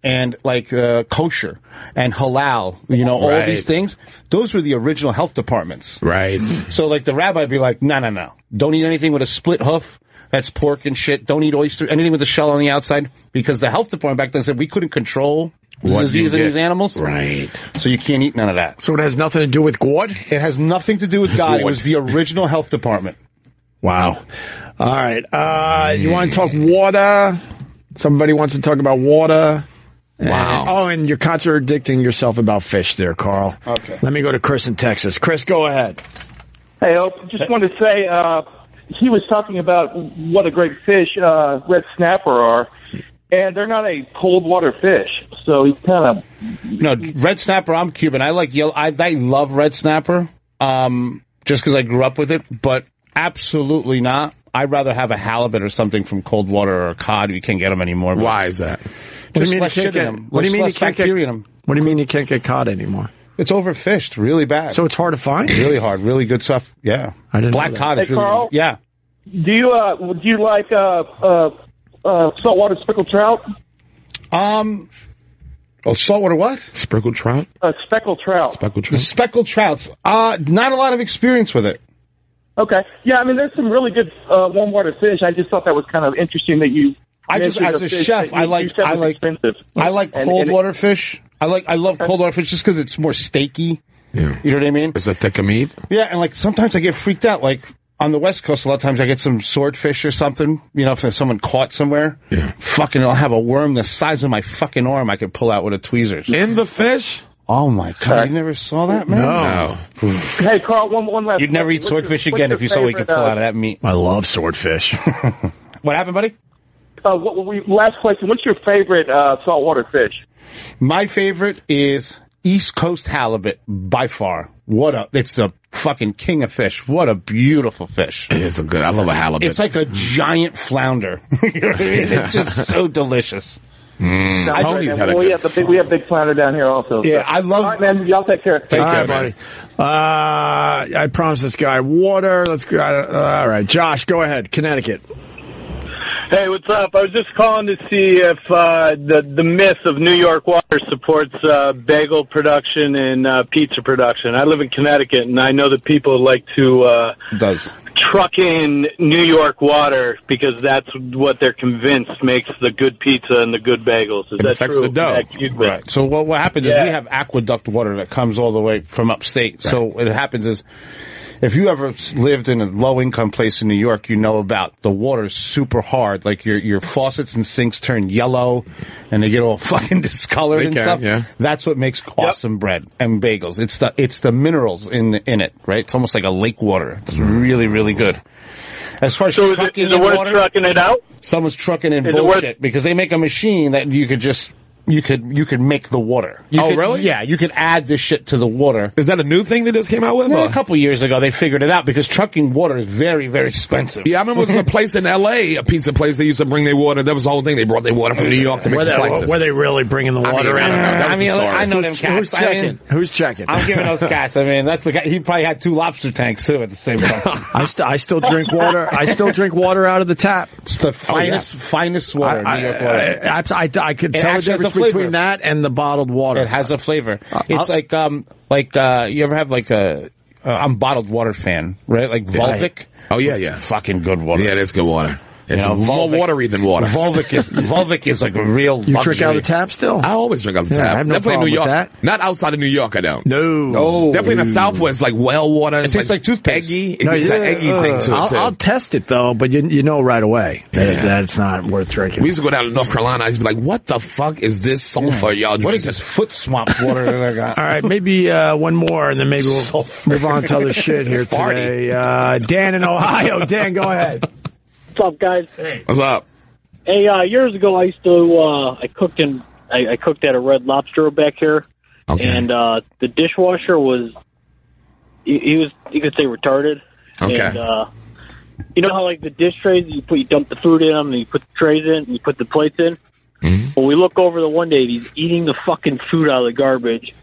S2: And like uh, kosher and halal, you know, all
S6: Right.
S2: these things. Those were the original health departments, right? So like the rabbi would be like, no, no, no, don't eat anything with a split hoof. That's pork and shit. Don't eat oyster, anything with a shell on the outside, because the health department back then said we couldn't control the
S6: What you
S2: disease in
S6: get.
S2: these animals, right? So you can't eat none of that.
S3: So it has nothing to do with God?
S2: It has nothing to do with God. It was the original health department.
S3: Wow. All right. Uh, you want to talk water? Somebody wants to talk about water. Wow. oh, and you're contradicting yourself about fish there, Carl. Okay. Let me go to Chris in Texas. Chris, go ahead.
S15: Hey, Hope, just wanted to say uh, he was talking about what a great fish uh, red snapper are, and they're not a cold water fish, so he's kind of
S2: No, red snapper. I'm Cuban. I like yellow. I, I love red snapper. Um, just because I grew up with it, but absolutely not. I'd rather have a halibut or something from cold water or a cod. You can't get them anymore. Why
S6: is that?
S3: What do
S2: Just
S3: you mean
S2: less
S3: you
S2: shit
S3: can't
S2: in
S3: get-
S2: them.
S3: What do you
S2: Less-
S3: mean you
S2: less
S3: can't
S2: bacteria
S3: get?
S2: in 'em.
S3: What do you mean you can't get caught anymore?
S2: It's overfished, really bad.
S3: So it's hard to find.
S2: Really hard. Really good stuff. Yeah. I
S3: didn't
S2: Black
S15: know that.
S2: cod is
S15: Hey,
S2: really
S15: Carl?
S2: yeah.
S15: Do you uh, do you like uh, uh, uh, saltwater speckled trout?
S2: Um, Oh, saltwater what? Speckled trout.
S15: uh, speckled trout.
S6: Speckled
S2: trout. The speckled trouts. Uh, not a lot of experience with it.
S15: Okay, yeah, I mean, there's some really good uh, warm water fish. I just thought that was kind of interesting that you.
S2: I just
S15: mentioned
S2: as a
S15: fish
S2: chef,
S15: that you-
S2: I
S15: you
S2: like
S15: said
S2: I
S15: was
S2: like
S15: expensive.
S2: I like
S15: And-
S2: cold
S15: and it-
S2: water fish. I like I love cold water fish just because it's more steaky. You know what I mean?
S6: It's a thicker meat.
S2: Yeah, and like sometimes I get freaked out. Like on the West Coast, a lot of times I get some swordfish or something. You know, if there's someone caught somewhere, yeah. fucking, I'll have a worm the size of my fucking arm I could pull out with a tweezers
S6: in the fish.
S2: Oh my god! You never saw that, man? No.
S15: Hey, Carl, one, one last.
S2: You'd never eat
S15: what's your-
S2: swordfish
S15: what's
S2: again
S15: your
S2: if you saw what you could
S15: favorite,
S2: pull
S15: uh,
S2: out of that meat.
S3: I love swordfish.
S2: What happened, buddy?
S15: Uh, what, we, last question. What's your favorite uh, saltwater fish?
S2: My favorite is East Coast halibut by far. What a, it's a fucking king of fish. What a beautiful fish.
S4: It's a good, I love a halibut.
S2: It's like a giant flounder. You know what I mean? It's just so delicious.
S4: Mm.
S2: Mm,
S15: Sounds right, man. Well, we have the big, we have big flounder down here also.
S2: Yeah, I love.
S15: All right, man. Y'all take care.
S3: all right, buddy. Uh, I promised this guy water. Let's go. uh, all right, Josh, go ahead. Connecticut.
S16: Hey, what's up? I was just calling to see if uh, the the myth of New York water supports uh, bagel production and uh, pizza production. I live in Connecticut, and I know that people like to uh,
S2: does
S16: truck in New York water because that's what they're convinced makes the good pizza and the good bagels. Is
S2: It
S16: that
S2: affects
S16: true?
S2: the dough.
S16: Connect- you-
S2: Right. So what what happens is
S16: Yeah.
S2: we have aqueduct water that comes all the way from upstate. So what happens is if you ever s- lived in a low income place in New York, you know about the water's super hard. Like your your faucets and sinks turn yellow and they get all fucking discolored
S4: They
S2: and
S4: can,
S2: stuff.
S4: yeah.
S2: That's what makes awesome bread and bagels. It's the it's the minerals in the, in it, right? It's almost like a lake water. It's
S4: Mm.
S2: really really good. As far as
S16: So is it-
S2: trucking
S16: is it
S2: in
S16: worth
S2: water,
S16: trucking it out?
S2: Someone's trucking in
S16: Is it worth-
S2: bullshit because they make a machine that you could just you could you could make the water. You
S4: Oh,
S2: could-
S4: really?
S2: Yeah, you could add this shit to the water.
S4: Is that a new thing they just came out with?
S2: Yeah,
S4: or-
S2: a couple years ago, they figured it out because trucking water is very very expensive.
S4: Yeah, I remember it was a place in L.A., a pizza place. They used to bring their water. That was the whole thing. They brought their water from New York to make
S3: Were
S4: the
S3: they,
S4: slices.
S3: were they really bringing the
S4: I
S3: water
S4: mean, I
S3: in?
S4: don't know. That was the story.
S2: know them
S3: Who's- Who's
S2: cats. I
S3: checking?
S2: mean-
S3: who's checking?
S2: I'm giving those cats. I mean, that's the guy. He probably had two lobster tanks too at the same time.
S3: I, st- I still drink water. I still drink water out of the tap.
S2: It's the finest finest water.
S3: I,
S2: New York water.
S3: I, I, I, I could
S2: It
S3: tell the
S2: actually has a
S3: difference
S2: flavor.
S3: between that and the bottled water.
S2: It has a flavor. It's
S3: I'll-
S2: like um like uh you ever have like a uh, I'm bottled water fan, right? Like Volvic.
S4: Oh yeah, yeah,
S2: Fucking good water.
S4: yeah. That's good water. It's
S2: You know,
S4: more
S2: Volvic-
S4: watery than water.
S2: Volvic is Volvic is like a real.
S3: you
S2: luxury.
S3: drink out of the tap still?
S4: I always drink out of the
S3: Yeah, I
S4: tap.
S3: have no
S4: Definitely in New York.
S3: problem with
S4: Not outside of New York, I don't.
S3: No.
S2: No.
S4: Definitely in the Southwest, like well water. It
S2: tastes like toothpaste.
S4: Eggy. It it's an eggy thing to it,
S3: uh, I'll,
S4: too.
S3: I'll test it though, but you, you know right away that,
S4: Yeah.
S3: that it's not worth drinking.
S4: we used to go down to North Carolina. I used to be like, what the fuck is this sulfur y'all drinking?
S2: What is this foot swamp water that I got?
S3: All right, maybe uh, one more, and then maybe we'll
S2: Sulfur.
S3: move on to other shit here
S4: It's farty.
S3: today. Uh, Dan in Ohio. Dan, go ahead.
S5: What's up, guys? Hey,
S4: What's up?
S5: hey uh, years ago, I used to uh, I cooked in I, I cooked at a Red Lobster back here,
S4: Okay.
S5: and uh, the dishwasher was he, he was you could say retarded.
S4: Okay.
S5: And, uh, you know how like the dish trays you put you dump the food in them and you put the trays in and you put the plates in.
S4: Mm-hmm.
S5: Well, we look over the one day and he's eating the fucking food out of the garbage,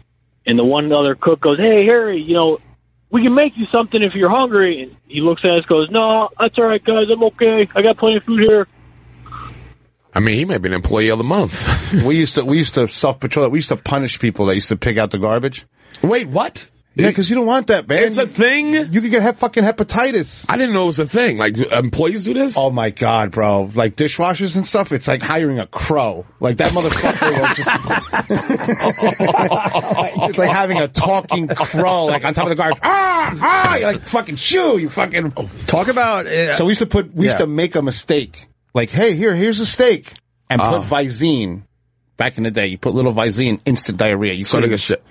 S5: and the one other cook goes, "Hey Harry, you know." We can make you something if you're hungry. And he looks at us, goes, "No, that's all right, guys. I'm okay. I got plenty of food here."
S4: I mean, he may be an employee of the month.
S2: we used to we used to self patrol that. We used to punish people that used to pick out the garbage.
S4: Wait, what?
S2: Yeah, because you don't want that, man.
S4: It's a thing?
S2: You could get he- fucking hepatitis.
S4: I didn't know it was a thing. Like, employees do this?
S2: Oh my god, bro! Like dishwashers and stuff. It's like hiring a crow. Like that motherfucker will just. it's like having a talking crow, like on top of the garbage. Ah, ah! You're like fucking shoo, you fucking.
S4: Oh,
S3: Talk about uh,
S2: So we used to put, we used
S3: Yeah.
S2: to make a mistake. Like, hey, here, here's a steak, and
S4: Ah.
S2: put Visine. Back in the day, you put little Visine, instant diarrhea. You
S4: So
S2: put
S4: they
S2: it
S4: get shit.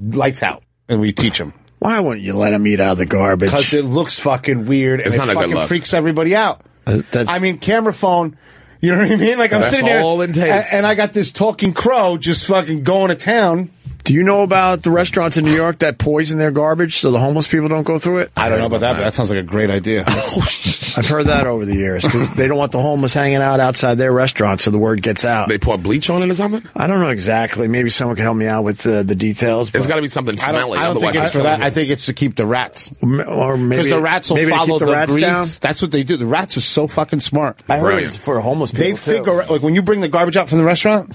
S2: lights out, and we teach them
S3: why wouldn't you let him eat out of the garbage?
S2: because it looks fucking weird and
S4: It's
S2: it
S4: not a good
S2: fucking
S4: look.
S2: freaks everybody out.
S3: Uh, that's-
S2: I mean, camera phone. You know what I mean? Like I'm
S4: That's
S2: sitting there,
S4: all it
S2: a-
S4: takes.
S2: And, I got this talking crow just fucking going to town.
S3: Do you know about the restaurants in New York that poison their garbage so the homeless people don't go through it?
S2: I don't know about that, but that sounds like a great idea.
S3: I've heard that over the years because they don't want the homeless hanging out outside their restaurant so the word gets out.
S4: They pour bleach on it or something?
S3: I don't know exactly. Maybe someone can help me out with uh, the details.
S4: It's
S3: but-
S4: got to be something
S2: I
S4: smelly.
S2: don't, I don't think
S4: Otherwise,
S2: it's for that. I think it's to keep the rats
S3: M- or maybe
S2: because the rats will
S3: maybe to keep
S2: follow the,
S3: rats
S2: grease.
S3: down.
S2: That's what they do. The rats are so fucking smart.
S3: I heard
S4: Brilliant.
S3: it's for homeless people
S2: They figure like when you bring the garbage out from the restaurant.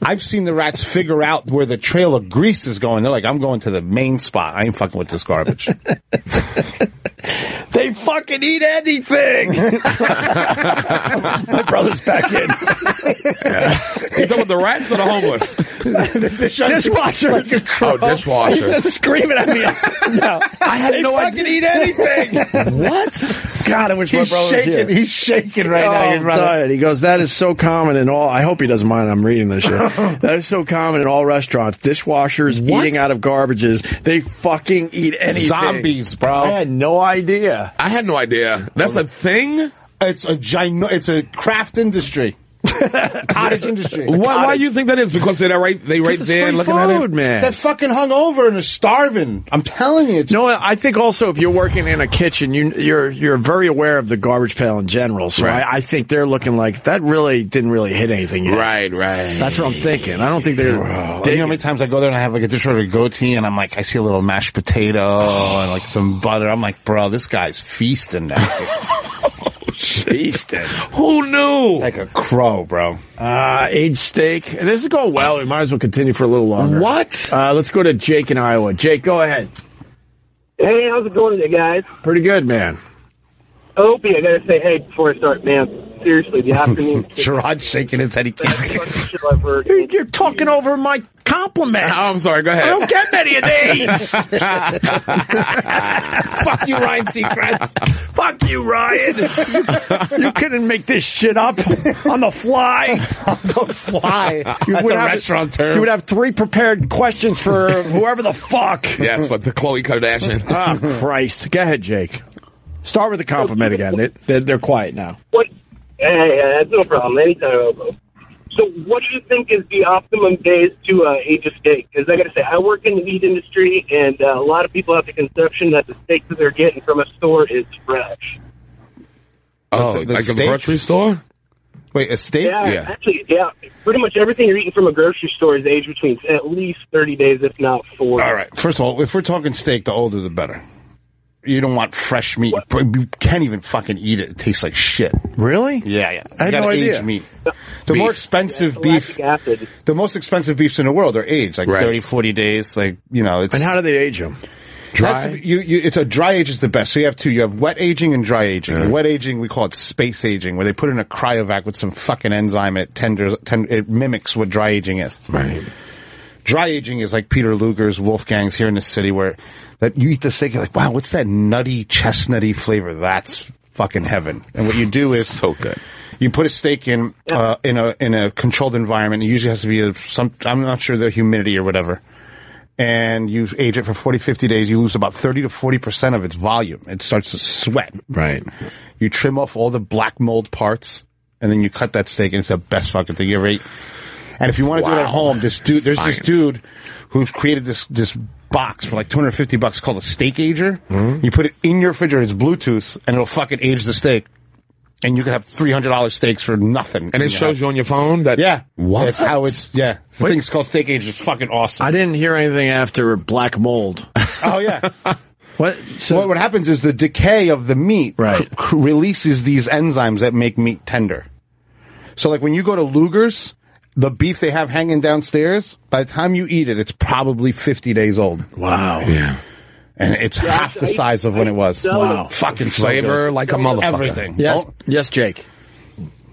S2: I've seen the rats figure out where the trail of grease is going. They're like, I'm going to the main spot. I ain't fucking with this garbage.
S3: too. They fucking eat anything. My brother's back in.
S4: You talking about the rats or the homeless?
S3: Dishwasher.
S4: Oh, dishwasher.
S3: He's just screaming at me. no, I had
S2: They
S3: no
S2: fucking
S3: idea.
S2: eat anything.
S3: What? God, I wish
S2: He's
S3: my brother was here.
S2: shaking. He's shaking right now. You'd
S3: Oh,
S2: rather-
S3: diet. He goes, that is so common in all. I hope he doesn't mind. I'm reading this shit. that is so common in all restaurants. Dishwashers
S4: What?
S3: eating out of garbages. They fucking eat anything.
S2: Zombies, bro.
S3: I had no idea.
S2: Oh.
S4: I had no idea. That's a thing?
S2: It's a giant. It's a craft industry.
S8: Cottage industry.
S17: Why, why do you think that is? Because they're right, they right there looking at it.
S8: They're fucking hungover and are starving. I'm telling you.
S3: No, I think also if you're working in a kitchen, you, you're you're very aware of the garbage pail in general. So
S4: Right.
S3: I, I think they're looking like that really didn't really hit anything yet.
S4: Right, right.
S3: That's what I'm thinking. I don't think they're.
S2: Do you know how many times I go there and I have like a dishwasher goatee and I'm like, I see a little mashed potato and like some butter. I'm like, bro, this guy's feasting now.
S3: feasting.
S4: Who knew?
S2: Like a crow, bro.
S3: Uh, aged steak. This is going well. We might as well continue for a little longer. What? Uh, let's go to Jake in Iowa. Jake, go ahead.
S14: Hey, how's it going today, guys?
S3: Pretty good, man.
S14: Opie, I gotta say, hey, before I start, man, seriously, the afternoon
S2: Gerard shaking his head. He can't.
S3: You're, you're talking over my compliment.
S17: Oh, I'm sorry. Go
S3: I
S17: ahead.
S3: don't get many of these.
S8: Fuck you, Ryan Seacrest.
S3: Fuck you, Ryan. you, you couldn't make this shit up on the fly. on the
S8: fly.
S17: That's a restaurant term.
S3: You would have three prepared questions for whoever the fuck.
S4: Yes, but the Khloe Kardashian.
S3: Ah, Christ. Go ahead, Jake. Start with the compliment again. They, they're, they're quiet now.
S14: What? Hey, uh, that's no problem. Anytime, Obo. So, what do you think is the optimum days to uh, age a steak? Because I got to say, I work in the meat industry, and uh, a lot of people have the conception that the steak that they're getting from a store is fresh.
S4: Oh,
S2: The- the
S4: like a
S2: steaks?
S4: grocery store?
S2: Wait, a steak?
S14: Yeah, actually, yeah. Pretty much everything you're eating from a grocery store is aged between at least thirty days, if not forty.
S2: All right. First of all, if we're talking steak, the older the better. You don't want fresh meat. You you can't even fucking eat it. It tastes like shit.
S3: Really?
S2: Yeah, yeah.
S3: I had
S2: You gotta
S3: no
S2: age
S3: idea.
S2: meat. The more expensive beef,
S14: acid.
S2: the most expensive beefs in the world are aged, like
S17: Right.
S2: thirty, forty 30, 40 days. Like, you know, it's.
S3: And how do they age them?
S2: That's the- you, you, it's a dry age is the best. So you have two. You have wet aging and dry aging. Wet aging, we call it space aging, where they put in a cryovac with some fucking enzyme. It tenders, ten, it mimics what dry aging is. Right. Dry aging is like Peter Luger's, Wolfgang's here in the city, where that you eat the steak, you're like, wow, what's that nutty chestnutty flavor? That's fucking heaven. And what you do is so good. You put a steak in uh, in a in a controlled environment. It usually has to be a, some. I'm not sure the humidity or whatever and you age it for 40, 50 days, you lose about 30 to 40% of its volume. It starts to sweat. Right. You trim off all the black mold parts and then you cut that steak and it's the best fucking thing you ever ate. And if you want to do it at home, this dude, there's this dude who's created this, this box for like 250 bucks called a steak ager.
S4: Mm-hmm.
S2: You put it in your refrigerator, it's Bluetooth and it'll fucking age the steak. And you can have three hundred dollars steaks for nothing,
S4: And it shows you on your phone that
S2: yeah,
S4: What?
S2: That's how it's yeah. The thing's called steak age. It's fucking awesome.
S3: I didn't hear anything after black mold.
S2: Oh yeah.
S3: What?
S2: what? What happens is the decay of the meat c- c- releases these enzymes that make meat tender. So, like when you go to Luger's, the beef they have hanging downstairs, by the time you eat it, it's probably fifty days old.
S3: Wow.
S2: Yeah. And it's half the size of when it was.
S14: sell Wow. it.
S2: Fucking so
S4: Flavor
S2: good.
S4: like a motherfucker.
S2: Everything.
S3: Yes, yes, Jake.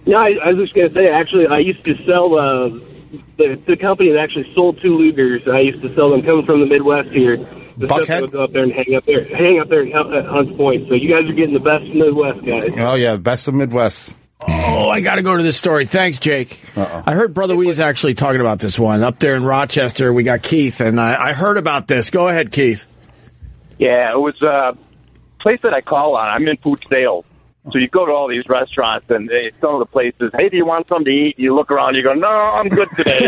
S14: No, I, I was just gonna say. Actually, I used to sell uh, the the company that actually sold two Lugers. I used to sell them coming from the Midwest here. The stuff that would go up there and hang up there, hang up there in Hunt- uh, Hunts Point. So you guys are getting the best Midwest guys.
S2: Oh yeah, best of Midwest.
S3: Oh, I got to go to this story. Thanks, Jake. I heard Brother Wee's actually talking about this one up there in Rochester. We got Keith, and I, I heard about this. Go ahead, Keith.
S9: Yeah, it was a place that I call on. I'm in food sales. So you go to all these restaurants, and they, some of the places, hey, do you want something to eat? You look around, you go, no, I'm good today.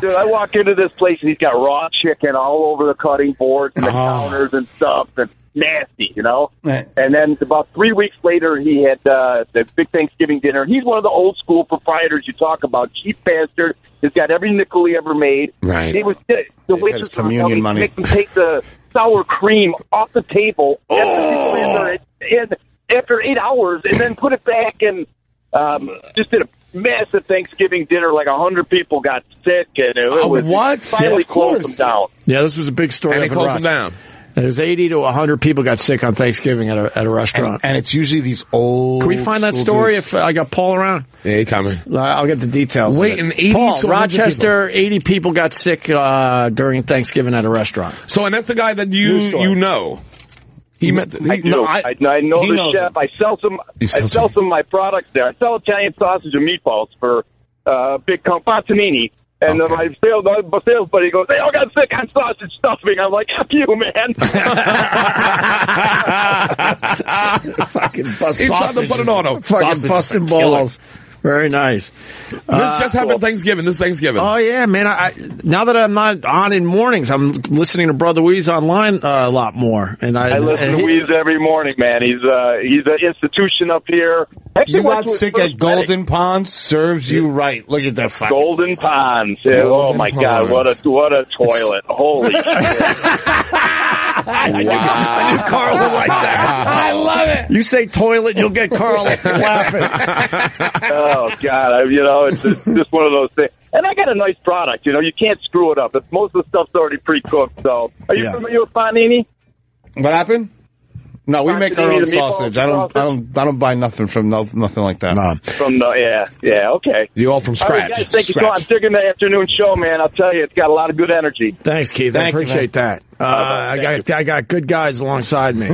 S9: Dude, I walk into this place, and he's got raw chicken all over the cutting boards
S2: Oh.
S9: and the counters and stuff, and nasty, you know? And then about three weeks later, he had uh, the big Thanksgiving dinner. He's one of the old school proprietors you talk about, cheap bastard. He's got every nickel he ever made.
S2: Right.
S9: He was the waitress was
S2: communion
S9: coming to
S2: money.
S9: Make him take the sour cream off the table
S4: Oh!
S9: after, and after eight hours, and then put it back. And um, just did a massive Thanksgiving dinner. Like a hundred people got sick, and it,
S4: Oh,
S9: was
S4: what?
S9: finally
S4: Yeah, of
S9: closed
S4: course.
S9: them down.
S3: Yeah, this was a big story.
S4: And they
S3: up in
S4: closed them
S3: Rochester. There's 80 to 100 people got sick on Thanksgiving at a, at a restaurant.
S2: And it's usually these old.
S3: Can we find that
S2: school
S3: story
S2: dudes.
S3: if I got Paul around?
S4: Yeah, he coming.
S3: I'll get the details. of
S4: Wait,
S3: it.
S4: and 80
S3: Paul,
S4: to 100
S3: Rochester, 80 people got sick uh, during Thanksgiving at a restaurant.
S4: So, and that's the guy that you you know. He met.
S9: I
S4: he-
S9: know, I, I know
S4: he
S9: the
S4: knows
S9: chef.
S4: him.
S9: I sell some. I sell some of my products there. I sell Italian sausage and meatballs for uh, big com- Fontanini.
S10: And then my sales, my sales buddy goes, "They all got sick on sausage stuffing." I'm like, "F you, man!"
S3: fucking
S6: He tried to put it on him.
S3: Fucking
S6: Oh, Sausages
S3: busting
S6: are killer.
S3: balls. Very nice. This
S6: this just happened Thanksgiving. This Thanksgiving.
S3: Oh yeah, man! I, I now that I'm not on in mornings, I'm listening to Brother Weeze online uh, a lot more, and I,
S10: I listen
S3: and
S10: to
S3: he-
S10: Weeze every morning, man. He's uh, he's an institution up here. Actually
S2: You
S10: went
S2: got
S10: to his
S2: sick
S10: first
S2: at Golden Ponds. Serves you right. Look at that fucking
S10: Golden
S2: place.
S10: Ponds. Yeah, oh
S2: Golden
S10: my God! What
S2: Ponds.
S10: a what a toilet! Holy
S3: I knew Carl would like that. I love it. You say toilet, you'll get Carl laughing.
S10: oh God! I, you know, it's just, just one of those things. And I got a nice product. You know, you can't screw it up. It's, most of the stuff's already pre-cooked. So, are you
S2: Yeah.
S10: familiar with panini?
S2: What happened? No, we make our
S10: Constantine,
S2: own
S10: the meatball
S2: sausage. I don't. I don't. I don't buy nothing from no, nothing like that.
S10: From the yeah, yeah, okay.
S2: You all from
S10: All right,
S2: scratch.
S10: guys, thank you so much. I'm digging the afternoon show, man. I'll tell you, it's got a lot of good energy.
S3: Thanks, Keith. I appreciate that. Uh, I got I got good guys alongside me.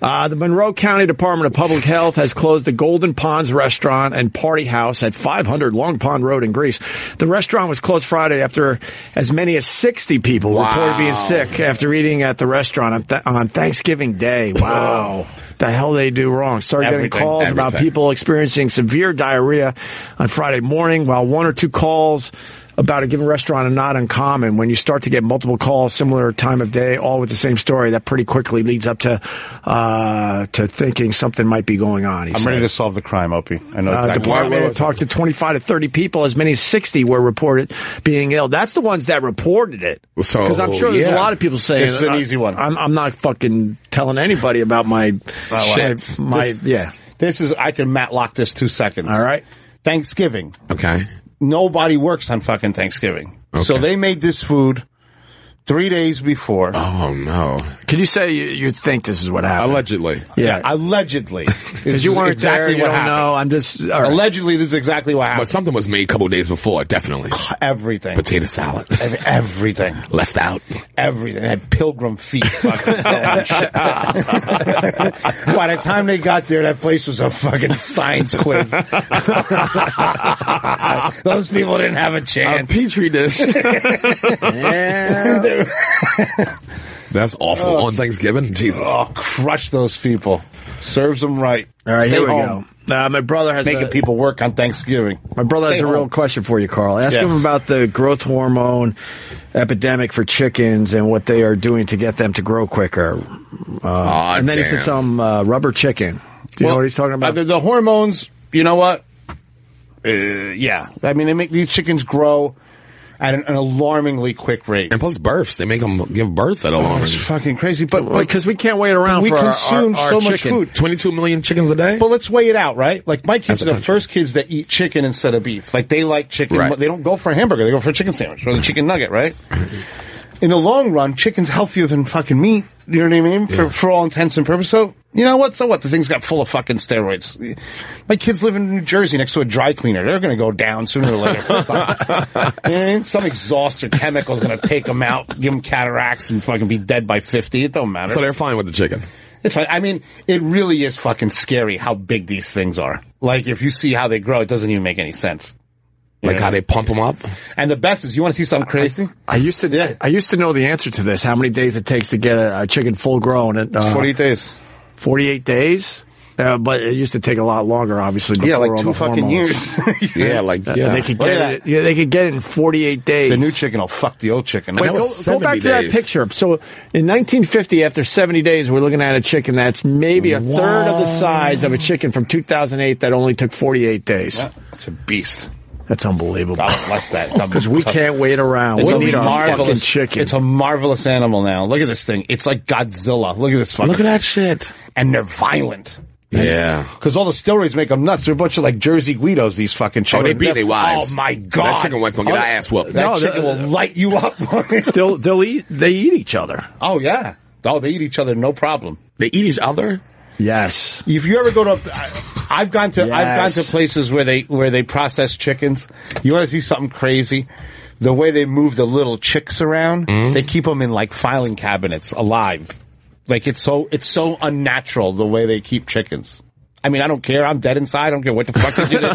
S3: uh, the Monroe County Department of Public Health has closed the Golden Ponds Restaurant and Party House at 500 Long Pond Road in Greece. The restaurant was closed Friday after as many as 60 people reported being sick after eating at the restaurant on, th- on Thanksgiving Day. Wow. The hell they do wrong. Started
S7: Everything,
S3: getting calls about
S7: everything.
S3: people people experiencing severe diarrhea on Friday morning, while one or two calls about a given restaurant are not uncommon. When you start to get multiple calls, similar time of day, all with the same story, that pretty quickly leads up to uh, to thinking something might be going on. he
S2: I'm ready
S3: said.
S2: to solve the crime, Opie. I know.
S3: Uh,
S2: exactly.
S3: department had talked to 25 to 30 people. As many as 60 were reported being ill. That's the ones that reported it.
S2: So,
S3: Because I'm sure there's a
S2: yeah.
S3: lot of people saying
S2: This is an
S3: "I-
S2: easy one."
S3: I'm, I'm not fucking telling anybody about my shit. My,
S2: This-
S3: yeah.
S2: This is I can matlock this two seconds. All
S3: right.
S2: Thanksgiving.
S4: Okay.
S2: Nobody works on fucking Thanksgiving. So they made this food three days before.
S4: Oh no.
S3: Can you say you, you think this is what happened?
S4: Allegedly.
S2: Yeah. Allegedly.
S3: Because you weren't there, you don't know. I'm just all right.
S2: Allegedly, this is exactly what happened.
S4: But something was made a couple days before, definitely.
S2: Everything.
S4: Potato salad.
S2: Ev- Everything.
S4: Left out.
S2: Everything. They had pilgrim feet. fucking shit. By the time they got there, that place was a fucking science quiz. Those people didn't have a chance.
S4: A petri dish. That's awful. On Thanksgiving? Jesus.
S2: Oh, crush those people. Serves them right.
S3: All right,
S2: Stay
S3: here we
S2: home.
S3: go. Uh, my brother has
S2: Making
S3: a-
S2: people work on Thanksgiving.
S3: My brother has
S2: Stay
S3: a real
S2: home.
S3: question for you, Carl. Ask
S2: Yeah.
S3: him about the growth hormone epidemic for chickens and what they are doing to get them to grow quicker. Uh, and then he said
S2: damn.
S3: some uh, rubber chicken. Do you know what he's talking
S2: Uh,
S3: about?
S2: the, the hormones, you know what? Uh, yeah. I mean, they make these chickens grow at an, an alarmingly quick rate.
S4: And plus births. They make them give birth at alarm.
S2: It's fucking crazy. But
S3: Because we can't wait around.
S2: we
S3: for our-
S2: consume
S3: our- our
S2: so much
S3: chicken.
S2: food.
S4: 22 million chickens a day?
S2: But let's weigh it out, right? Like my
S4: As
S2: kids are
S4: a
S2: the
S4: country.
S2: first kids that eat chicken instead of beef. Like they like chicken.
S4: Right.
S2: but They don't go for a hamburger. They go for a chicken sandwich or the chicken nugget, right? In the long run, chicken's healthier than fucking meat. You know what I mean? For, for all intents and purposes. So, you know what? So what? The thing's got full of fucking steroids. My kids live in New Jersey next to a dry cleaner. They're going to go down sooner or later. For something. you know what I mean? Some exhaust or chemical's going to take them out, give them cataracts, and fucking be dead by 50. It don't matter.
S4: So they're fine with the chicken.
S2: It's fine. I mean, it really is fucking scary how big these things are. Like, if you see how they grow, it doesn't even make any sense.
S4: Like how they pump them up.
S2: And the best is, you want to see something crazy?
S3: I used to. I used to know the answer to this. How many days it takes to get a, a chicken full grown? At uh,
S2: 48 days.
S3: 48 days. Uh, but it used to take a lot longer, obviously. before
S2: Yeah, like
S3: all
S2: two
S3: the
S2: fucking
S3: hormones.
S2: years.
S4: Yeah, like
S3: Uh,
S4: yeah.
S3: They could
S2: Look
S3: get
S2: at
S3: it. Yeah, they could get it in 48 days.
S2: The new chicken will fuck the old chicken.
S3: Wait,
S2: That
S3: go,
S2: was
S3: go
S2: 70
S3: back to that
S2: days.
S3: picture. So in 1950, after 70 days, we're looking at a chicken that's maybe a third of the size of a chicken from 2008 that only took 48 days.
S2: Yeah, it's a beast.
S3: That's unbelievable.
S2: God bless that. It's a-
S3: Because we
S2: it's a-
S3: can't wait around.
S2: It's
S3: We
S2: a
S3: need our fucking
S2: marvelous
S3: chicken.
S2: It's a marvelous animal now. Look at this thing. It's like Godzilla. Look at this fucking.
S4: Look at that shit.
S2: And they're violent.
S4: Yeah.
S2: Because all the steroids make them nuts. They're a bunch of like Jersey Guidos, these fucking
S4: Oh,
S2: chickens.
S4: they beat
S2: They're-
S4: their wives.
S2: Oh my God.
S4: That chicken wife gonna get her ass whooped.
S2: That
S3: No,
S2: chicken
S3: that-
S2: will light you up.
S3: they'll they'll eat they eat each other.
S2: oh, yeah. Oh, they eat each other, no problem.
S4: They eat each other?
S3: Yes.
S2: If you ever go to, I- I've gone to, I've gone
S3: Yes.
S2: to places where they where they process chickens. You want to see something crazy? The way they move the little chicks around, they keep them in like filing cabinets alive. Like it's so it's so unnatural the way they keep chickens. I mean, I don't care. I'm dead inside. I don't care what the fuck is in the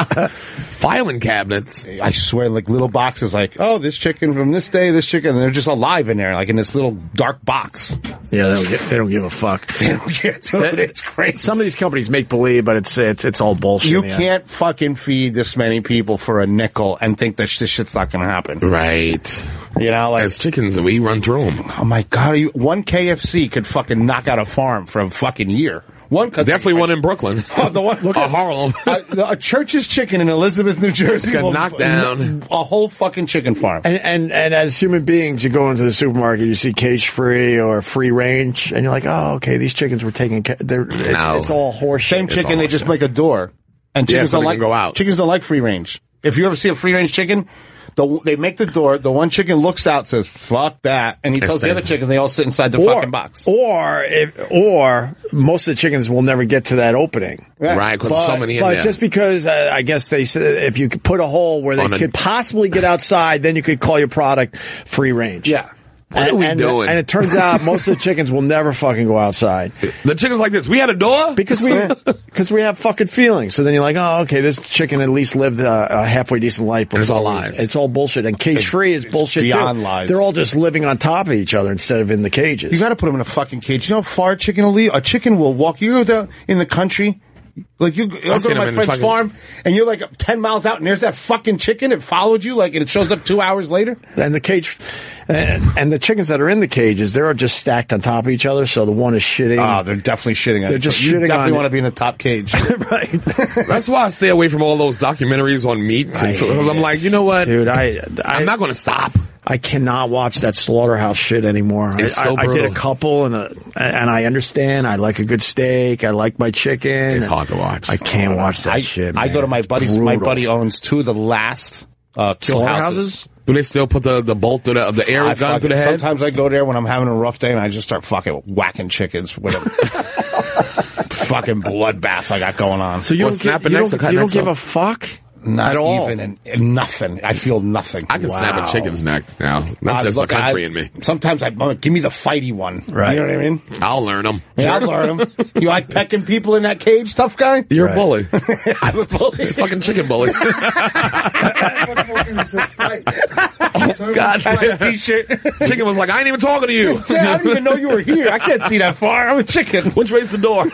S2: chicken.
S4: Filing cabinets.
S2: I swear, like little boxes, like, oh, this chicken from this day, this chicken. And they're just alive in there, like in this little dark box.
S3: Yeah, they don't, get, they don't give a fuck.
S2: they don't get
S3: That-
S2: It's crazy.
S3: Some of these companies make believe, but it's it's it's all bullshit.
S2: You
S3: in the end.
S2: can't fucking feed this many people for a nickel and think that sh- this shit's not going to happen.
S4: Right.
S2: You know, like
S4: as chickens, we run through them.
S2: Oh my god, are you, one KFC could fucking knock out a farm for a fucking year. One
S4: definitely one in Brooklyn.
S2: Oh, the one, look
S4: at Harlem.
S2: A, the- a church's chicken in Elizabeth, New Jersey,
S3: Got
S2: will
S3: knocked down.
S2: a whole fucking chicken farm.
S3: And, and and as human beings, you go into the supermarket, you see cage free or free range, and you're like, oh, okay, these chickens were taken. Ca- they're it's,
S2: No.
S3: it's all horseshit.
S2: Same
S3: It's
S2: chicken,
S3: all
S2: they just
S3: horseshit.
S2: make a door, and
S3: Yeah,
S2: chickens
S3: so
S2: don't
S3: they
S2: like
S3: can go out.
S2: Chickens don't like free range. If you ever see a free range chicken, the, they make the door. The one chicken looks out, says "fuck that," and he
S3: Yes,
S2: tells the
S3: that
S2: other
S3: is-
S2: chickens they all sit inside the
S3: Or-
S2: fucking box.
S3: Or if, or most of the chickens will never get to that opening.
S4: Right, 'cause there's so
S3: But-
S4: many in
S3: But
S4: there.
S3: just because uh, I guess they said if you could put a hole where they
S4: On a-
S3: could possibly get outside, then you could call your product free range. Yeah.
S4: What
S3: and,
S4: are we
S3: and-
S4: doing?
S3: And it turns out most of the chickens will never fucking go outside
S4: The chickens like this. We had a door
S3: because we because we have fucking feelings. So then you're like, oh, okay, this chicken at least lived uh, a halfway decent life. But
S4: it's all lies.
S3: It's all bullshit. And cage free is bullshit
S2: beyond
S3: too.
S2: lies.
S3: They're all just living on top of each other instead of in the cages.
S2: You got to put them in a fucking cage. You know how far a chicken will leave? A chicken will walk. You go down in the country, like you I'll go to
S4: seen 'em
S2: my
S4: in
S2: friend's
S4: fucking-
S2: farm, and you're like ten miles out, and there's that fucking chicken. It followed you, like, and it shows up two hours later.
S3: and the cage and, and the chickens that are in the cages they're just stacked on top of each other so the one is shitting
S4: Ah,
S2: Oh, they're definitely shitting on.
S3: They're
S2: each
S3: just
S2: other. You
S3: shitting
S2: definitely
S3: on
S2: want
S3: it.
S2: to be in the top cage.
S4: That's why I stay away from all those documentaries on meat.
S3: I hate
S4: Because I'm
S3: it.
S4: like, you know what?
S3: dude i, I
S4: I'm not going to stop.
S3: I cannot watch that slaughterhouse shit anymore.
S4: It's
S3: I,
S4: so
S3: I, I did
S4: brutal.
S3: a couple, and uh and I understand. I like a good steak. I like my chicken. It's
S4: hard to watch.
S3: I can't watch that shit.
S2: I
S3: man.
S2: go to my
S3: It's
S2: buddy's. My
S3: brutal.
S2: buddy owns two of the last uh, kill houses.
S4: Do they still put the, the bolt through the, the air
S2: I
S4: gun
S2: fucking-
S4: through the head?
S2: Sometimes I go there when I'm having a rough day, and I just start fucking whacking chickens. Whatever. fucking bloodbath I got going on.
S3: So you
S2: Or
S3: don't,
S2: snap
S3: give,
S2: a
S3: you
S2: neck, so
S3: don't,
S2: cut
S3: you don't
S2: necks
S3: give
S2: up.
S3: a fuck
S2: Not
S3: at all.
S2: even an, an- nothing. I feel nothing. I
S4: can snap a chicken's neck now. That's just the country
S2: I,
S4: in me.
S2: Sometimes I want to give me the fighty one.
S4: Right.
S2: You know what I mean?
S4: I'll learn them.
S2: Yeah, I learn them. You like pecking people in that cage, tough guy?
S4: You're a bully.
S2: I'm a bully.
S4: Fucking chicken bully. God,
S2: t-shirt.
S4: Chicken was like, I ain't even talking to you.
S2: Yeah, I didn't even know you were here. I can't see that far. I'm a chicken.
S4: Which way's the door?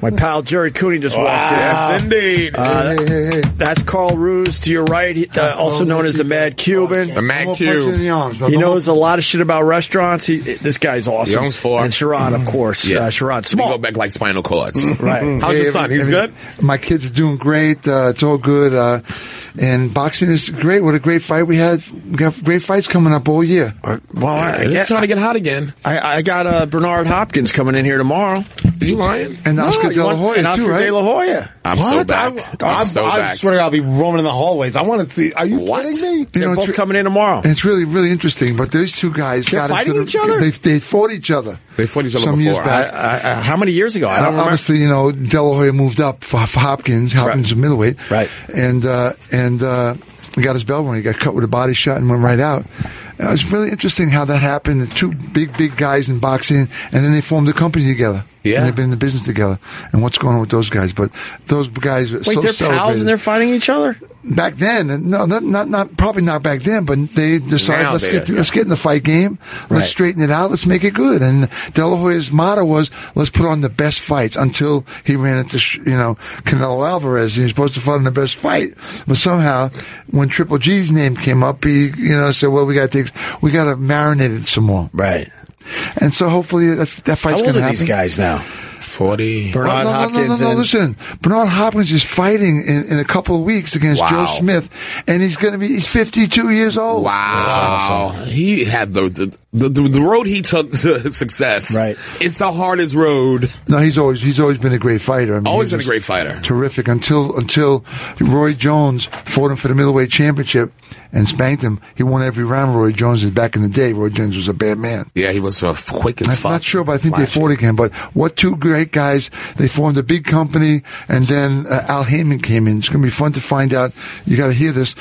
S3: My pal Jerry Cooney just walked in.
S4: Yes, indeed.
S3: Uh, that's Carl Ruse to your right, he- uh, also known as the Mad Cuban.
S4: The Mad Cube.
S3: He knows a lot of shit about restaurants. He, this guy's awesome.
S4: He owns four.
S3: And Sharon, of course.
S4: Yeah.
S3: Uh, Sharon
S4: We
S3: Small.
S4: go back like spinal cords.
S2: Mm-hmm.
S3: Right.
S4: How's
S18: Hey,
S4: your son? He's
S18: every-
S4: good?
S18: My kids are doing great. Uh, it's all good. Uh, and boxing is great. What a great fight we had. We got great fights coming up all year.
S3: Well, I,
S4: It's trying to get hot again.
S3: I, I got uh, Bernard Hopkins coming in here tomorrow.
S4: you lying?
S18: And Oscar
S3: you
S18: De La
S3: want-
S18: Hoya,
S3: and
S18: too,
S3: Oscar
S18: right?
S3: De La Hoya.
S4: I'm so
S2: what?
S4: back. I'm, so
S2: I
S4: back.
S2: swear to God, I'll be roaming in the hallways. I want to see. Are you
S4: What?
S2: kidding me?
S18: You know, it's re-
S3: coming in tomorrow.
S18: And it's really, really interesting. But those two guys
S3: They're
S18: got
S3: fighting
S18: into
S3: each other?
S18: They, they fought each other.
S4: They fought each other
S18: some
S4: before.
S18: years back.
S3: I, I, how many years ago? I don't remember.
S18: Obviously, you know, De La Hoya moved up for, for Hopkins. Hopkins is middleweight, right? And uh, and uh, he got his bell when he got cut with a body shot and went right out. Uh, it's really interesting how that happened. The two big, big guys in boxing, and then they formed a company together.
S4: Yeah.
S18: and they've been in the business together. And what's going on with those guys? But those guys are
S3: Wait,
S18: so
S3: they're pals
S18: celebrated.
S3: and they're fighting each other?
S18: back then, no, not, not not probably not back then, but they decided
S3: Now
S18: let's
S3: they-
S18: get let's get in the fight game, let's straighten it out, let's make it good. And De La Hoya's motto was let's put on the best fights until he ran into sh- you know Canelo Alvarez. He was supposed to fight in the best fight, but somehow when Triple G's name came up, he you know said, well, we got to take, we got to marinate it some more,
S3: right?
S18: And so hopefully that's, that
S3: How
S18: fight's
S3: old
S18: going to
S3: are
S18: happen.
S3: these guys now?
S4: 40.
S3: Bernard
S18: Oh, no, no,
S3: Hopkins
S18: No, no, no,
S3: and-
S18: listen. Bernard Hopkins is fighting in, in a couple of weeks against
S4: Wow.
S18: Joe Smith, and he's going to be, he's 52 years old.
S4: Wow. He had the the, the the road he took to success. Right. It's the hardest road.
S18: No, he's always, he's always been a great fighter. I mean,
S4: Always
S18: he
S4: been a
S18: was
S4: great fighter.
S18: Terrific until, until Roy Jones fought him for the middleweight championship and spanked him. He won every round. Roy Jones is back in the day. Roy Jones was a bad man.
S4: Yeah, he was uh, quick as
S18: I'm
S4: fuck.
S18: not sure, but I think they fought again. But what two great guys? They formed a big company, and then uh, Al Heyman came in. It's going to be fun to find out. You got to hear this.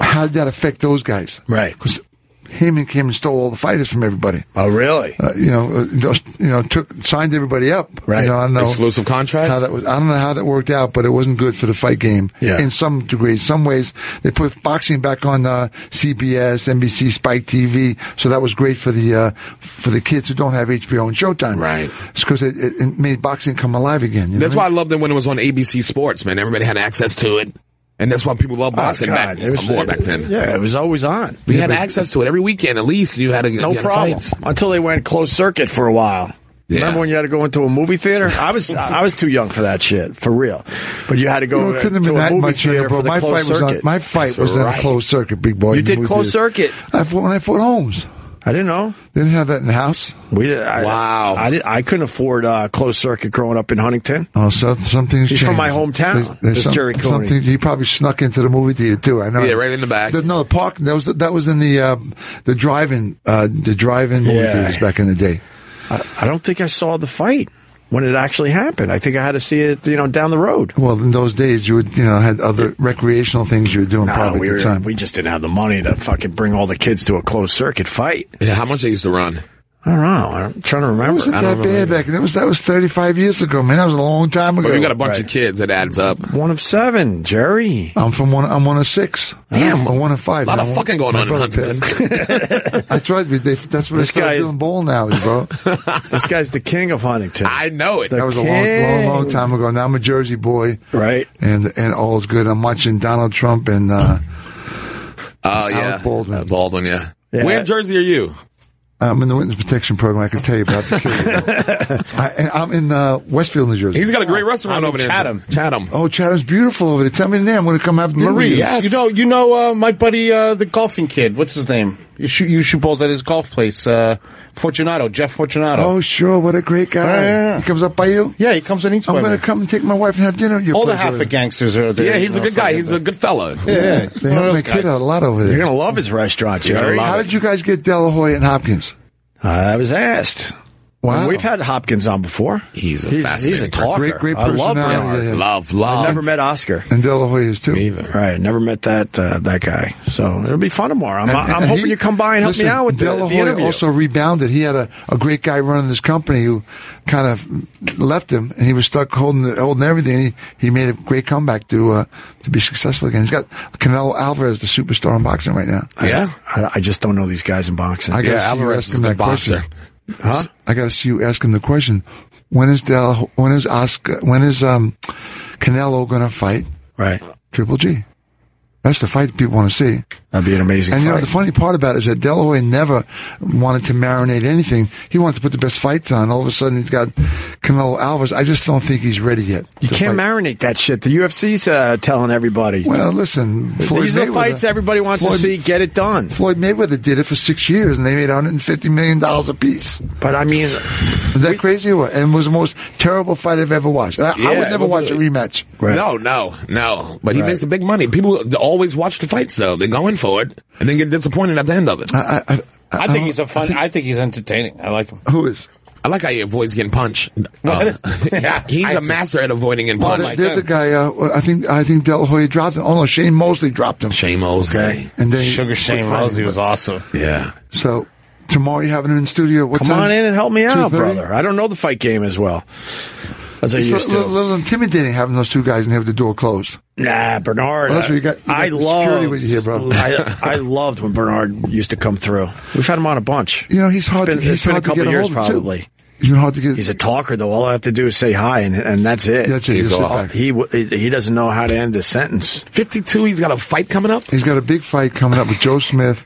S18: How did that affect those guys? Right. Because Heyman came and stole all the fighters from everybody.
S3: Oh, really?
S18: Uh, you know, uh, just you know, took signed everybody up.
S4: Right.
S18: You know, I don't know
S4: Exclusive contracts?
S18: How that was, I don't know how that worked out, but it wasn't good for the fight game.
S4: Yeah.
S18: In some degree, some ways they put boxing back on uh, CBS, NBC, Spike TV, so that was great for the uh, for the kids who don't have HBO and Showtime. Right. It's because it, it, it made boxing come alive again. You
S4: That's
S18: know?
S4: why I loved it when it was on ABC Sports, man. Everybody had access to it. And that's why people love boxing back,
S3: It was-
S4: more back then.
S3: Yeah, it was always on.
S4: We
S3: Yeah,
S4: had
S3: but-
S4: access to it every weekend. At least you had a
S3: No
S4: you had
S3: problem.
S4: Fights.
S3: Until they went closed circuit for a while. Remember when you had to go into a movie theater? I was I was too young for that shit, for real. But you had to go
S18: You know, it couldn't have
S3: to
S18: been
S3: a
S18: that
S3: movie
S18: much younger,
S3: theater
S18: bro.
S3: for the
S18: My
S3: closed
S18: fight was
S3: circuit.
S18: on, my fight
S3: That's
S18: was on
S3: right.
S18: a closed circuit, big boy.
S3: You did
S18: We
S3: closed circuit.
S18: I fought, when I fought Holmes.
S3: I didn't know.
S18: They didn't have that in the house.
S3: We did. I, wow. I did, I couldn't afford uh, closed circuit growing up in Huntington.
S18: Oh, so something's
S3: He's
S18: changed.
S3: from my hometown. This Jerry Coney.
S18: Something he probably snuck into the movie theater too. I know.
S4: Yeah, right in the back.
S18: The- no, the park. That was that was in the uh, the drive-in uh, the drive-in movie
S3: Yeah.
S18: theaters back in the day.
S3: I, I don't think I saw the fight when it actually happened. I think I had to see it, you know, down the road.
S18: Well, in those days, you would you know had other recreational things you were doing
S3: Nah,
S18: probably
S3: we,
S18: at
S3: were-
S18: the time.
S3: we just didn't have the money to fucking bring all the kids to a closed circuit fight.
S4: Yeah, how much they used to run?
S3: I don't know. I'm trying to remember.
S18: It wasn't that bad back. That was that was thirty-five years ago, man. That was a long time ago.
S4: But if you got a bunch of kids, it adds up.
S3: One of seven, Jerry.
S18: I'm from one. I'm one of six.
S4: Damn.
S18: I'm one of
S4: A
S18: five.
S4: lot
S18: I'm one-
S4: of fucking going
S18: my
S4: on in
S18: brother
S4: Huntington.
S18: passed. I tried. They, that's what
S3: This
S18: I started
S3: guy is-
S18: doing bowling alleys, bro.
S3: this guy's the king of Huntington.
S4: I know Oh, it.
S18: That was a long, long, long time ago. Now I'm a Jersey boy,
S3: right?
S18: And and all's good. I'm watching Donald Trump and uh,
S4: Oh, yeah.
S18: Baldwin.
S4: Uh, Baldwin, yeah.
S18: Yeah.
S4: Where in Jersey are you?
S18: I'm in the witness protection program. I can tell you about the kids. I, and I'm in uh, Westfield, New Jersey.
S4: He's got a great restaurant
S18: I'm in
S4: over there.
S18: Chatham.
S4: Chatham.
S18: Oh, Chatham's beautiful over there. Tell me the name. I'm going to come have dinner with you.
S2: You know, you know, uh, my buddy, uh, the golfing kid. What's his name? You shoot, you shoot balls at his golf place. Uh, Fortunato, Jeff Fortunato.
S18: Oh, sure. What a great guy.
S2: Yeah, yeah, yeah.
S18: He comes up by you?
S2: Yeah, he comes and eats
S18: I'm
S2: by
S18: going
S2: me.
S18: to come and take my wife and have dinner at your
S2: All the
S18: place
S2: half
S18: over
S2: the gangsters are there.
S4: Yeah, he's a good guy. He's a good fella.
S18: there. Yeah. They help
S2: One of
S18: my
S2: those
S18: kid
S2: guys.
S18: out a lot over there.
S3: You're gonna love his restaurant, Jerry.
S18: How did you guys get Delahoy and Hopkins?
S3: I Uh, was asked.
S18: Wow.
S3: We've had Hopkins on before.
S4: He's a
S3: He's a
S4: fascinating
S3: talker.
S18: Great, great
S3: I love
S18: personality.
S3: Bernard.
S18: Yeah, yeah.
S4: Love, love.
S3: I never met Oscar.
S18: And Delahoy is too.
S3: Right, never met that uh, that guy. So it'll be fun tomorrow. I'm, I'm
S18: And
S3: hoping
S18: he-
S3: you come by and help
S18: listen,
S3: me out with the, the
S18: Delahoy
S3: interview.
S18: also rebounded. He had a, a great guy running this company who kind of left him, and he was stuck holding the- holding everything. He, he made a great comeback to uh, to be successful again. He's got Canelo Alvarez, the superstar in boxing right now.
S3: yeah, I, I just don't know these guys in boxing.
S18: I gotta see you ask him that question. Huh? I gotta see you ask him the question. When is Del? When is Oscar? When is um, Canelo gonna fight?
S3: Right.
S18: Triple G. That's the fight that people want to see.
S3: That'd be an amazing.
S18: And you know
S3: fight.
S18: the funny part about it is that Delahoy never wanted to marinate anything. He wanted to put the best fights on. All of a sudden he's got Canelo Alvarez. I just don't think he's ready yet.
S3: you can't marinate that shit. The UFC's uh, telling everybody.
S18: Well, listen, Floyd
S3: these are the
S18: Mayweather-
S3: fights everybody wants
S18: Floyd-
S3: to see. Get it done.
S18: Floyd Mayweather did it for six years, and they made 150 million dollars apiece.
S3: But I mean,
S18: is that crazy? Or what? And it was the most terrible fight I've ever watched. I, I
S4: Yeah,
S18: would
S4: it
S18: never
S4: was
S18: watch a,
S4: a-
S18: rematch.
S4: No, no, no. But he
S18: Right.
S4: makes the big money. People always watch the fights, though. They go in for it and then get disappointed at the end of it.
S18: I, I,
S2: I think he's a fun. I think, he's entertaining. I like him.
S18: Who is?
S4: I like how he avoids getting punched. Uh, he's a master at avoiding getting
S18: Well,
S4: punched.
S18: there's, there's a guy. Uh, I think I think Delahoy dropped him. Oh no, Shane Mosley dropped him.
S4: Shane Mosley.
S18: And then he
S2: Sugar
S18: quit
S2: Shane
S18: fighting.
S2: Mosley was awesome.
S4: Yeah.
S18: So tomorrow you have it in the studio. What
S3: come
S18: time?
S3: on in and help me out,
S18: 2:30?
S3: brother. I don't know the fight game as well as I
S18: It's a
S3: used
S18: little,
S3: to.
S18: little intimidating having those two guys and have the door closed.
S3: Nah, Bernard.
S18: Well, that's what you got- you got
S3: I
S18: the security
S3: loved.
S18: with you here, bro.
S3: I, I loved when Bernard used to come through. We've had him on a bunch.
S18: You know,
S3: It's
S18: he's hard.
S3: been,
S18: to, he's
S3: it's been a
S18: hard
S3: couple
S18: to get
S3: years,
S18: a hold of, too.
S3: probably.
S18: He's been hard to get.
S3: He's a talker, though. All I have to do is say hi, and, and that's it.
S18: That's it. He's He's off. off.
S3: He w- he doesn't know how to end a sentence.
S4: 52, he's got a fight coming up.
S18: He's got a big fight coming up with Joe Smith,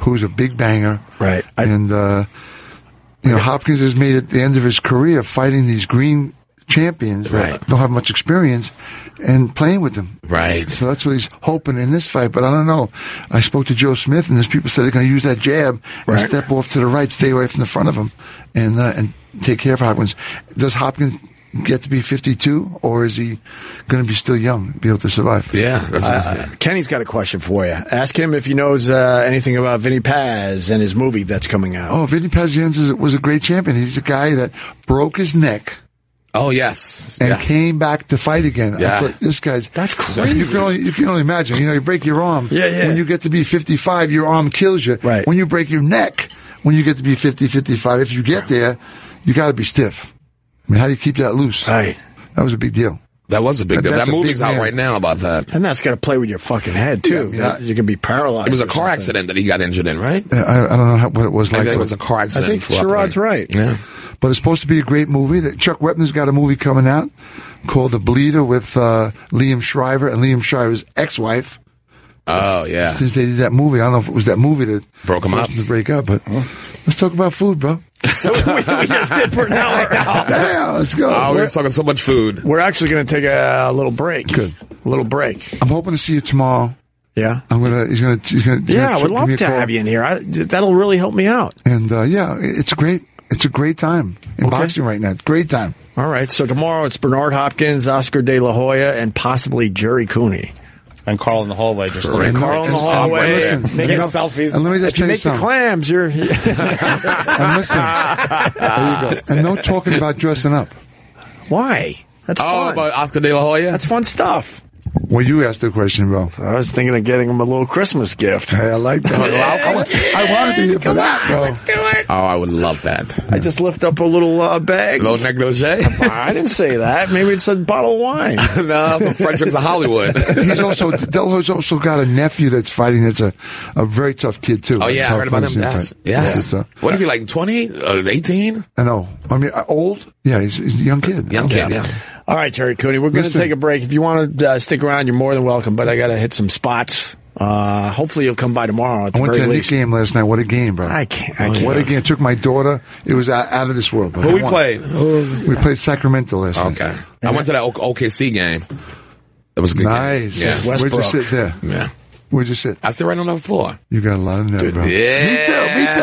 S18: who's a big banger.
S3: Right.
S18: and uh, you know, Hopkins has made it the end of his career fighting these green champions that
S4: Right.
S18: don't have much experience and playing with them.
S4: Right.
S18: So that's what he's hoping in this fight. But I don't know. I spoke to Joe Smith, and there's people said they're going to use that jab
S3: Right.
S18: and step off to the right, stay away from the front of him, and uh, and take care of Hopkins. Does Hopkins get to be 52, or is he going to be still young, be able to survive?
S4: Yeah. That's
S3: Uh, Kenny's got a question for you. Ask him if he knows uh, anything about Vinny Paz and his movie that's coming out.
S18: Oh, Vinny Pazienza was a great champion. He's a guy that broke his neck
S4: Oh yes,
S18: and
S4: Yeah.
S18: came back to fight again.
S4: Yeah.
S18: I thought, this guy's that's
S4: crazy.
S18: You can only you can only imagine. You know, you break your arm.
S4: Yeah, yeah.
S18: When you get to be 55, your arm kills you. Right. When you break your neck, when you get to be 50, 55, if you get there, you got to be stiff. I mean, how do you keep that loose? Right. That was a big deal.
S4: That was a big deal.
S18: That's
S4: That
S18: a big
S4: movie's out
S18: man.
S4: right now about that.
S3: And that's got to play with your fucking head too.
S4: Yeah, yeah.
S3: You can be paralyzed.
S4: It was a
S3: or
S4: car
S3: something.
S4: accident that he got injured in, right?
S18: Uh, I, I don't know how, what it was
S4: I
S18: like.
S4: think it
S18: but-
S4: was a car accident.
S18: I think
S4: Flew up
S18: Sherrod's
S4: right. Yeah.
S18: But it's supposed to be a great movie. That Chuck Wepner's got a movie coming out called The Bleeder with uh, Liam Shriver and Liam Shriver's ex-wife.
S4: Oh yeah.
S18: Since they did that movie, I don't know if it was that movie that
S4: Broke 'em
S18: forced
S4: up.
S18: To break up, but
S3: Oh.
S18: let's talk about food, bro.
S4: we just did for an hour.
S18: Damn, let's go.
S4: Oh, we
S18: We're-
S4: was talking so much food.
S3: We're actually going to take a little break. Good. A little break.
S18: I'm hoping to see you tomorrow.
S3: Yeah,
S18: I'm gonna. He's gonna. He's gonna
S3: Yeah, I
S18: he's
S3: would
S18: gonna give me
S3: love
S18: a
S3: to
S18: call.
S3: have you in here. I, that'll really help me out.
S18: And uh, yeah, it- it's great. It's a great time in boxing right now. Great time.
S3: All right. So tomorrow it's Bernard Hopkins, Oscar De La Hoya, and possibly Jerry Cooney.
S2: And Carl in the hallway just
S3: And Carl in the hallway.
S18: listen,
S3: making
S18: you know,
S3: selfies.
S18: and let me just
S3: if you
S18: tell you
S3: make the
S18: something.
S3: clams, you're.
S18: And listen, there you go.
S4: Ah.
S18: And no talking about dressing up.
S3: Why? That's
S4: oh,
S3: fun.
S4: about Oscar De La Hoya. That's
S3: fun stuff.
S18: Well, you asked the question, bro.
S3: I was thinking of getting him a little Christmas gift.
S18: Hey, I like that. I want to be here for that, bro.
S4: Oh, I would love that.
S3: I just lift up a little uh, bag.
S4: Low neck, negligee.
S3: I didn't say that. Maybe it's a bottle of wine.
S4: no, from Uh, Fredericks of Hollywood.
S18: He's also Delho's also got a nephew that's fighting. That's a, a very tough kid too.
S4: Oh yeah, I heard about him. Yes, yes.
S18: It's, uh,
S4: What is he like? Twenty? uh, Eighteen?
S18: I know. I mean, uh, old. Yeah, he's, he's a young kid.
S4: Young kid. Yeah.
S3: All right, Terry Cooney, we're going to
S18: Listen.
S3: take a break. If you want to uh, stick around, you're more than welcome. But I got to hit some spots. Uh, hopefully, you'll come by tomorrow. At
S18: I
S3: the
S18: went to
S3: very
S18: that
S3: least.
S18: Knicks game last night. What a game, bro!
S3: I can't- I can't.
S18: What a game! It took my daughter. It was out, out of this world. bro.
S4: Who we
S18: I won.
S4: played?
S18: We played Sacramento last night.
S4: Okay. I went to that O- OKC game. That was a good.
S18: Nice.
S4: Game. Yeah.
S18: Where'd you sit there?
S4: Yeah.
S18: Where'd you sit?
S4: I sit right on the floor.
S18: You got a lot of nerve, bro.
S4: Yeah.
S18: Me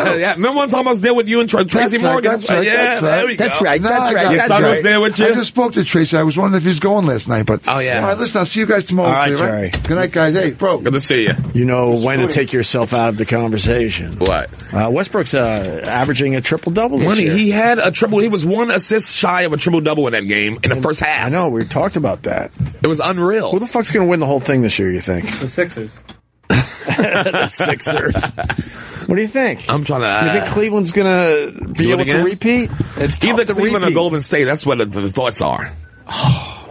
S18: too. Me too.
S4: Yeah. Remember one time I was there with you and Tra- Tracy
S18: right,
S4: Morgan?
S18: that's right,
S4: yeah.
S18: that's
S4: there
S18: right.
S4: we
S18: That's
S4: go.
S18: right, that's right,
S4: Your
S18: that's
S4: son was
S18: right.
S4: there with you.
S18: I just spoke to Tracy. I was wondering if he's going last night, but
S4: Oh, yeah.
S18: All right, listen. I'll see you guys tomorrow.
S3: All right,
S18: hopefully,
S3: Jerry.
S18: Good night, guys. Hey, bro.
S4: Good to see you.
S3: You know when to take yourself out of the conversation.
S4: What?
S3: Uh, Westbrook's uh, averaging a triple double this
S4: Money.
S3: year.
S4: He had a triple. He was one assist shy of a triple double in that game in the first half.
S3: I know we talked about that.
S4: It was unreal.
S3: Who the fuck's going to win the whole thing this year? You think?
S2: The Sixers.
S3: the Sixers. what do you think?
S4: I'm trying to.
S3: you think Cleveland's going to
S4: Uh, Do
S3: be
S4: it
S3: able to
S4: again?
S3: repeat? It's tough
S4: Either
S3: to
S4: Cleveland or
S3: repeat.
S4: Golden State. That's what the, the thoughts are.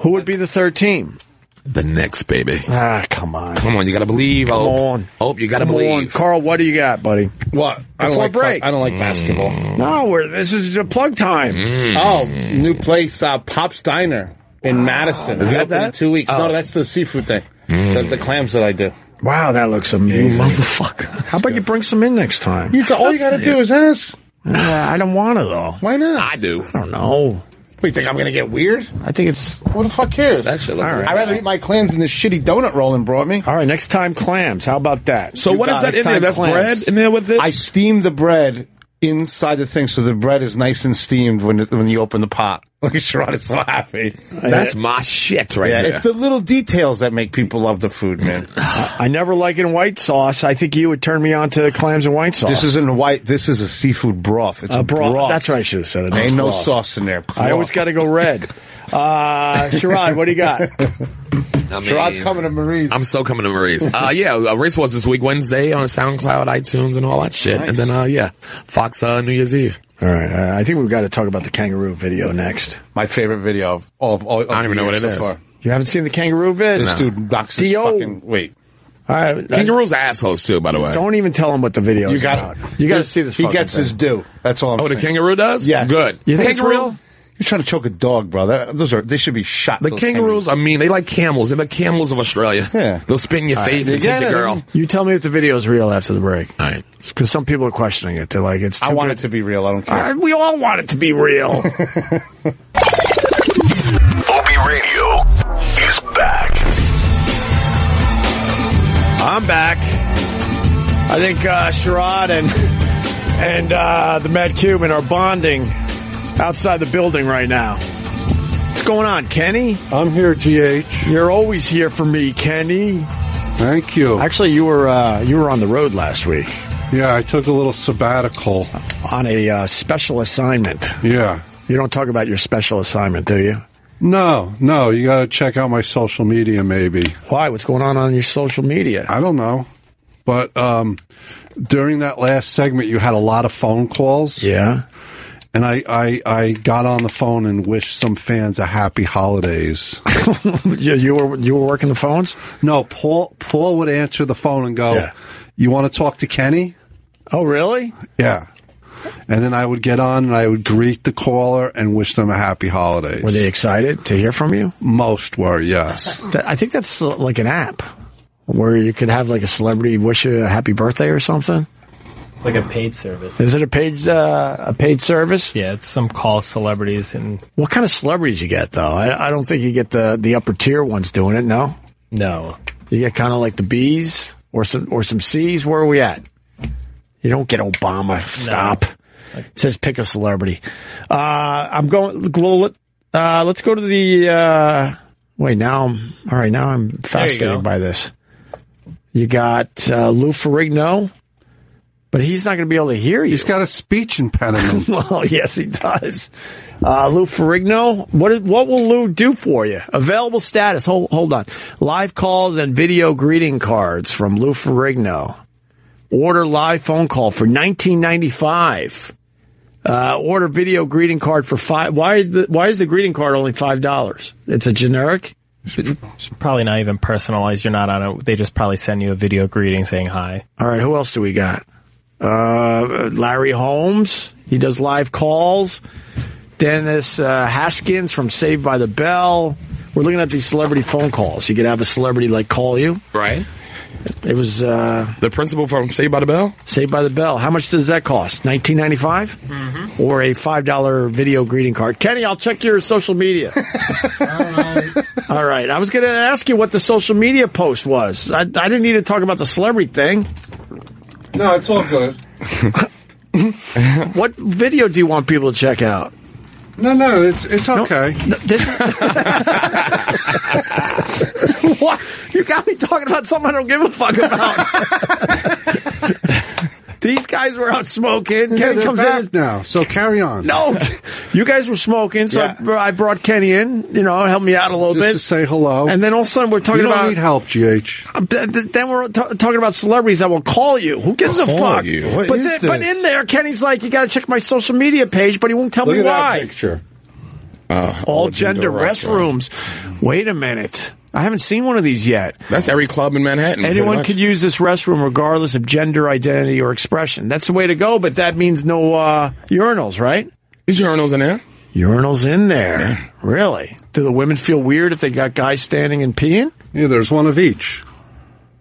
S3: Who would be the third team?
S4: The Knicks, baby.
S3: Ah, come on.
S4: Come on, you gotta believe. Come
S3: on.
S4: Hope you gotta
S3: Come
S4: believe.
S3: on, Carl. What do you got, buddy?
S2: What? I don't
S3: Before
S2: like
S3: break.
S2: I don't like basketball.
S4: Mm.
S3: No, we're, this is a plug time.
S2: Oh, new place, uh, Pop's Diner in Madison.
S4: Is that
S2: Open in
S4: that?
S2: Two weeks.
S4: Oh.
S2: No, that's the seafood thing. The, the clams that I do.
S3: Wow, that looks amazing.
S4: Motherfucker.
S3: How about you bring some in next time?
S2: You, all you got to do is ask.
S3: Uh, I don't want to though.
S2: Why not?
S4: I do.
S3: I don't know.
S2: We think I'm gonna get weird?
S3: I think it's
S2: Who the fuck cares?
S4: That shit look
S3: All right.
S2: I'd rather eat my clams than this shitty donut Roland brought me.
S3: all right. Next time, clams. How about that?
S4: So what is
S2: got
S4: that
S2: it.
S4: in there?
S2: Time
S4: That's
S2: clams.
S4: bread in there with it?
S2: I steam the bread inside the thing, so the bread is nice and steamed when it, when you open the pot. Look at Sharon, it's so happy.
S4: That's my shit right
S2: yeah,
S4: there.
S2: it's the little details that make people love the food, man.
S3: I never like it in white sauce. I think you would turn me on to clams and white sauce.
S2: this isn't a white. This is a seafood broth. It's
S3: a
S2: a
S3: Uh, broth.
S2: broth.
S3: That's what I should have said. It
S2: There ain't no
S3: Broth.
S2: sauce in there.
S3: I always got to go red. Uh, Sherrod, what do you got?
S4: I mean,
S2: Sherrod's coming to Marie's.
S4: I'm so coming to Marie's. Uh, yeah, uh, race was this week Wednesday on SoundCloud, iTunes, and all that shit. And then, uh, yeah, Fox uh, New Year's Eve.
S3: All right, uh, I think we've got to talk about the kangaroo video next.
S2: My favorite video of all. Of, all of
S4: I don't even
S2: the
S4: know what
S2: year
S4: it
S2: so
S4: is.
S2: Far.
S3: You haven't seen the kangaroo vid?
S2: This dude knocks his
S3: Yo.
S2: fucking. Wait,
S3: All right,
S4: Kangaroos are assholes too, by the way.
S3: don't even tell him what the video
S2: you
S3: is
S2: got.
S3: about. You got to see this.
S2: He
S3: fucking
S2: gets
S3: thing.
S2: his due. That's all. I'm
S4: Oh, the
S2: saying.
S4: kangaroo does?
S2: Yes.
S4: Good.
S3: You think it's
S4: Kangaroo-
S3: real?
S2: You're trying to choke a dog, bro. That, those are. They should be shot.
S4: The
S2: those
S4: kangaroos, I mean, they like camels. They're the camels of Australia.
S2: Yeah.
S4: They'll spit in your face and
S2: Yeah,
S4: take your
S2: no,
S4: girl.
S2: no.
S3: You tell me if the video is real after the break,
S4: All right.
S3: because some people are questioning it. They're like, "It's." Too
S2: I want
S3: good.
S2: it to be real. I don't care.
S3: All right, we all want it to be real.
S12: OB Radio is back.
S3: I'm back. I think uh, Sherrod and and uh, the Mad Cuban are bonding outside the building right now. What's going on, Kenny?
S1: I'm here, GH.
S3: You're always here for me, Kenny.
S1: Thank you.
S3: Actually, you were uh, you were on the road last week
S1: yeah, I took a little sabbatical.
S3: on a uh, special assignment.
S1: Yeah.
S3: You don't talk about your special assignment, do you?
S1: No, no, you got to check out my social media maybe.
S3: Why? What's going on on your social media?
S1: I don't know. But um, during that last segment, you had a lot of phone calls.
S3: Yeah.
S1: And I, I, I got on the phone and wished some fans a happy holidays.
S3: you, you were you were working the phones?
S1: No, Paul Paul would answer the phone and go,
S3: Yeah.
S1: "You want to talk to Kenny?"
S3: Oh, really?
S1: Yeah. And then I would get on and I would greet the caller and wish them a happy holidays. Were
S3: they excited to hear from you?
S1: Most were, yes.
S3: That, I think that's uh, like an app where you could have like a celebrity wish you a happy birthday or something.
S19: It's like a paid service.
S3: Is it a paid uh, a paid service?
S19: Yeah, it's some call celebrities and
S3: What kind of celebrities you get though? I, I don't think you get the the upper tier ones doing it. No,
S19: no.
S3: You get kind of like the B's or some or some C's. Where are we at? You don't get Obama. Stop. It says pick a celebrity. Uh, I'm going. Well, let, uh, let's go to the. Uh, wait, now I'm all right. Now I'm
S19: go.
S3: fascinated by this. You got uh, Lou Ferrigno, but he's not going to be able to hear you. He's
S1: got a speech impediment.
S3: well, yes, he does. Uh, Lou Ferrigno, what is- what will Lou do for you? Available status. Hold hold on. Live calls and video greeting cards from Lou Ferrigno. Order live phone call for 1995. Uh, order video greeting card for five. Why is the Why is the greeting card only five dollars? It's a generic.
S19: It's probably not even personalized. You're not on a. They just probably send you a video greeting saying hi.
S3: All right, who else do we got? Uh, Larry Holmes. He does live calls. Dennis uh, Haskins from Saved by the Bell. We're looking at these celebrity phone calls. You could have a celebrity like call you.
S4: Right.
S3: It was uh,
S4: the principal from Saved by the Bell.
S3: Saved by the Bell. How much does that cost? Nineteen or a five dollar video greeting card? Kenny, I'll check your social media. All right, I was going to ask you what the social media post was. I, I didn't need to talk about the celebrity thing.
S1: No, it's all good.
S3: what video do you want people to check out?
S1: No, no, it's it's okay.
S3: what? You got me talking about something I don't give a fuck about. These guys were out smoking.
S1: Yeah,
S3: Kenny
S1: they're
S3: comes
S1: back
S3: in.
S1: now, so carry on.
S3: No, you guys were smoking, so I, br- I brought Kenny in. You know, help me out a little
S1: Just
S3: bit
S1: to say hello.
S3: And then all of a sudden, we're talking
S1: you don't
S3: about
S1: need help, GH.
S3: Um, th- th- Then we're ta- talking about celebrities that will call you. Who gives a
S1: Call
S3: fuck?
S1: you? What
S3: but,
S1: is
S3: then- but
S1: this?
S3: in there, Kenny's like, you got to check my social media page, but he won't tell
S1: Look
S3: me
S1: at
S3: why. Oh,
S1: that picture. Oh,
S3: all gender
S4: restrooms.
S3: restrooms. Wait a minute. I haven't seen one of these yet.
S4: That's every club in Manhattan. pretty
S3: Anyone
S4: much.
S3: could use this restroom regardless of gender identity or expression. That's the way to go, but that means no uh, urinals, right?
S4: Is urinals in there?
S3: Urinals in there. Really? Do the women feel weird if they got guys standing and peeing?
S1: Yeah, there's one of each.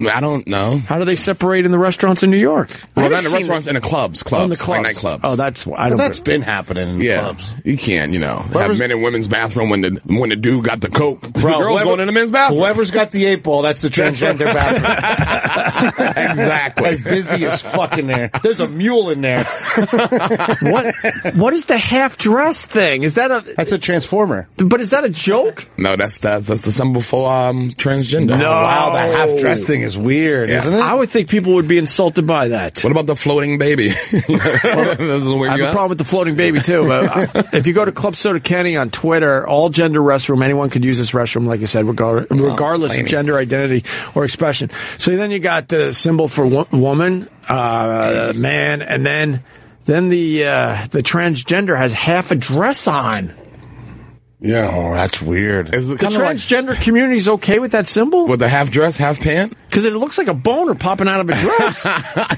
S4: I don't know.
S3: How do they separate in the restaurants in New York? I
S4: Well,
S3: haven't
S4: not in the
S3: seen
S4: restaurants,
S3: it.
S4: in the clubs, clubs,
S3: On the
S4: like nightclubs.
S3: Oh, that's I
S4: Well,
S3: don't.
S4: that's
S2: been happening in
S4: yeah,
S2: clubs.
S4: you can't, you know, have
S2: Whoever's-
S4: men and women's bathroom when the when the dude got the coke. the
S2: Bro,
S4: girl's
S2: whoever-
S4: going in the men's bathroom.
S2: Whoever's got the eight ball, that's the transgender bathroom.
S4: exactly.
S2: Like busy as fuck in there. There's a mule in there.
S3: what? What is the half dress thing? Is that a?
S2: That's a transformer.
S3: But is that a joke?
S4: No, that's that's that's the symbol for um transgender.
S3: No. Wow, the half-dress thing
S2: is weird,
S3: isn't it? I would think people would be insulted by that.
S4: What about the floating baby? That doesn't weird
S3: I have
S4: you
S3: a
S4: out?
S3: problem with the floating baby too. But uh, if you go to Club Soda Kenny on Twitter, all gender restroom, anyone could use this restroom, like I said, regar-
S4: Oh,
S3: regardless of
S4: lady.
S3: gender identity or expression. So then you got the symbol for wo- woman, uh, man, and then then the uh, the transgender has half a dress on.
S1: Yeah.
S2: Oh, that's weird.
S4: Is it
S3: The
S4: kind of like
S3: transgender community is okay with that symbol
S4: with the half dress, half pant?
S3: because it looks like a boner popping out of a dress,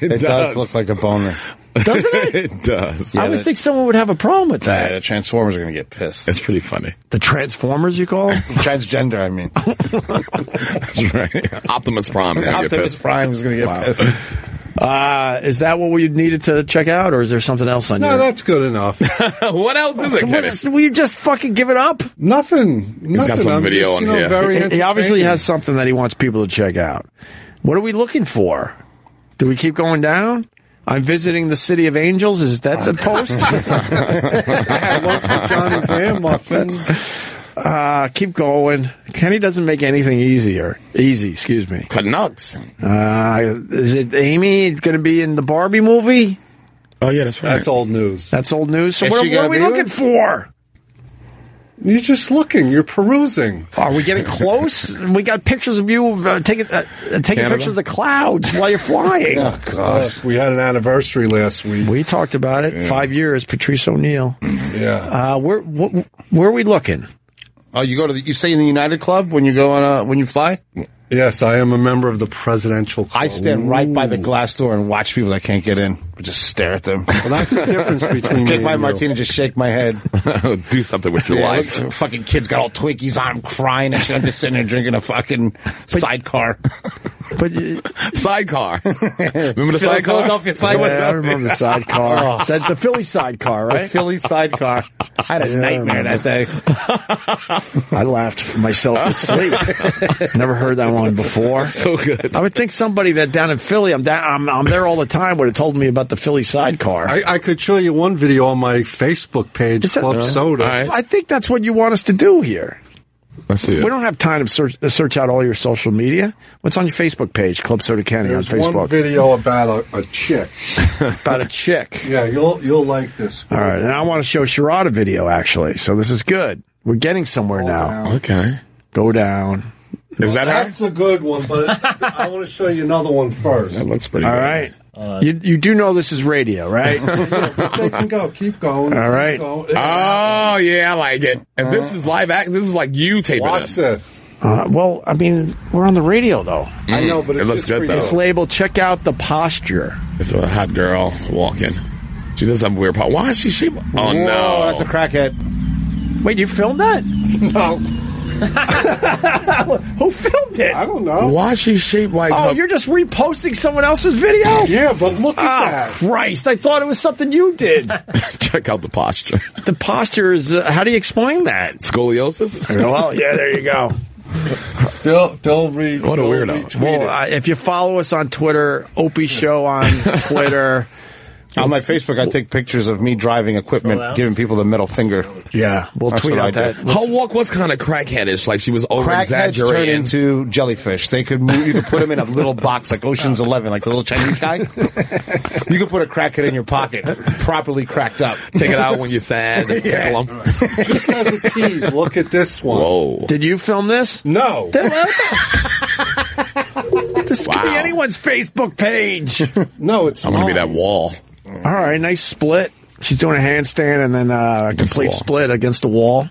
S2: It, does. look like a boner.
S3: doesn't it?
S4: it does.
S3: I would think someone would have a problem with that.
S2: Yeah, the Transformers are going to get pissed.
S4: It's pretty funny.
S3: The Transformers, you call? 'em?
S2: Transgender, I mean.
S4: That's right. Optimus Prime is gonna get
S2: Optimus
S4: pissed.
S2: Prime is going to get pissed.
S3: Uh, is that what we needed to check out, or is there something else on
S1: No,
S3: your-
S1: that's good enough.
S4: what else is it?
S3: What
S4: Kenny?
S3: is- Will you just fucking give it up?
S1: Nothing. He's
S4: got some video on here.
S3: He- he obviously has something that he wants people to check out. What are we looking for? Do we keep going down? I'm visiting the city of angels. Is that the post?
S1: Johnny Graham muffins.
S3: uh, keep going. Kenny doesn't make anything easier. Easy, excuse me.
S4: Canucks.
S3: Uh, is it Amy going to be in the Barbie movie?
S4: Oh yeah, that's right.
S1: That's old news.
S3: That's old news. So
S2: Is
S3: what,
S2: she
S3: what are
S2: gonna
S3: we
S2: be
S3: looking
S2: with-
S3: for?
S1: You're just looking. You're perusing.
S3: Are we getting close? we got pictures of you uh, taking uh, taking
S1: Canada?
S3: pictures of clouds while you're flying.
S1: Oh, gosh. We had an anniversary last week.
S3: We talked about it. Five years, Patrice O'Neill.
S1: Yeah.
S3: Uh, where wh- wh- where are we looking?
S2: Oh, you go to the, you stay in the United Club when you go on a, when you fly?
S1: Yes, I am a member of the presidential club.
S2: I stand right by the glass door and watch people that can't get in, but just stare at them. Well,
S1: that's the difference between
S2: Take
S1: me
S2: my
S1: and you.
S2: martini, just shake my head.
S4: Do something with your
S2: Yeah,
S4: life.
S2: look, fucking kids got all Twinkies on. I'm crying. and shit. I'm just sitting there drinking a fucking sidecar.
S3: But
S4: sidecar. Remember the
S2: Phil-
S4: sidecar?
S2: Philadelphia sidecar.
S3: Yeah, I remember the sidecar.
S2: Oh.
S3: That- the Philly sidecar, right?
S2: The Philly sidecar. I had a
S3: Yeah, I
S2: nightmare that day.
S3: I laughed myself to sleep. Never heard that one before.
S4: So good.
S3: I would think somebody that down in Philly, I'm down, I'm, I'm there all the time, would have told me about the Philly sidecar.
S1: I, I could show you one video on my Facebook page, Club Soda.
S3: I think that's what you want us to do here.
S4: Let's see.
S3: We don't have time to search, to search out all your social media. What's on your Facebook page, Club Soda County
S1: There's
S3: on
S1: one
S3: Facebook?
S1: video about a, a chick.
S3: about a chick.
S1: Yeah, you'll you'll like this.
S3: All right, and I want to show Sharada video actually. So this is good. We're getting somewhere now.
S4: Okay.
S3: Go down.
S4: Is
S1: That's a good one, but I want to show you another one first.
S4: That looks
S3: All right. you you do know this is radio, right?
S1: they can go. Keep going.
S3: All
S1: Keep
S3: right.
S1: going.
S4: Oh yeah, I like it. And this is live act. This is like you taping
S1: Watch this.
S3: Uh, well, I mean, we're on the radio though.
S4: I know, but Mm, it's it looks just good, for you. though.
S3: It's labeled. Check out the posture.
S4: It's a hot girl walking. She does some weird part. Why is she? she oh no,
S2: that's a crackhead.
S3: Wait, you filmed that?
S2: No.
S3: Who filmed it? I
S1: don't know.
S4: Why is she shaped like?
S3: Oh,
S4: her-
S3: you're just reposting someone else's video?
S1: Yeah, but look at
S3: oh,
S1: that.
S3: Christ, I thought it was something you did.
S4: Check out the posture.
S3: the posture is. Uh, how do you explain that?
S4: Scoliosis.
S3: well, yeah, there you go.
S1: Bill, Bill Reed.
S4: What a weirdo.
S3: Well, uh, if you follow us on Twitter, Opie Show on Twitter.
S2: On my Facebook, I take pictures of me driving equipment, giving people the middle finger.
S3: Yeah, we'll
S2: That's
S3: tweet
S2: what I
S3: out that.
S2: did.
S4: Her walk was kind of crackheadish, like she was over
S2: Crackheads turn
S4: exaggerating.
S2: into jellyfish. They could move. You could put them in a little box like Ocean's Eleven, like the little Chinese guy. you could put a crackhead in your pocket, properly cracked up.
S4: Take it out when you're sad. Just tickle 'em.
S1: Just as a tease, look at this one.
S4: Whoa!
S3: Did you film this?
S1: No.
S3: This could be
S4: Wow.
S3: anyone's Facebook page.
S1: No, it's
S4: I'm gonna be that wall.
S3: All right, nice split. She's doing a handstand and then uh, a
S4: the
S3: complete
S4: wall.
S3: split against the wall.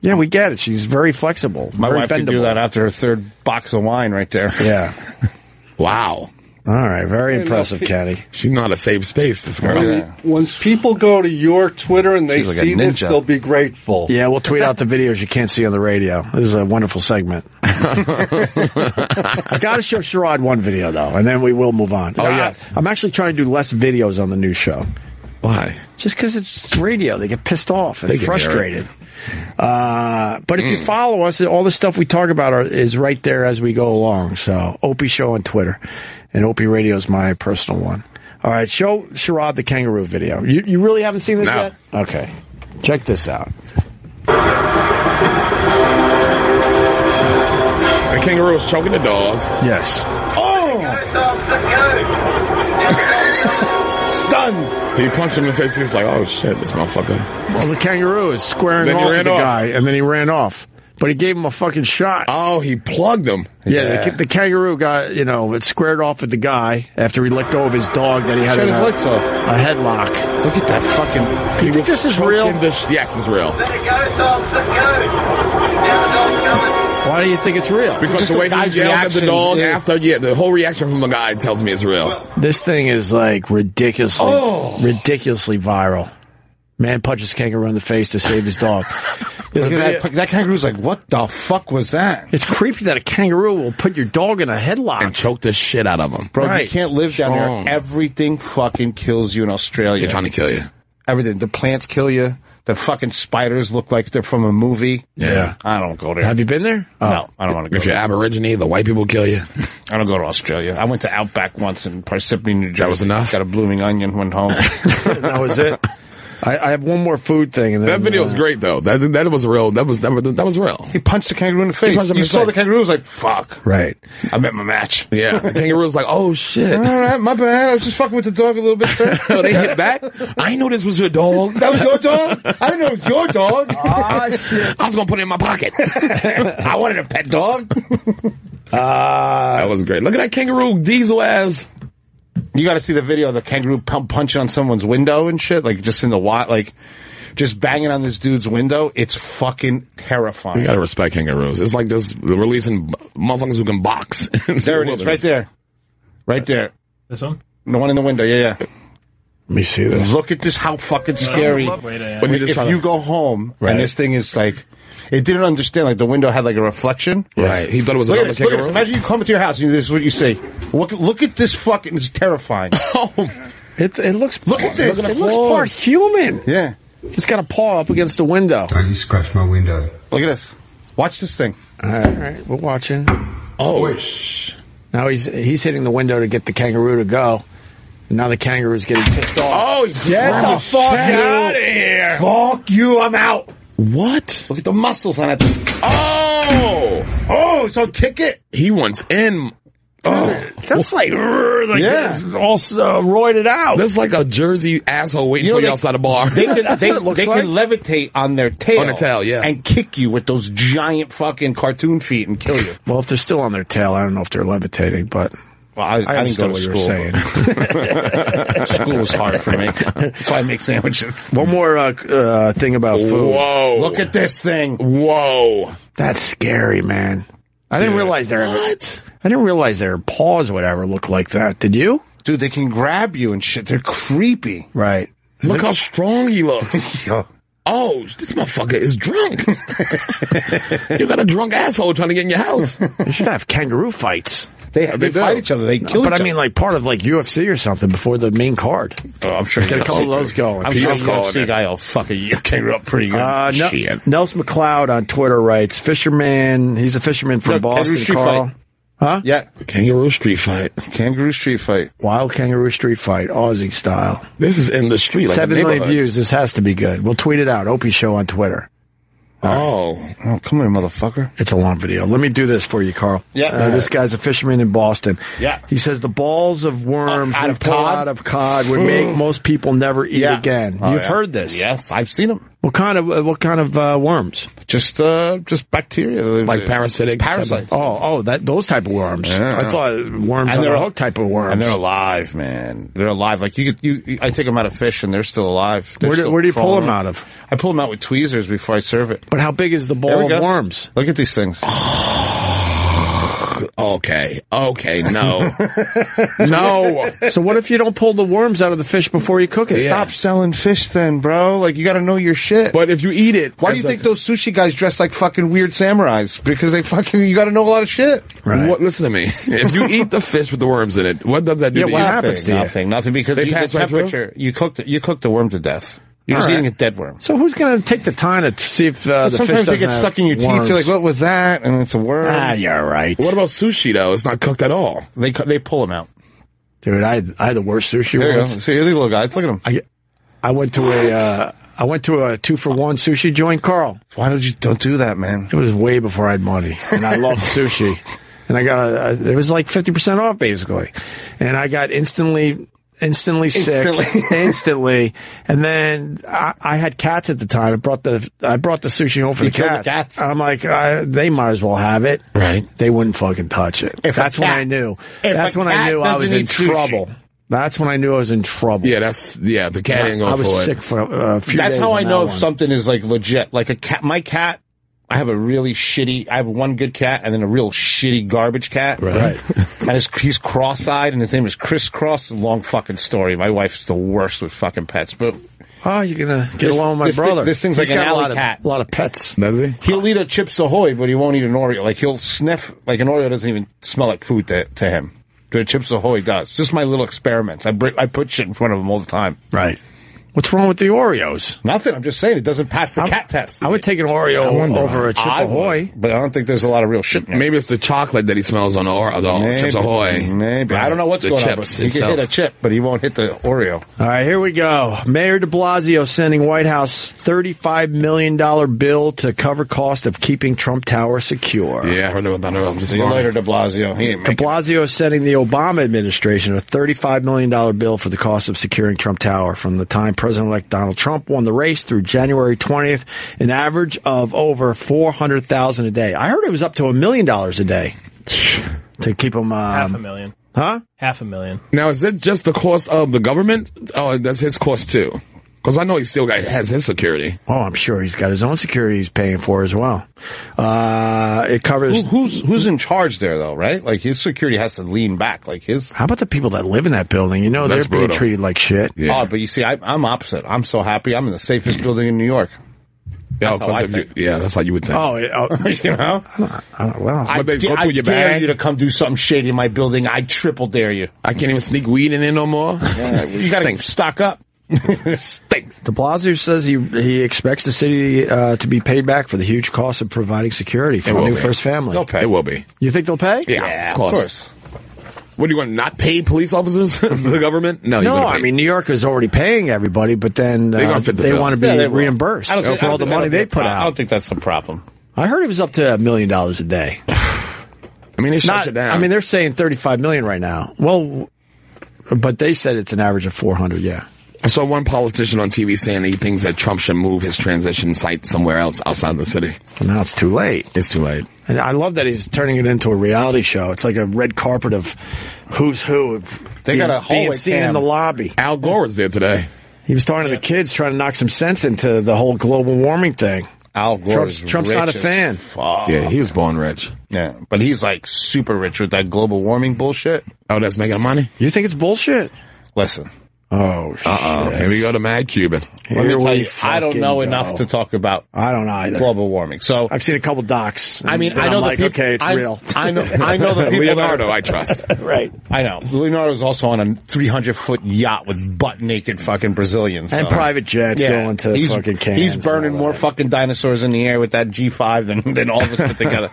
S3: Yeah, we get it. She's very flexible.
S2: My
S3: very
S2: wife could do
S3: bendable.
S2: that after her third box of wine right there.
S3: Yeah.
S4: Wow.
S3: All right. Very impressive,
S1: no, he-
S3: Kenny.
S4: She's not a safe space. This
S3: Oh.
S4: girl.
S1: When, when people go to your Twitter and they
S2: She's like a
S1: see this,
S2: ninja.
S1: they'll be grateful.
S3: Yeah, we'll tweet out the videos you can't see on the radio. This is a wonderful segment. I got to show Sherrod one video though, and then we will move on.
S4: Oh, yes.
S3: I'm actually trying to do less videos on the new show,
S4: Why?
S3: just because it's radio. They get pissed off and
S4: They get Mm.
S3: frustrated. Uh, but if you follow us, all the stuff we talk about are, is right there as we go along. So Opie Show on Twitter, and Opie Radio is my personal one. All right, show Sherrod the kangaroo video. You you really haven't seen this
S4: No.
S3: yet? Okay, check this out.
S4: The kangaroo is choking the dog.
S3: Yes.
S2: Oh! Stunned.
S4: He punched him in the face. He was like, "Oh shit, this motherfucker."
S3: Well, the kangaroo is squaring
S4: Then he
S3: off
S4: ran
S3: with the
S4: off.
S3: guy, and then he ran off. But he gave him a fucking shot.
S4: Oh, he plugged him.
S3: yeah, The, the kangaroo got you know it squared off with the guy after he let go of his dog that he had
S2: Shut
S3: in
S2: his
S3: a,
S2: legs off.
S3: a headlock. Look at that fucking. You
S4: He
S3: think
S4: was
S3: this is real?
S4: choking the sh- yes, it's real.
S3: Why do you think it's real?
S4: Because
S2: Just
S4: the
S2: the
S4: way he
S2: guy's
S4: yelled at the
S2: reactions,
S4: dog
S2: yeah.
S4: after, yeah, the whole reaction from the guy tells me it's real.
S3: This thing is like ridiculously,
S2: Oh.
S3: ridiculously viral. Man punches kangaroo in the face to save his dog. You know,
S2: Look
S3: the
S2: at
S3: video-
S2: that, that kangaroo's like, what the fuck was that?
S3: it's creepy that a kangaroo will put your dog in a
S4: And
S3: headlock.
S4: choked the shit out of him.
S2: Bro,
S3: Right.
S2: you can't live down
S4: Strong.
S2: there. Everything fucking kills you in Australia.
S4: They're trying to kill you.
S2: Everything. The plants kill you. The fucking spiders look like they're from a movie.
S4: Yeah.
S2: I don't go there.
S3: Have you been there?
S2: no, I don't want to
S4: If
S2: go.
S4: you're Aborigine, the white people kill you.
S2: I don't go to Australia. I went to Outback once in Parsippany, New Jersey.
S4: was enough?
S2: Got a blooming onion, went home.
S3: Oh. that was it. I, I have one more food thing. And
S4: That
S3: then,
S4: video was
S3: uh,
S4: great though. That that was real. That was that was, that was real.
S2: He punched the kangaroo in the face.
S4: punched him in
S2: You
S4: the
S2: saw
S4: face.
S2: the kangaroo. Was like, fuck.
S3: Right.
S2: I met my match.
S4: Yeah, the kangaroo was like, "Oh shit!"
S2: All right, my bad. I was just fucking with the dog a little bit, sir.
S4: So they hit back. I didn't know this was your dog.
S2: That was your dog? I didn't know it was your dog. Ah,
S4: I was gonna put it in my pocket. I
S2: wanted a pet dog.
S4: Ah, that was great. Look at that kangaroo diesel ass.
S2: You got to see the video of the kangaroo pump punching on someone's window and shit, like just in the water, like just banging on this dude's window. It's fucking terrifying.
S4: You gotta respect kangaroos. It's like just releasing motherfuckers who can box.
S2: there it is, right there, right there.
S19: This one,
S2: the one in the window. Yeah, yeah.
S3: Let me see this.
S2: Look at this. How fucking scary!
S19: I love- Wait, yeah.
S2: When you
S19: Wait,
S2: just
S19: if
S2: if
S19: you
S2: you go home
S19: Right.
S2: and this thing is like, it didn't understand. Like the window had like a reflection.
S4: Right. He thought it was
S2: look at
S4: another
S2: this, look at this.
S4: kangaroo.
S2: Imagine you come into your house and this is what you see. Look, look at this fucking. It's terrifying.
S3: It, it looks
S2: look at this.
S3: It looks part Oh, human.
S2: Yeah.
S3: It's got a paw up against the window.
S20: You scratched my window.
S2: Look at this. Watch this thing.
S3: All right, all right, we're watching. Oh, shh. now he's he's hitting the window to get the kangaroo to go. And now the kangaroo's getting pissed off.
S4: Oh,
S3: get the fuck out
S2: of here! Fuck you! I'm out.
S4: What?
S2: Look at the muscles on that. thing.
S4: Oh,
S2: oh, so kick it.
S4: He wants in. Oh,
S3: that's like, like
S4: yeah.
S3: it's all uh, roided out.
S4: That's like a Jersey asshole waiting
S2: You know,
S4: for you
S2: they-
S4: outside a bar.
S2: They can, they, they can levitate on their tail.
S4: On their tail, yeah.
S2: And kick you with those giant fucking cartoon feet and kill you.
S3: Well, if they're still on their tail, I don't know if they're levitating, but
S2: Well, I, I, didn't
S3: understood
S2: go to
S3: what you
S2: school.
S3: were saying.
S2: but school was hard for me. That's why I make sandwiches.
S3: One more uh, uh, thing about food.
S4: Whoa!
S2: Look at this thing.
S4: Whoa!
S3: That's scary, man. I didn't realize their I didn't realize their paws would ever look like that. Did you?
S2: Dude, they can grab you and shit. They're creepy.
S3: Right.
S4: Look how strong he looks. Oh, this motherfucker is drunk. you got a drunk asshole trying to get in your house.
S3: They should have kangaroo fights.
S2: They, they fight each other. They kill
S3: But
S2: each
S3: I mean, like part of like UFC or something before the main card.
S2: Oh, I'm sure
S3: Get a couple of those going.
S2: I'm sure UFC guy will fuck a you kangaroo up pretty good.
S3: Uh, no, Nels McLeod on Twitter writes, "Fisherman. He's a fisherman from
S2: Look,
S3: Boston.
S2: kangaroo street
S3: Carl.
S2: fight.
S3: Huh?
S2: Yeah.
S4: Kangaroo street fight.
S2: Kangaroo street fight.
S3: Wild kangaroo street fight, Aussie style.
S4: This is in the street. Like
S3: Seven
S4: a
S3: million
S4: neighborhood.
S3: views. This has to be good. We'll tweet it out. Opie Show on Twitter.
S4: Oh.
S2: Oh, come here, motherfucker.
S3: It's a long video. Let me do this for you, Carl.
S2: Yeah.
S3: Uh, this guy's a fisherman in Boston.
S2: Yeah.
S3: He says the balls of worms
S2: Uh, out
S3: we
S2: of
S3: pull
S2: cod?
S3: out of cod would make most people never eat
S2: Yeah.
S3: again.
S2: Oh,
S3: You've
S2: yeah.
S3: heard this.
S2: Yes, I've seen them.
S3: What kind of uh, what kind of uh, worms?
S2: Just uh, just bacteria,
S4: Like parasitic type of-
S2: parasites.
S3: Oh, oh, that those type of worms.
S2: Yeah.
S3: I thought worms
S2: And
S3: on
S2: they're
S3: a
S2: al-
S3: hook type of worms.
S2: And they're alive, man. They're alive. Like you, could, you, you- I take them out of fish, and they're still alive. They're
S3: Where do-
S2: still
S3: where do you pull
S2: crawling
S3: them out
S2: around.
S3: of?
S2: I pull them out with tweezers before I serve it.
S3: But how big is the
S2: There we
S3: ball
S2: go.
S3: of worms? Oh,
S2: Look at these things.
S4: Okay. Okay. No. no.
S3: so what if you don't pull the worms out of the fish before you cook it?
S4: Yeah.
S2: Stop selling fish, then, bro. Like you got to know your shit.
S4: But if you eat it,
S2: Why do
S4: as
S2: you
S4: a-
S2: think those sushi guys dress like fucking weird samurais? Because they fucking you got to know a lot of shit.
S3: Right.
S4: What, listen to me. If you eat the fish with the worms in it, what does that do?
S3: Yeah,
S4: to
S3: what
S4: you?
S3: happens to you?
S2: Nothing, nothing. Because
S4: They
S2: you, the
S4: pass right through?
S2: temperature, you cook the, you cook the worm to death. You're
S3: All
S2: just
S3: right.
S2: eating a dead worm.
S3: So who's going to take the time to see if uh,
S2: But
S3: the
S2: sometimes
S3: fish
S2: they get
S3: doesn't
S2: stuck
S3: have
S2: in your teeth. You're like,
S3: worms?
S2: what was that? And it's a worm.
S3: ah, you're right,
S4: What about sushi though? It's not cooked at all.
S2: They cu- they pull them out.
S3: dude. I had, I had the worst sushi
S2: There you go.
S3: once.
S2: See, these little guys. Look at them.
S3: I, I went to a uh, I went to a two for one sushi joint, Carl.
S2: Why don't you don't do that, man?
S3: It was way before I had money, and I loved sushi. And I got a, a- it was like fifty percent off basically, and I got instantly instantly sick
S2: Instantly.
S3: instantly. And then I, I had cats at the time. I brought the I brought the sushi home for
S2: You
S3: the
S2: killed the
S3: cats.
S2: cats.
S3: And I'm like, I, they might as well have it.
S4: Right.
S3: They wouldn't fucking touch it.
S2: If a
S3: That's when
S2: cat-
S3: I knew.
S2: if
S3: That's
S2: a
S3: when
S2: cat
S3: I knew I
S2: doesn't
S3: was in
S2: eat sushi.
S3: trouble. That's when I knew I was in trouble.
S4: Yeah, that's yeah. The cat ain't going
S3: I was
S4: for
S3: sick
S4: it.
S3: for a a few
S2: That's
S3: days
S2: how
S3: on
S2: I
S3: that
S2: know if
S3: one.
S2: something is like legit. Like a cat, my cat. I have a really shitty. I have one good cat and then a real shitty garbage cat.
S3: Right.
S2: and his, he's cross-eyed, and his name is Chris Cross. Long fucking story. My wife's the worst with fucking pets, but
S3: Oh, you're gonna get
S2: This-
S3: along with my
S2: this thing-
S3: brother.
S2: this thing's
S3: He's
S2: like an
S3: got a
S2: alley
S3: lot of-
S2: cat.
S3: A lot of pets.
S4: Does he?
S2: he'll eat a Chips Ahoy, but he won't eat an Oreo. Like he'll sniff. Like an Oreo doesn't even smell like food to, to him. But a Chips Ahoy does. Just my little experiments. I bring, I put shit in front of him all the time.
S3: Right. What's wrong with the Oreos?
S2: Nothing. I'm just saying it doesn't pass the cat test.
S3: I would take an
S2: I
S3: Oreo
S2: wonder.
S3: over a Chip
S2: I
S3: Ahoy.
S2: But I don't think there's a lot of real shit.
S4: Maybe it's the chocolate that he smells on the, or- the Chips Ahoy.
S2: Maybe. I don't know what's
S4: the
S2: going on.
S4: chips
S2: but He can hit a
S4: itself.
S2: chip, but he won't hit the Oreo.
S3: All right, here we go. Mayor de Blasio sending White House $35 million bill to cover cost of keeping Trump Tower secure.
S4: Yeah, I heard about that.
S2: See you later, De Blasio. He ain't
S3: De Blasio is sending the Obama administration a $35 million bill for the cost of securing Trump Tower from the time President-elect Donald Trump won the race through January 20th, an average of over 400000 a day. I heard it was up to a million dollars a day to keep him... Um,
S19: Half a million.
S3: Huh?
S19: Half a million.
S4: Now, is it just the cost of the government? Oh, that's his cost too. Because I know he still got, has his security.
S3: Oh, I'm sure he's got his own security he's paying for as well. Uh, it covers
S2: who's who's in charge there though, right? Like his security has to lean back. Like his.
S3: How about the people that live in that building? You know
S2: That's
S3: they're being
S2: brutal.
S3: treated like shit.
S2: Oh, but you see, I, I'm opposite. I'm so happy. I'm in the safest building in New York.
S4: Yeah,
S2: That's how I think.
S4: yeah, that's how you would think.
S3: Oh,
S2: you know.
S3: Uh,
S2: Uh,
S3: well,
S2: I, da- I dare you to come do something shady in my building. I triple dare you.
S4: I can't even sneak weed in there no more.
S2: you got to stock up. Stinks.
S3: De Blasio says he he expects the city uh, to be paid back for the huge cost of providing security for
S4: It
S3: the
S4: will
S3: new
S4: be.
S3: first family.
S4: They'll pay. It will be.
S3: You think they'll pay?
S4: Yeah, of course. What are you going to not pay police officers? the government? No, you're
S3: no.
S4: gonna
S3: I
S4: pay.
S3: mean, New York is already paying everybody, but then
S4: They're
S3: uh,
S4: gonna fit the
S3: they
S4: bill.
S3: want to be
S4: Yeah, they will.
S3: reimbursed
S2: I don't think-
S3: for
S2: I
S3: all the
S2: don't think- I
S3: money
S2: don't
S3: they
S2: think-
S3: put
S2: I- I
S3: out.
S2: don't think that's the problem.
S3: I heard it was up to a million dollars a day.
S4: I mean, it shuts
S3: Not-
S4: it down.
S3: I mean, they're saying 35 million right now. Well, but they said it's an average of 400. Yeah.
S4: I saw one politician on TV saying he thinks that Trump should move his transition site somewhere else outside the city.
S3: Now it's too late.
S4: It's too late.
S3: And I love that he's turning it into a reality show. It's like a red carpet of who's who. of
S4: They
S3: being-
S4: got a
S3: being
S4: hallway
S3: seen
S4: cam.
S3: in the lobby.
S4: Al Gore was there today.
S3: He was talking to the kids, trying to knock some sense into the whole global warming thing.
S2: Al Gore
S3: Trump's,
S2: is
S3: Trump's
S2: rich
S3: not a
S2: as
S3: fan.
S2: fuck.
S4: Yeah, he was born rich.
S2: Uh-huh. Yeah, but he's like super rich with that global warming bullshit.
S4: Oh, that's making money.
S3: You think it's bullshit?
S2: Listen,
S3: Oh,
S4: Uh oh. Here we go to Mad Cuban.
S2: let me tell you, I don't know enough to talk about.
S3: I don't either.
S2: global warming. So
S3: I've seen a couple docs.
S2: I mean,
S3: and
S2: I
S3: I'm
S2: know the
S3: like,
S2: people-
S3: okay, it's
S2: I-
S3: real.
S2: I know- I know the people that- Leonardo, I
S4: trust.
S3: right.
S2: I know Leonardo's also on a 300 foot yacht with butt naked fucking Brazilians
S3: And
S2: so-
S3: private jets going to
S2: he's,
S3: fucking Cancun
S2: He's
S3: and
S2: burning
S3: all
S2: more fucking dinosaurs in the air with that G5 than than all of us put together.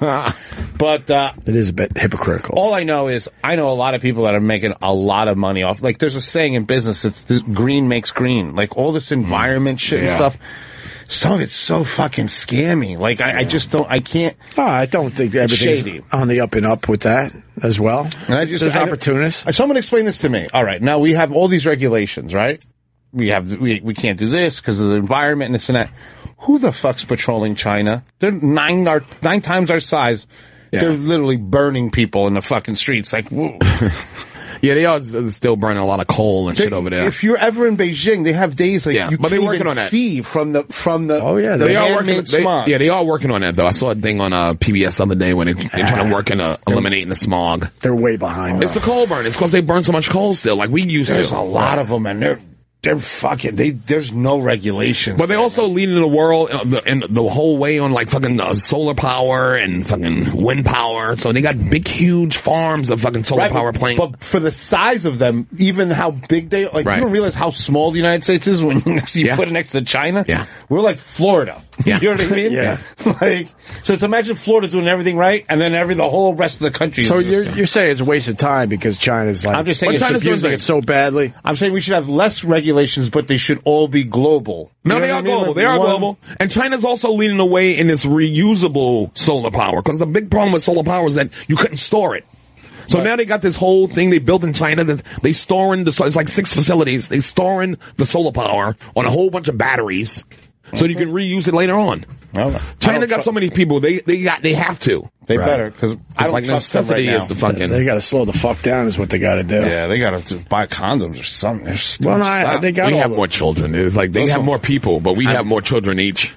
S2: but uh,
S3: It is a bit hypocritical.
S2: all I know is I know a lot of people that are making a lot of money off. Like there's a saying in business: it's this, green makes green. Like all this environment shit and
S3: Yeah.
S2: stuff. Some of it's so fucking scammy. Like I, I just don't. I can't.
S3: Oh, I don't think everything's
S2: Shady.
S3: on the up and up with that as well.
S2: And I just
S3: There's
S2: I don't- Uh,
S3: opportunists.
S2: Someone explain this to me. All right, now we have all these regulations, right? We have we, we can't do this because of the environment and this and that. Who the fuck's patrolling China? They're nine our, nine times our size. They're literally burning people in the fucking streets. Like, whoa.
S4: Yeah, they are s- still burning a lot of coal and shit over there.
S2: if you're ever in Beijing, they have days like
S4: Yeah,
S2: you
S4: but
S2: can't
S4: they're working
S2: even
S4: on that.
S2: see from the from the. Oh
S3: yeah,
S2: the
S4: they are working.
S2: handmade
S4: They,
S2: smog.
S4: yeah, they are working on that though. I saw a thing on uh, PBS the other day when they, they're trying to work in uh, eliminating the smog.
S3: They're way behind.
S4: It's the coal burn. It's because they burn so much coal still. Like we used
S2: There's
S4: to.
S2: a lot of them, and they're they're fucking. They there's no regulations.
S4: But they also lead in the world uh, the- and the whole way on like fucking uh, solar power and fucking wind power. So they got big, huge farms of fucking solar
S2: Right,
S4: power
S2: but-
S4: plant.
S2: But for the size of them, even how big they like,
S4: Right.
S2: you don't realize how small the United States is when you
S4: Yeah.
S2: put it next to China.
S4: Yeah.
S2: we're like Florida.
S4: Yeah.
S2: you know what I mean?
S3: Yeah.
S2: like so. It's imagine Florida's doing everything right, and then every the whole rest of the country.
S3: So
S2: is
S3: you're, you're saying it's a waste of time because China's like
S2: I'm just saying
S3: Well,
S2: it's
S3: China's
S2: abusing
S3: doing it so badly.
S2: I'm saying we should have less regulations, but they should all be global.
S4: No,
S2: You know what
S4: they are
S2: I mean?
S4: global.
S2: Like,
S4: They are
S2: one-
S4: global. And China's also leading the way in this reusable solar power. Because the big problem with solar power is that you couldn't store it. So now they got this whole thing they built in China that they store in the, so it's like six facilities. They store in the solar power on a whole bunch of batteries. So you can reuse it later on. China got so many people. They, they got, they have to.
S2: They better because
S4: It's like necessity is the fucking.
S3: They got to slow the fuck down, is what they got to do.
S2: Yeah, they gotta just buy condoms or something. They're
S3: Well, no, I-
S2: stop.
S3: they got
S4: we
S3: all
S4: have
S3: the-
S4: more children. It's like they have more people, but we have more children each.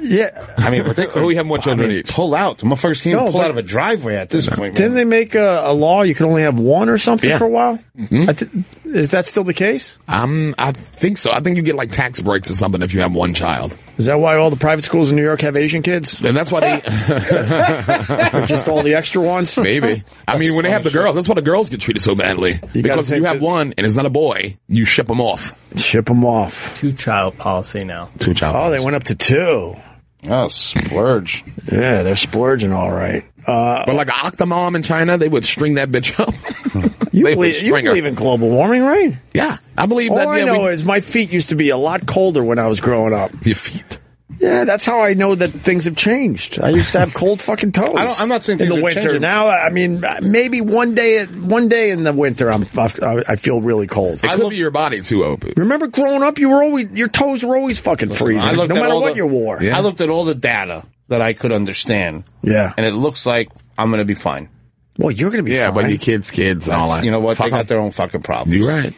S3: yeah.
S2: I mean, but they could, we have more children each. Pull out. The motherfuckers can't
S3: No,
S2: even pull
S3: but-
S2: out of a driveway at this point.
S3: Didn't they make a, a law you could only have one or something
S4: Yeah.
S3: for a while?
S2: Mm-hmm.
S3: I thi- is that still the case?
S4: Um, I think so. I think you get like tax breaks or something if you have one child.
S3: Is that why all the private schools in New York have Asian kids?
S4: And that's why they
S3: just all the extra ones.
S4: Maybe. I mean, when they have the girls, that's why the girls get treated so badly. because if you have one and it's not a boy, you ship them off.
S3: Ship them off.
S19: Two child policy now.
S4: Two child.
S3: Oh, they went up to two.
S2: Oh, splurge.
S3: Yeah, they're splurging all right. Uh,
S4: but like an octomom in China, they would string that bitch up.
S3: You,
S4: They would
S3: believe, you
S4: string her.
S3: believe in global warming, right?
S4: Yeah, I believe
S3: All
S4: that,
S3: I
S4: yeah,
S3: know
S4: we-
S3: is my feet used to be a lot colder when I was growing up.
S4: Your feet.
S3: Yeah, that's how I know that things have changed. I used to have cold fucking toes.
S2: I don't- I'm not saying
S3: in
S2: things
S3: the
S2: are
S3: winter.
S2: changing.
S3: Now, I mean, maybe one day, one day in the winter, I'm I I feel really cold.
S4: It could be your body too, open.
S3: Remember growing up, you were always your toes were always fucking freezing,
S2: I
S3: no
S2: looked at
S3: matter
S2: all
S3: what
S2: the-
S3: you wore.
S2: I looked at all the data that I could understand.
S3: Yeah.
S2: And it looks like I'm going to be fine.
S3: Well, you're going to be
S4: yeah, but your kids, kids, and all that.
S2: You know what?
S4: Fuck
S2: they got
S4: 'em.
S2: their own fucking problems.
S4: You're right.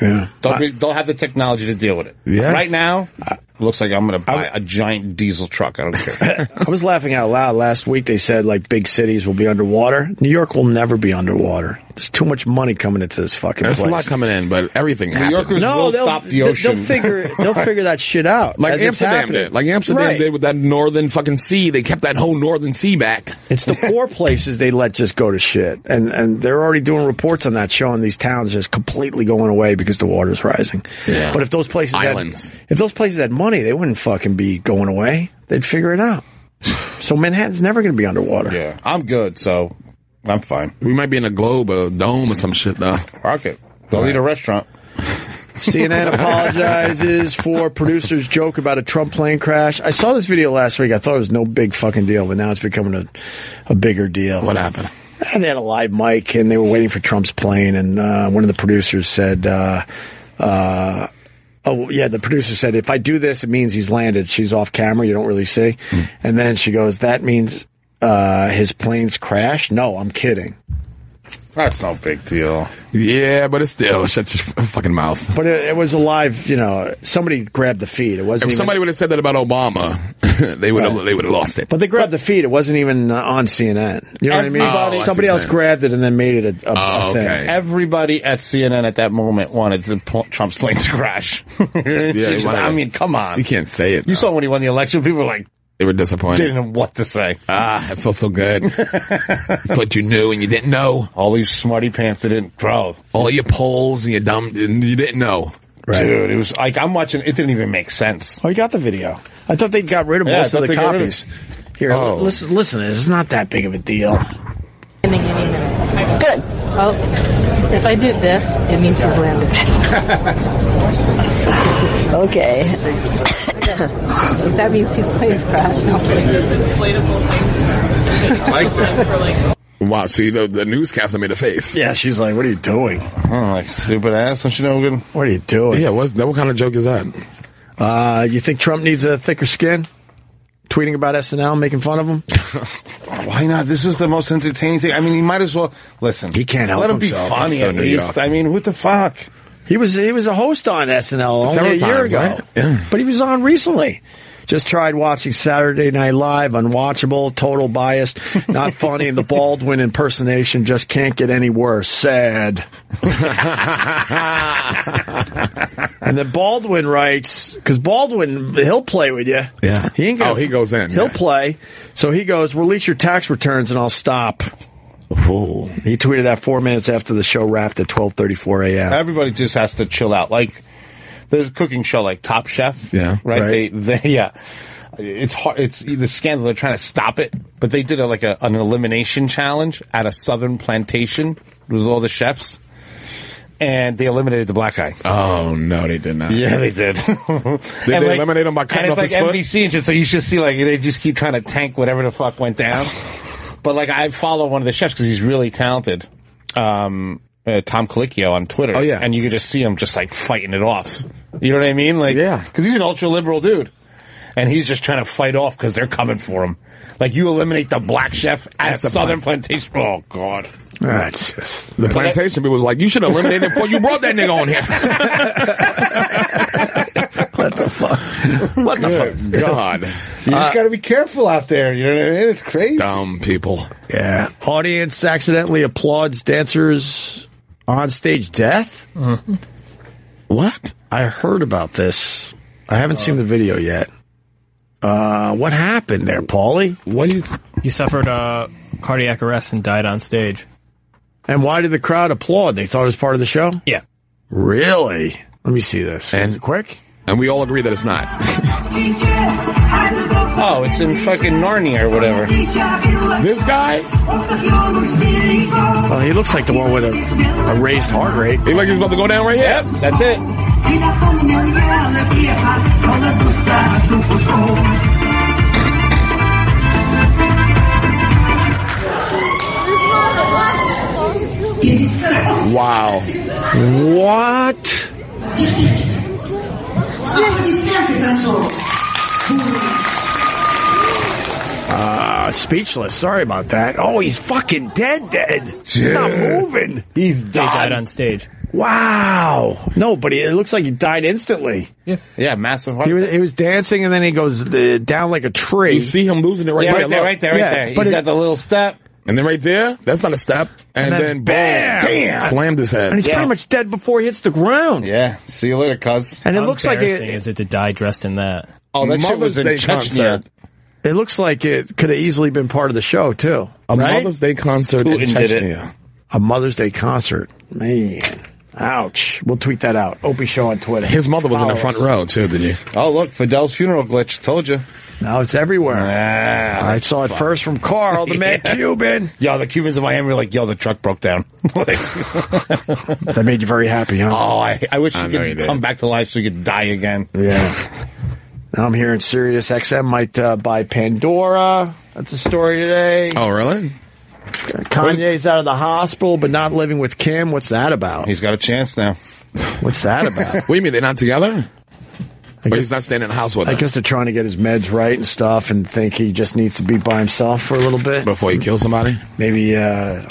S3: Yeah.
S2: They'll, be, they'll have the technology to deal with it.
S3: Yes.
S2: Right now, it looks like I'm going to buy a giant diesel truck. I don't care.
S3: I was laughing out loud last week. They said like big cities will be underwater. New York will never be underwater. There's too much money coming into this fucking
S4: There's a
S3: place.
S4: lot coming in, but everything
S3: New
S4: happens.
S3: Yorkers No, will they'll- stop the they'll- they'll ocean. figure- they'll figure that shit out
S4: Like
S3: as it's
S4: Amsterdam
S3: happening.
S4: did. Like Amsterdam
S3: Right.
S4: did with that northern fucking sea. They kept that whole northern sea back.
S3: It's the poor places they let just go to shit, and and they're already doing reports on that showing these towns just completely going away because the water's rising.
S4: Yeah.
S3: But if those places
S4: Islands.
S3: had, if those places had money, they wouldn't fucking be going away. They'd figure it out. So Manhattan's never going to be underwater.
S2: yeah. I'm good, so I'm fine.
S4: We might be in a globe, a dome, or some shit though.
S2: Rock it. Go eat a restaurant.
S3: CNN apologizes for producer's joke about a Trump plane crash. I saw this video last week. I thought it was no big fucking deal, but now it's becoming a, a bigger deal.
S4: What happened?
S3: And they had a live mic, and they were waiting for Trump's plane, and uh, one of the producers said, uh, uh, Oh yeah, the producer said if I do this, it means he's landed. She's off camera; you don't really see.
S4: Hmm.
S3: And then she goes, "That means uh, his plane's crashed." No, I'm kidding.
S2: That's no big deal.
S4: Yeah, but it's still shut your f- fucking mouth.
S3: But it, it was a live, you know, somebody grabbed the feed. It wasn't.
S4: If
S3: even-
S4: somebody would have said that about Obama, they would have they would have lost it.
S3: But they grabbed the feed. It wasn't even uh, on CNN. You know what I
S2: Everybody-
S3: mean?
S2: Oh, I see
S3: Somebody
S2: what you're
S3: else
S2: saying. Oh,
S3: grabbed it and then made it a, a, a
S4: Oh,
S3: thing.
S2: Everybody at CNN at that moment wanted the pl- Trump's plane to crash.
S4: they
S2: Just-
S4: wanted
S2: I
S4: it.
S2: mean, come on.
S4: You can't say it.
S2: You saw when he won the election, people were like,
S4: They were disappointed.
S2: didn't know what to say.
S4: Ah, it felt so good. Thought you knew and you didn't know.
S2: All these smarty pants that didn't grow.
S4: All your polls and your dumb and you didn't know.
S2: Dude, it was like, I'm watching, it didn't even make sense.
S3: Oh, you got the video. I thought they got rid of
S2: Yeah, I
S3: most
S2: thought
S3: of the
S2: they got rid of
S3: copies. Here,
S2: Oh.
S3: li- listen, listen. to this. It's not that big of a deal.
S20: Good. Well, if I do this, it means he's landed. okay. that means he's plane's crashed. No, I'm
S19: Uh-huh.
S20: kidding.
S4: like that. Wow, see the the newscaster made a face.
S3: Yeah, she's like, "What are you doing?"
S2: I'm Oh, like, "Stupid ass, don't you know good?"
S3: What are you doing?
S4: Yeah, what's that? What kind of joke is that?
S3: Uh, you think Trump needs a thicker skin? Tweeting about SNL, making fun of him.
S2: Why not? This is the most entertaining thing. I mean, he might as well listen. He
S3: can't help
S2: Let him
S3: himself.
S2: be funny
S3: So
S2: at
S3: New
S2: least.
S3: York.
S2: I mean, what the fuck?
S3: He was he was a host on SNL only
S2: Several
S3: a year ago,
S2: times, right?
S3: but he was on recently. Just tried watching Saturday Night Live, unwatchable, total biased, not funny, and the Baldwin impersonation just can't get any worse. Sad. and then Baldwin writes because Baldwin he'll play with you. Yeah, he ain't gonna,
S4: Oh, he goes in,
S3: He'll
S4: yeah.
S3: play. So he goes, release your tax returns, and I'll stop. He tweeted that four minutes after the show wrapped at twelve thirty four a.m.
S2: Everybody just has to chill out. Like, there's a cooking show like Top Chef.
S3: Yeah,
S2: Right?
S3: right.
S2: They, they, yeah. It's hard. It's the scandal. They're trying to stop it, but they did a, like a, an elimination challenge at a southern plantation. It was all the chefs, and they eliminated the black guy.
S4: Oh no, they did not.
S2: Yeah, they did. did
S4: they eliminate him by cutting
S2: and
S4: off
S2: it's
S4: his
S2: like
S4: foot?
S2: NBC and shit. So you should see like they just keep trying to tank whatever the fuck went down. but like I follow one of the chefs because he's really talented, um, uh, Tom Colicchio on Twitter. Oh yeah, and you could just see him just like fighting it off. You know what I mean? Like yeah, because he's an ultra liberal dude. And he's just trying to fight off because they're coming for him. Like you eliminate the black chef at a
S4: That's a
S2: southern plantation. Oh god,
S3: That's just
S4: The plantation people was like, "You should eliminate him before you brought that nigga on here."
S3: what the fuck? what
S6: the fuck? God.
S7: You
S4: Uh,
S7: just got to be careful out there. You know what I mean? It's crazy.
S6: Dumb people.
S3: Yeah. Audience accidentally applauds dancers on stage death? What? I heard about this. I haven't seen the video yet. Uh, what happened there, Paulie? What do you
S19: He suffered a cardiac arrest and died on stage.
S3: And why did the crowd applaud? They thought it was part of the show?
S19: Yeah.
S3: Really? Let me see this. And quick?
S6: And we all agree that it's not.
S2: Oh, it's in fucking Narnia or whatever.
S6: This guy?
S3: Well, he looks like the one with a, a raised heart rate. He
S6: like he's about to go down right here. Yep,
S2: that's it.
S6: Wow.
S3: What? Uh, speechless. Sorry about that. Oh, he's fucking dead, dead. He's not moving. He's
S19: They died on stage.
S3: Wow. No, but it looks like he died instantly.
S19: Yeah.
S2: Yeah, massive heart.
S3: He was, he was dancing and then he goes uh, down like a tree. You see
S6: him losing it
S2: right Yeah, there, right there, look. right there, right there. He got the little step.
S6: And then right there, that's not a step. And, then, bam, slammed his head.
S3: And he's pretty much dead before he hits the ground.
S2: Yeah. See you later, cuz.
S3: And it
S19: How
S3: looks like it-
S19: embarrassing is it to die dressed in that?
S2: Oh, that shit was in Chechnya.
S3: It looks like it could have easily been part of the show too.
S6: A
S3: right?
S6: Mother's Day concert in
S3: Putin did it.
S6: Chechnya.
S3: A Mother's Day concert, man. Ouch. We'll tweet that out. Opie Show on Twitter.
S6: His mother was in the
S3: Follow
S6: front
S3: us.
S6: row, too, did you?
S2: Oh, look, Fidel's funeral glitch. Told you.
S3: Now it's everywhere. I saw it first from Carl, the mad Cuban.
S2: Yo, the Cubans in Miami were like, yo, the truck broke down. Like-
S3: That made you very happy, huh?
S2: oh, I, I wish
S3: I
S2: you
S3: know you
S2: could
S3: did.
S2: come back to life so you could die again.
S3: Yeah. Now I'm hearing Sirius XM might uh, buy Pandora. That's a story today.
S6: Oh, really?
S3: Kanye's out of the hospital, but not living with Kim. What's that about?
S2: He's got a chance now.
S3: What's that about?
S6: what do you mean? They're not together? but he's not staying in the house with
S3: I
S6: her.
S3: guess they're trying to get his meds right and stuff, and think he just needs to be by himself for a little bit
S6: before he kills somebody.
S3: Maybe uh,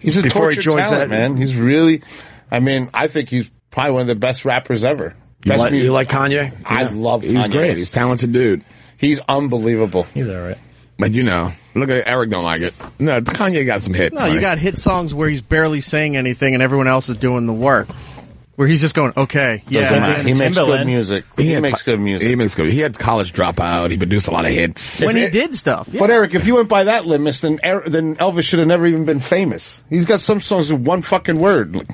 S2: He's a
S3: before
S2: tortured talent, man. He's really, I mean, I think he's probably one of the best rappers ever.
S3: You
S2: Best
S3: like-
S2: mu-
S3: you like Kanye?
S2: I
S6: Yeah.
S2: love
S6: He's
S2: Kanye.
S6: great. He's a talented dude.
S2: He's unbelievable.
S19: He's all right.
S6: But you know, look at Eric don't like it. No, Kanye got some hits.
S11: No, you
S6: honey.
S11: got hit songs where he's barely saying anything and everyone else is doing the work. Where he's just going, okay, yeah.
S6: Doesn't matter.
S11: and
S6: He
S11: it's
S6: makes good
S11: Timbaland.
S6: music. He had co- He makes good. He had college dropout. He produced a lot of hits.
S2: If it- But Eric, if you went by that limit, then Er- then Elvis should have never even been famous. He's got some songs with one fucking word. Like,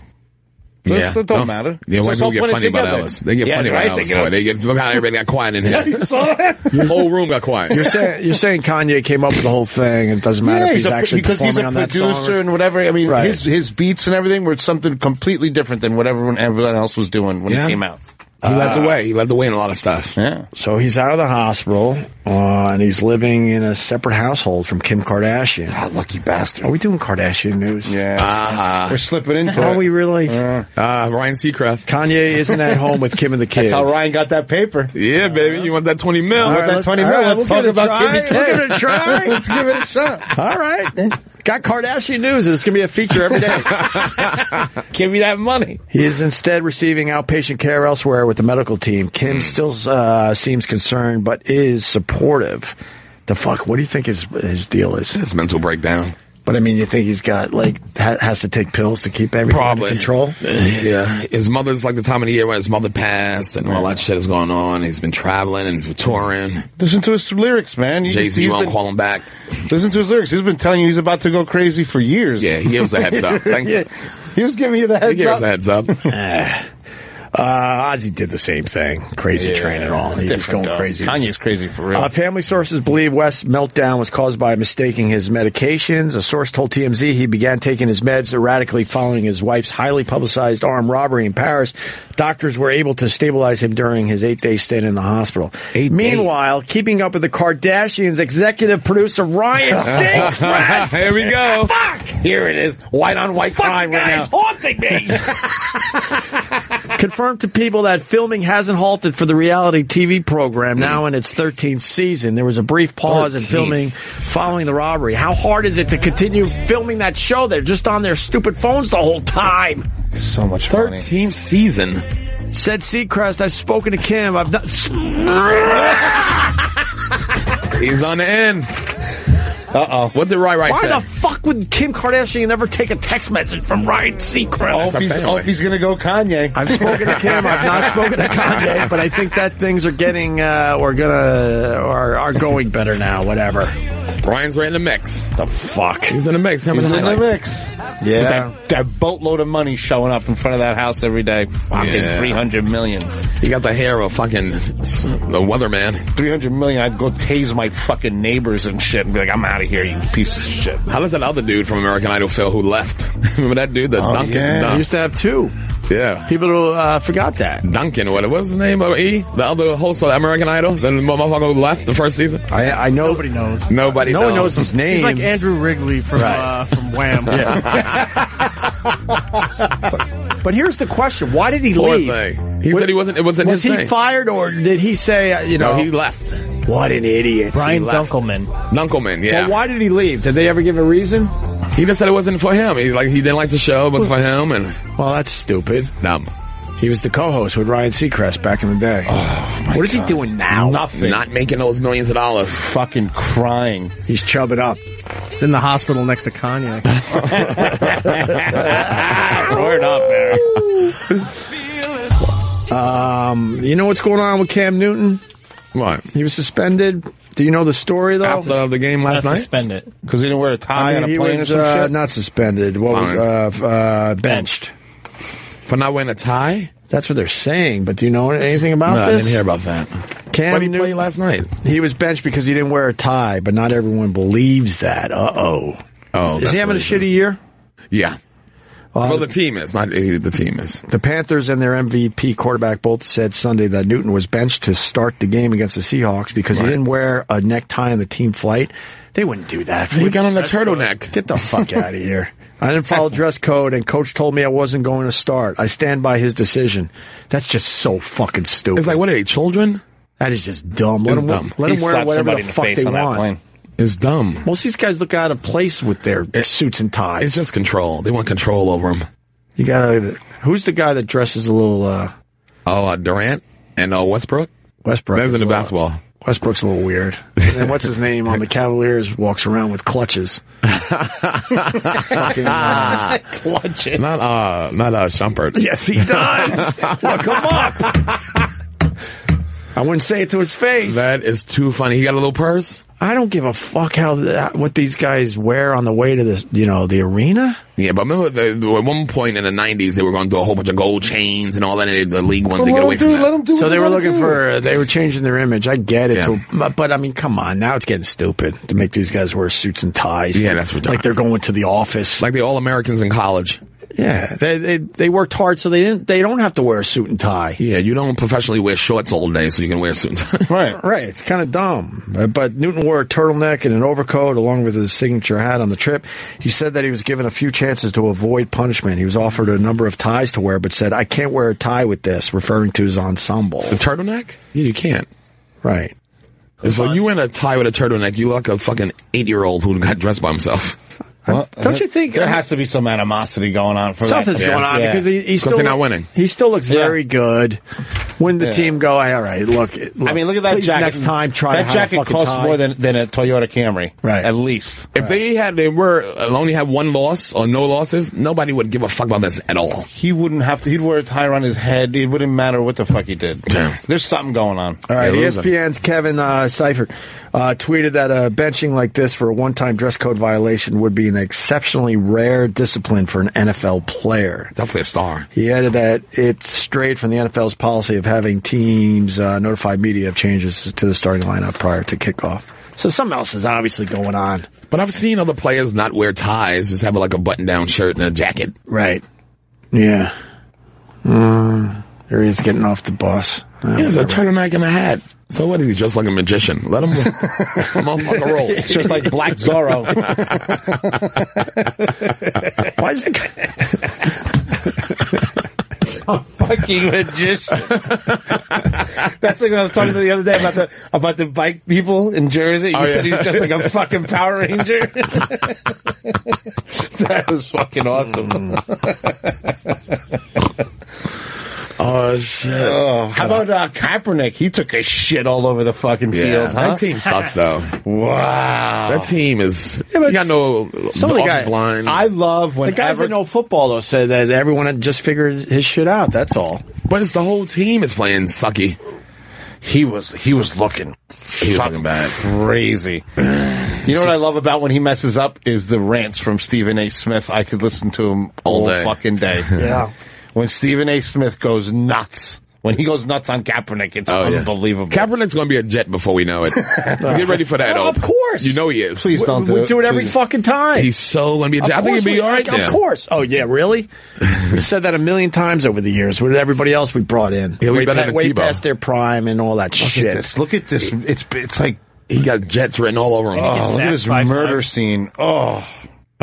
S6: yeah,
S2: this- That don't matter.
S6: Yeah,
S2: So
S6: when
S2: it's
S6: people
S2: all
S6: get
S2: put it
S6: funny about
S2: together.
S6: Elvis, they get
S2: Yeah,
S6: funny
S2: right,
S6: about
S2: they
S6: Elvis.
S2: get-
S6: Boy, they get look how everybody got quiet in here.
S2: you saw that?
S6: The whole room got quiet.
S3: You're saying you're saying Kanye came up with the whole thing. and It doesn't matter
S2: Yeah,
S3: if he's,
S2: he's a-
S3: actually
S2: because he's a
S3: performing on that song.
S2: producer
S3: or-
S2: and whatever. I mean,
S3: Right.
S2: his his beats and everything were something completely different than whatever everyone- everyone else was doing when
S6: Yeah.
S2: it came out. Uh,
S6: He led the way. He led the way in a lot of stuff.
S2: Yeah.
S3: So he's out of the hospital uh, and he's living in a separate household from Kim Kardashian.
S6: Ah,
S2: God, lucky bastard.
S3: Are we doing Kardashian news?
S2: Yeah.
S6: Uh,
S2: We're slipping into
S3: Are
S2: it.
S3: we really?
S6: Uh, Ryan Seacrest.
S3: Kanye isn't at home with Kim and the kids.
S2: That's how Ryan got that paper.
S6: Yeah, baby. You want that 20 mil? You
S3: All right,
S6: want that
S3: let's-
S6: 20
S3: all
S6: mil?
S3: right,
S6: Let's
S3: we'll
S6: talk
S3: give it a
S6: about
S3: try.
S6: Kimmy K.
S3: We'll give it a try.
S2: Let's give it a shot.
S3: All right. Got Kardashian news, and it's going to be a feature every day.
S2: Give me that money.
S3: He is instead receiving outpatient care elsewhere with the medical team. Kim
S2: Hmm.
S3: still uh, seems concerned, but is supportive. The fuck? What do you think his his deal is?
S6: His mental breakdown.
S3: But I mean, you think he's got like ha- has to take pills to keep everything
S6: Probably.
S3: under control?
S6: Yeah. His mother's like the time of the year where his mother passed and all that shit is going on. He's been traveling and touring.
S2: Listen to his lyrics, man. He-
S6: Jay Z
S2: he's
S6: won't
S2: been-
S6: call him back.
S2: Listen to his lyrics. He's been telling you he's about to go crazy for years.
S6: Yeah, he gives a heads up. Thank you.
S2: He was giving you the heads
S6: He gave
S2: up.
S6: us a heads up.
S3: Eh. uh, Ozzy did the same thing. Crazy train and all. He's
S2: Different,
S3: going
S2: though.
S3: crazy.
S2: Kanye's crazy for real.
S3: Uh, family sources believe West's meltdown was caused by mistaking his medications. A source told TMZ he began taking his meds erratically following his wife's highly publicized armed robbery in Paris. Doctors were able to stabilize him during his eight day stint in the hospital. Meanwhile, keeping up with the Kardashians, executive producer Ryan
S2: Uh,
S3: Seacrest.
S6: Here we go.
S3: Fuck!
S2: Here it is. White on white
S3: Fuck,
S2: crime right now.
S3: guys, haunting me. confirmed to people that filming hasn't halted for the reality TV program now in its 13th season. There was a brief pause in
S2: 13th.
S3: filming following the robbery. How hard is it to continue filming that show? They're just on their stupid phones the whole time.
S2: So much
S4: fun. 13th season.
S3: Said Seacrest, I've spoken to Kim. I've not.
S4: He's on the end.
S2: Uh oh.
S4: What did Rai Rai
S3: Why
S4: say?
S3: the fuck would Kim Kardashian ever take a text message from Ryan Seacrest?
S2: Oh, if he's, oh, if he's gonna go Kanye.
S3: I've spoken to Kim. I've not spoken to Kanye, but I think that things are getting uh, or gonna or are going better now. Whatever.
S4: Brian's right in the mix.
S3: The fuck.
S4: He's in the mix.
S2: He's in the mix. With
S3: Yeah.
S2: that, that boatload of money showing up in front of that house every day. Fucking
S4: Yeah.
S2: 300 million.
S4: You got the hair of fucking the weatherman.
S2: 300 million. I'd go tase my fucking neighbors and shit and be like, I'm out of here, you piece of shit.
S4: How does that other dude from American Idol feel who left? Remember that dude, the
S2: Oh,
S4: Duncan?
S2: yeah.
S4: Dun-
S2: He
S3: used to have two.
S4: Yeah.
S3: People uh, forgot that.
S4: Duncan, what, what was his name? Oh, E? The other host of American Idol? The motherfucker who left the first season?
S3: I, I know. Nobody
S11: knows.
S4: Nobody
S11: No
S4: knows.
S11: one knows his name. He's like Andrew Wrigley from
S4: Right.
S11: uh, from Wham.
S3: But here's the question: Why did he
S4: Poor
S3: leave?
S4: thing. He said he wasn't- it wasn't
S3: Was
S4: his
S3: he
S4: thing.
S3: fired, or did he say? uh, You
S4: No,
S3: know,
S4: he left.
S3: What an idiot!
S4: Brian
S3: He left.
S4: Dunkelman, yeah.
S3: But why did he leave? Did they ever give a reason?
S4: He just said it wasn't for him. He like he didn't like the show, it was for him, and
S3: Well, that's stupid.
S4: Dumb.
S3: He was the co-host with Ryan Seacrest back in the day.
S4: Oh,
S3: what is he doing now?
S4: Nothing. Not making those millions of dollars.
S2: Fucking crying.
S3: He's chubbing up.
S11: He's in the hospital next to Kanye.
S2: Word up, Eric.
S3: Um, you know what's going on with Cam Newton?
S4: What?
S3: He was suspended. Do you know the story though?
S4: After the game last night?
S2: Because he didn't wear a tie
S3: I mean,
S2: on a
S3: he
S2: plane
S3: was
S2: or some
S3: uh,
S2: shit.
S3: not suspended. What was,
S4: Fine.
S3: uh, f- uh, benched?
S4: For not wearing a tie?
S3: That's what they're saying. But do you know anything about
S4: no,
S3: this?
S4: I didn't hear about that.
S3: Cam
S4: Why did he
S3: Newton-
S4: play last night?
S3: He was benched because he didn't wear a tie, but not everyone believes that. Uh oh.
S4: Oh,
S3: is
S4: that's
S3: he having a
S4: what
S3: shitty year?
S4: Yeah.
S3: Well,
S4: Well, the team is not eh, the team is.
S3: The Panthers and their MVP quarterback both said Sunday that Newton was benched to start the game against the Seahawks because he didn't wear a necktie in the team flight. They wouldn't do that.
S4: He got on a turtleneck.
S3: Get the fuck out of here. I didn't follow dress code, and coach told me I wasn't going to start. I stand by his decision. That's just so fucking stupid.
S4: It's like what are they? Children?
S3: that is just dumb. Let
S4: It's
S3: them,
S4: dumb.
S3: Let
S4: He
S3: them wear
S4: slapped
S3: whatever the,
S4: somebody in the
S3: fuck
S4: face
S3: they
S4: on that
S3: want.
S4: plane. It's dumb.
S3: Most of these guys look out of place with their suits and ties.
S4: It's just control. They want control over him.
S3: you gotta. Who's the guy that dresses a little uh,
S4: Oh, uh, Durant and uh, Westbrook.
S3: Westbrook?
S4: That's
S3: is a
S4: in the
S3: little-
S4: basketball.
S3: Westbrook's a little weird. And then what's his name on the Cavaliers walks around with clutches. Fucking, uh,
S2: Clutching.
S4: Not uh, not uh, Shumpert.
S3: yes, he does. Look him up. I wouldn't say it to his face.
S4: That is too funny. He got a little purse.
S3: I don't give a fuck how that, what these guys wear on the way to the you know the arena.
S4: Yeah, but remember the, the- at one point in the '90s they were going to do a whole bunch of gold chains and all that. And the league wanted to get away from that.
S3: so they were looking for uh, they were changing their image. I get it,
S4: Yeah.
S3: to- but, but I mean, come on, now it's getting stupid to make these guys wear suits and ties.
S4: Yeah, that's
S3: like
S4: ridiculous.
S3: they're going to the office.
S4: like the All Americans in college.
S3: yeah, they, they they worked hard, so they didn't they don't have to wear a suit and tie.
S4: Yeah, you don't professionally wear shorts all day, so you can wear suits.
S3: Right, right. It's kind of dumb. Uh, But Newton wore a turtleneck and an overcoat along with his signature hat on the trip. He said that he was given a few chances to avoid punishment. He was offered a number of ties to wear, but said, "I can't wear a tie with this," referring to his ensemble.
S4: the turtleneck? Yeah, you can't.
S3: Right.
S4: If uh, you were in a tie with a turtleneck, you look like a fucking eight-year-old who got dressed by himself.
S2: Well,
S3: Don't you think
S4: uh,
S2: there has to be some animosity going on for
S3: something's
S2: that.
S3: going on
S2: Yeah.
S3: because he, he's
S4: 'Cause
S3: still
S4: they're not
S3: look-
S4: winning.
S3: He still looks very good. When the
S2: Yeah.
S3: team go, all right, look, look.
S2: I mean, look at that
S3: please
S2: jacket.
S3: Next time, try to
S2: that
S3: have a
S2: jacket
S3: fucking
S2: costs
S3: tie.
S2: more than, than a Toyota Camry,
S3: Right.
S2: At least.
S4: If they had, they were uh, only had one loss or no losses, nobody would give a fuck about this at all.
S2: He wouldn't have to. He'd wear a tie around his head. It wouldn't matter what the fuck he did.
S4: Damn.
S2: There's something going on.
S3: All right, E
S4: Yeah, losing.
S3: ESPN's Kevin uh, Seifert uh, tweeted that uh, benching like this for a one-time dress code violation would be an exceptionally rare discipline for an NFL player.
S4: Definitely a star.
S3: He added that it strayed from the NFL's policy of having teams uh, notify media of changes to the starting lineup prior to kickoff. So something else is obviously going on.
S4: But I've seen other players not wear ties, just have like a button-down shirt and a jacket.
S3: Right. Yeah. Mm, there he is getting off the bus. Uh,
S4: He has a turtleneck and a hat. So what? He's just like a magician. Let him motherfucker roll.
S2: It's just like Black Zorro.
S3: Why is the guy?
S2: a fucking magician. That's like when I was talking to the other day about the about the bike people in Jersey. You
S7: Oh,
S2: said
S7: yeah.
S2: he's just like a fucking Power Ranger. that was fucking awesome.
S4: Oh shit!
S2: how about uh, Kaepernick? He took a shit all over the fucking
S4: Yeah,
S2: field. Huh?
S4: That team sucks, though.
S2: wow,
S4: That team is.
S2: Yeah, but
S4: you got no
S3: Some of the guys,
S4: offensive line.
S3: I love when
S4: The guys that
S3: know football though said that everyone had just figured his shit out. That's all.
S4: But it's the whole team is playing sucky.
S2: He was he was looking.
S4: He was looking bad.
S2: Crazy. You know what I love about when he messes up is the rants from Stephen A. Smith. I could listen to him all,
S4: day.
S2: fucking day.
S4: Yeah.
S2: When Stephen A. Smith goes nuts, when he goes nuts on Kaepernick, it's
S4: Oh, yeah.
S2: unbelievable.
S4: Kaepernick's going to be a jet before we know it. Get ready for that.
S3: Of
S4: Ope.
S3: course.
S4: You know he is.
S3: Please don't We- do we it. do it every Please. fucking time.
S4: He's so going to be a
S3: Of
S4: jet. I think
S3: course
S4: he'll be
S3: we-
S4: all right.
S3: Of
S4: now.
S3: course. Oh yeah, really? we said that a million times over the years with everybody else we brought in.
S4: He'll be
S3: way
S4: better
S3: pa-
S4: than
S3: way
S4: Tebow.
S3: past their prime and all that
S2: Look
S3: shit.
S2: at this. Look at this. It's it's like
S4: he got jets written all over him.
S2: Oh, look at this murder scene. Oh.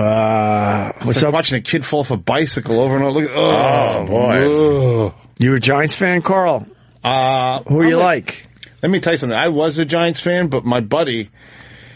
S2: Uh,
S3: what's
S2: what's like watching a kid fall off a bicycle over and over. Look at, oh,
S3: Oh, boy. You a Giants fan, Carl?
S2: Uh,
S3: Who you like?
S2: Let me tell you something. I was a Giants fan, but my buddy,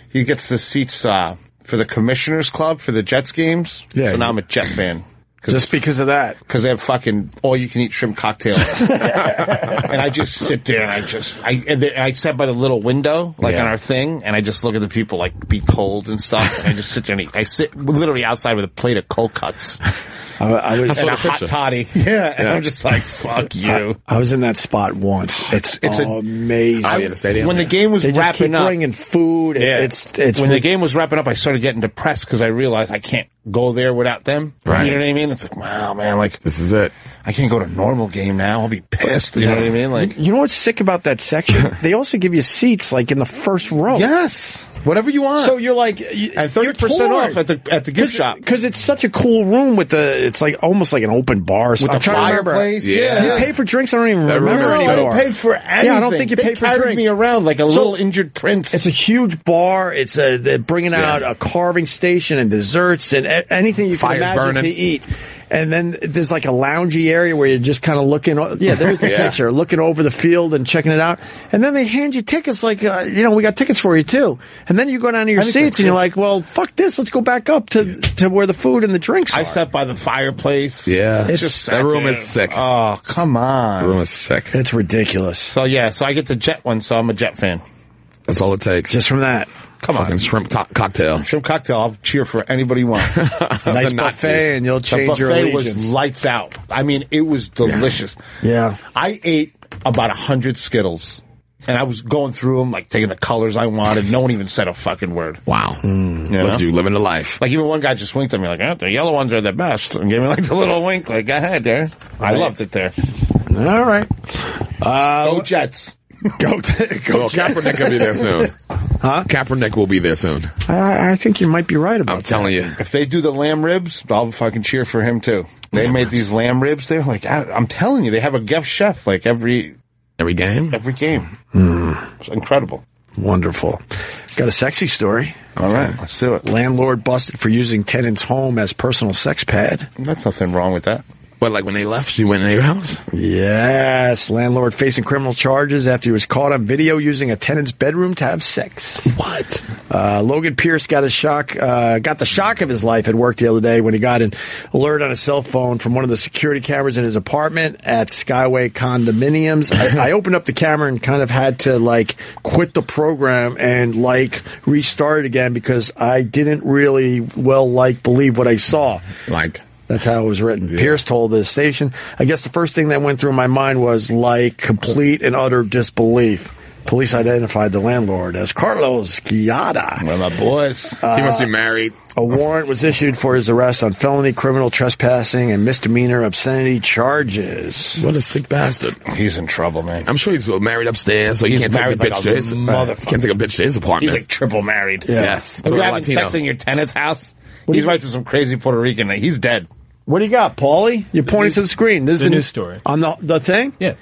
S2: he gets the seats uh, for the Commissioners Club for the Jets games. Yeah, so now I'm a Jet fan.
S3: Just because of that,
S2: because they have fucking all-you-can-eat shrimp cocktails, and I just sit there and I just I and then I sat by the little window like
S7: Yeah.
S2: on our thing, and I just look at the people like be cold and stuff, and I just sit there and eat. I sit literally outside with a plate of cold cuts
S3: I, I was-
S2: and a hot toddy. Yeah, and
S3: Yeah.
S2: I'm just like, fuck you.
S3: I, I was in that spot once. It's
S2: It's
S3: it's
S2: a-
S3: amazing.
S2: I- Oh, yeah, the stadium. when the game was
S3: They just
S2: wrapping
S3: keep
S2: up-
S3: bringing food. It's it's
S2: when the game was wrapping up, I started getting depressed because I realized I can't go there without them.
S4: Right.
S2: You know what I mean? It's like, wow, Oh, man, like
S4: this is it.
S2: I can't go to a normal game now. I'll be pissed. You know what I mean? Like,
S3: you know what's sick about that section? they also give you seats like in the first row.
S2: Yes, whatever you want.
S3: So you're like you-
S2: And 30%
S3: you're
S2: off at the- at the gift shop.
S3: because it's such a cool room with the it's like almost like an open bar. So
S2: With
S3: I'm
S2: the
S3: trying to remember.
S2: fireplace, yeah.
S3: Do you pay for drinks? I don't even
S2: I
S3: remember
S2: remember. No, I
S3: anymore.
S2: don't pay for
S3: Yeah, I don't think you
S2: anything.
S3: pay
S2: They
S3: for
S2: carried
S3: drinks.
S2: me around like a little injured prince.
S3: It's a huge bar. It's a they're bringing out a carving station and desserts and a- anything you
S4: Fire's
S3: can imagine
S4: burning.
S3: to eat. And then there's like a loungy area where you're just kind of looking. o- Yeah, there's the
S4: Yeah.
S3: picture, looking over the field and checking it out. And then they hand you tickets, like uh, you know, we got tickets for you too. And then you go down to your
S2: Anything,
S3: seats and you're
S2: yeah.
S3: like, well, fuck this, let's go back up to to where the food and the drinks are.
S2: I sat by the fireplace.
S4: Yeah.
S2: It's
S4: It's-
S2: just
S4: that
S2: sat
S4: room
S2: there.
S4: is sick.
S2: Oh, come on.
S4: The room is sick.
S3: It's ridiculous.
S2: So yeah, so I get the jet one, so I'm a jet fan.
S4: That's all it takes.
S3: Just from that.
S2: Come
S4: Fucking
S2: on.
S4: shrimp co- cocktail.
S2: Shrimp cocktail. I'll cheer for anybody you want.
S3: Nice buffet, and you'll change
S2: the
S3: your
S2: buffet
S3: allegiance.
S2: was lights out. I mean, it was delicious.
S3: Yeah.
S2: I ate about a hundred Skittles, and I was going through them, like taking the colors I wanted. No one even said a fucking word.
S4: Wow.
S2: You
S4: Mm-hmm. Look
S2: know?
S4: at you living the life.
S2: Like even one guy just winked at me, like, "Eh, "The yellow ones are the best," and gave me like the little wink, like, "Go ahead, there." I loved it there.
S3: All right. Uh,
S2: go Jets.
S3: Go,
S4: Well, Kaepernick will be there soon.
S3: Huh?
S4: Kaepernick will be there soon.
S3: I, I think you might be right about
S4: I'm telling you.
S2: If they do the lamb ribs, I'll fucking cheer for him too. They made these lamb ribs. They're like, I, I'm telling you, they have a guest chef like every
S4: every game. Hmm.
S2: Every game, it's incredible.
S3: Wonderful. Got a sexy story.
S2: All right, let's do it.
S3: Landlord busted for using tenant's home as personal sex pad.
S2: That's nothing wrong with that.
S4: But like when they left, she went in their house.
S3: Yes, landlord facing criminal charges after he was caught on video using a tenant's bedroom to have sex.
S4: What?
S3: Uh, Logan Pierce got a shock, uh, got the shock of his life at work the other day when he got an alert on his cell phone from one of the security cameras in his apartment at Skyway Condominiums. I, I opened up the camera and kind of had to like quit the program and like restart it again because I didn't really well like believe what I saw.
S4: Like.
S3: That's how it was written. Pierce told the station. I guess the first thing that went through my mind was like complete and utter disbelief. Police identified the landlord as Carlos Giada.
S2: Well, my boys.
S4: he must be married.
S3: A warrant was issued for his arrest on felony criminal trespassing and misdemeanor obscenity charges.
S4: What a sick bastard.
S2: He's in trouble, man.
S4: I'm sure he's married upstairs, so he
S2: He's
S4: can't take a
S2: married like
S4: bitch
S2: a
S4: to his
S2: motherfucker.
S4: can't take a bitch to his apartment.
S2: He's like triple married.
S4: Yeah. Yes.
S2: If
S4: To
S2: you're
S4: a
S2: having
S4: Latino.
S2: sex in your tenant's house, he's right to some crazy Puerto Rican. that He's dead.
S3: What do you got, Paulie? You're pointing
S19: news-
S3: to the screen. This is
S19: the
S3: new
S19: news story.
S3: on the the thing.
S19: Yeah.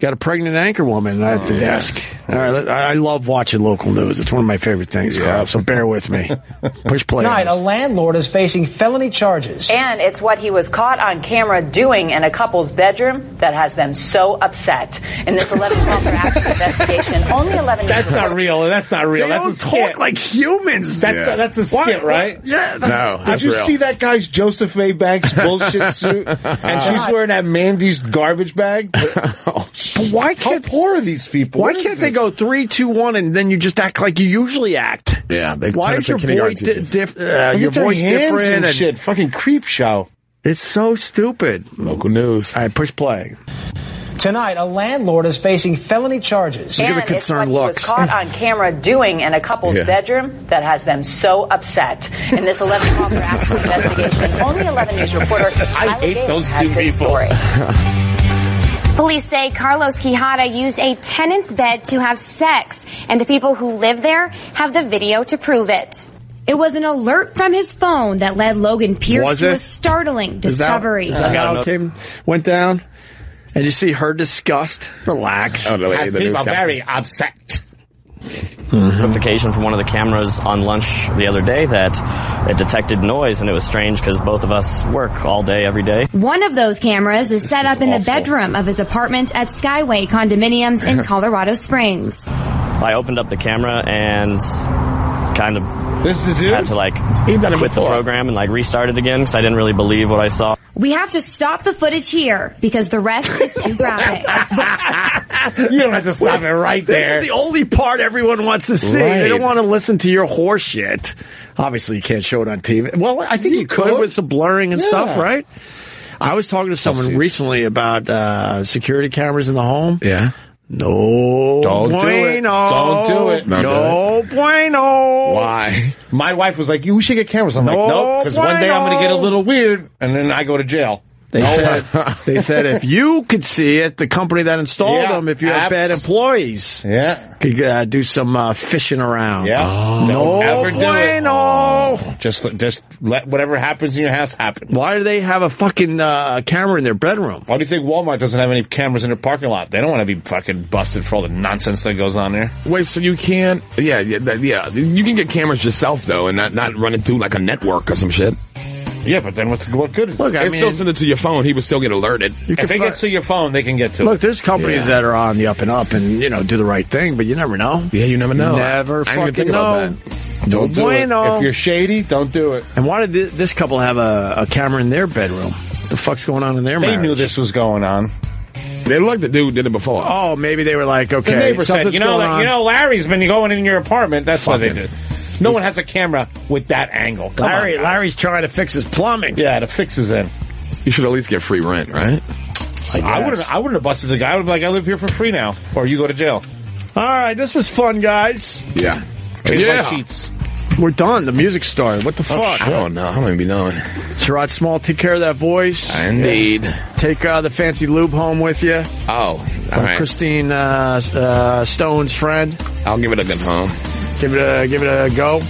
S3: Got a pregnant anchor woman at the desk. All right, let- I I love watching local news. It's one of my favorite things, Carl. So bear with me. Push play.
S8: Tonight, a landlord is facing felony charges.
S21: And it's what he was caught on camera doing in a couple's bedroom that has them so upset. In this 11 month after investigation, only 11
S2: That's not real. That's not real. that's a skit.
S3: like humans.
S2: That's
S6: Yeah.
S2: a, that's a
S6: Why-
S2: skit, right?
S3: Yeah.
S6: No,
S2: Did
S6: that's
S2: you
S6: real.
S2: see that guy's Joseph A. Banks bullshit suit? And she's wearing that Mandy's garbage bag. But,
S3: but why can't? How
S2: poor are these people?
S3: Why
S2: What is
S3: can't they
S2: this?
S3: go three, two, one, and then you just act like you usually act?
S4: Yeah. They
S3: Why is your voice di- diff- uh,
S2: Look
S3: your
S2: at their
S3: voice
S2: hands
S3: different
S2: and
S3: and-
S2: shit? Fucking creep show.
S3: It's so stupid.
S4: Local news.
S3: All right, push play.
S8: Tonight, a landlord is facing felony charges.
S21: and it's what he was caught on camera doing in a couple's
S8: Yeah.
S21: bedroom that has them so upset. In this 11 month after investigation, only 11 News reporter I hate
S22: those
S21: has
S22: two
S21: this
S22: people.
S21: Story.
S22: Police say Carlos Quijada used a tenant's bed to have sex, and the people who live there have the video to prove it. It was an alert from his phone that led Logan Pierce
S3: Was
S22: to
S3: it?
S22: a startling
S3: Is that-
S22: discovery.
S3: Is that, how it came, went down? And you see her disgust. Relax.
S23: Oh, no, they- they People are disgust. very
S2: upset.
S23: notification from one of the cameras on lunch the other day that it detected noise and it was strange because both of us work all day every day.
S22: One of those cameras is set up in the bedroom of his apartment at Skyway Condominiums in Colorado Springs.
S23: I opened up the camera and kind of
S2: this is the dude?
S23: had to like quit the program and like restart it again because I didn't really believe what I saw.
S22: We have to stop the footage here because the rest is too graphic.
S2: You don't have to stop it right
S3: This
S2: there.
S3: is the only part everyone wants to see. They
S2: Right.
S3: don't want to listen to your horse shit. Obviously, you can't show it on TV. Well, I think you, could, with some blurring and stuff,
S2: Yeah.
S3: right? I was talking to someone recently about uh, security cameras in the home.
S4: Yeah.
S3: No.
S2: Don't do it.
S3: bueno.
S2: Don't do it.
S3: No, bueno.
S4: Why?
S2: My wife was like, "You should get cameras." I'm
S3: No
S2: like, "Nope," because one day I'm going to get a
S3: bueno.
S2: little weird, and then I go to jail.
S3: They
S2: No
S3: said
S2: way.
S3: they said if you could see it, the company that installed
S2: Yeah,
S3: them, if you have bad
S2: abs-
S3: employees,
S2: yeah,
S3: could uh, do some uh, fishing around.
S2: Yeah.
S3: no
S2: Don't ever do it. Oh.
S3: bueno.
S2: Just just let whatever happens in your house happen.
S3: Why do they have a fucking uh, camera in their bedroom?
S2: Why do you think Walmart doesn't have any cameras in their parking lot? They don't want to be fucking busted for all the nonsense that goes on there.
S4: Wait, so you can't? Yeah, yeah, that- yeah. You can get cameras yourself though, and not not run it through like a network or some shit.
S2: Yeah, but then what's what good?
S4: Look,
S2: I
S4: I still
S2: mean-
S4: send it to your phone. He would still get alerted.
S2: If it gets to your phone, they can get to
S3: Look,
S2: it.
S3: there's companies
S2: Yeah.
S3: that are on the up and up, and you know do the right thing, but you never know.
S4: Yeah, you never know.
S3: Never
S4: I- I didn't even
S3: fucking
S4: think
S3: know.
S4: about that.
S3: No
S2: Don't do it.
S3: bueno.
S2: If you're shady, don't do it.
S3: And why did thi- this couple have a, a camera in their bedroom? The fuck's going on in their?
S2: They
S3: marriage?
S2: knew this was going on.
S4: They looked the dude did it before.
S3: Oh, maybe they were like, okay,
S2: the neighbor said,
S3: something's
S2: "You know,
S3: going
S2: like,
S3: on.
S2: you know, Larry's been going in your apartment. That's why they did." No one has a camera with that angle. Come on,
S3: Larry,
S2: guys.
S3: Larry's trying to fix his plumbing.
S2: Yeah, the fix is in.
S4: You should at least get free rent, right?
S2: I, wouldn't. I wouldn't have busted the guy. I would be like, "I live here for free now," or you go to jail.
S3: All right, this was fun, guys.
S4: Yeah.
S2: Traded
S4: Yeah.
S2: by sheets.
S3: We're done. The music started. What the fuck?
S4: Oh, I don't know. I'm gonna be knowing.
S3: Sherrod Small, take care of that voice.
S4: Indeed.
S3: Take uh, the fancy lube home with you.
S4: Oh, all
S3: From
S4: right.
S3: Christine uh, uh, Stone's friend.
S4: I'll give it a good home.
S3: Give it a give it a go.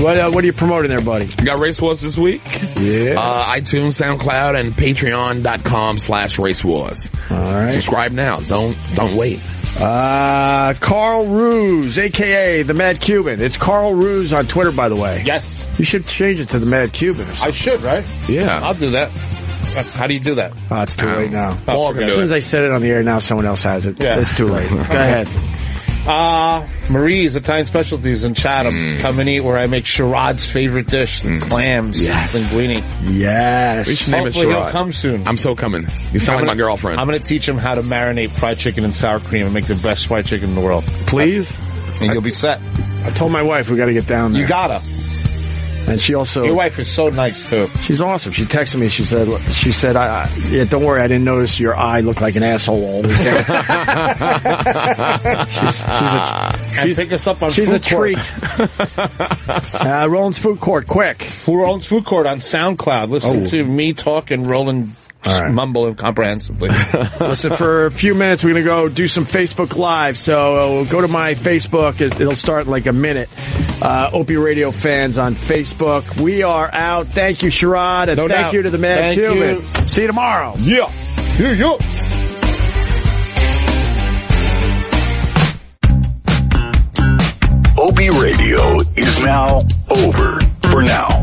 S3: What uh, what are you promoting there, buddy?
S4: You got Race Wars this week?
S3: Yeah.
S4: Uh, iTunes, SoundCloud, and Patreon.com slash Race Wars. All
S3: right.
S4: Subscribe now. Don't don't wait.
S3: Uh, Carl Ruse, aka the Mad Cuban. It's Carl Ruse on Twitter, by the way.
S2: Yes,
S3: you should change it to the Mad Cuban.
S2: I should, right?
S4: Yeah.
S2: I'll do that. How do you do that?
S3: Oh, it's too late now.
S2: Um, Paul can
S3: as
S2: do
S3: soon
S2: it.
S3: as I said it on the air, now someone else has it.
S2: Yeah.
S3: It's too late. Go ahead.
S2: Uh, Marie's Italian Specialties in Chatham.
S3: Mm.
S2: Come and eat where I make Sherrod's favorite dish, the clams.
S4: Yes.
S2: Linguine.
S3: Yes.
S4: We should name it
S2: Hopefully he'll
S4: Sherrod.
S2: come soon.
S4: I'm so coming. You sound
S2: I'm
S4: like my
S2: gonna-
S4: girlfriend.
S2: I'm going to teach him how to marinate fried chicken and sour cream and make the best fried chicken in the world.
S4: Please?
S2: And you'll be set.
S3: I told my wife we got to get down there.
S2: You gotta.
S3: and she also
S2: Your wife is so nice too.
S3: She's awesome. She texted me. She said, "She said, I, I- yeah, don't worry. I didn't notice your eye looked like an asshole all weekend." she's, she's a,
S2: And pick us up on
S3: she's
S2: food
S3: a treat. uh, Roland's food court, quick.
S2: Food Roland's food court on SoundCloud. Listen
S3: Oh.
S2: to me talk and Roland
S3: All right.
S2: mumble incomprehensibly.
S3: Listen, for a few minutes, we're going to go do some Facebook Live. So uh, go to my Facebook. It- It'll start in like a minute. Uh, Opie Radio fans on Facebook. We are out. Thank you, Sherrod. And
S2: No
S3: thank
S2: doubt.
S3: you to the Mad
S2: Thank
S3: Cuban. See you tomorrow.
S2: Yeah. See you.
S9: is now over for now.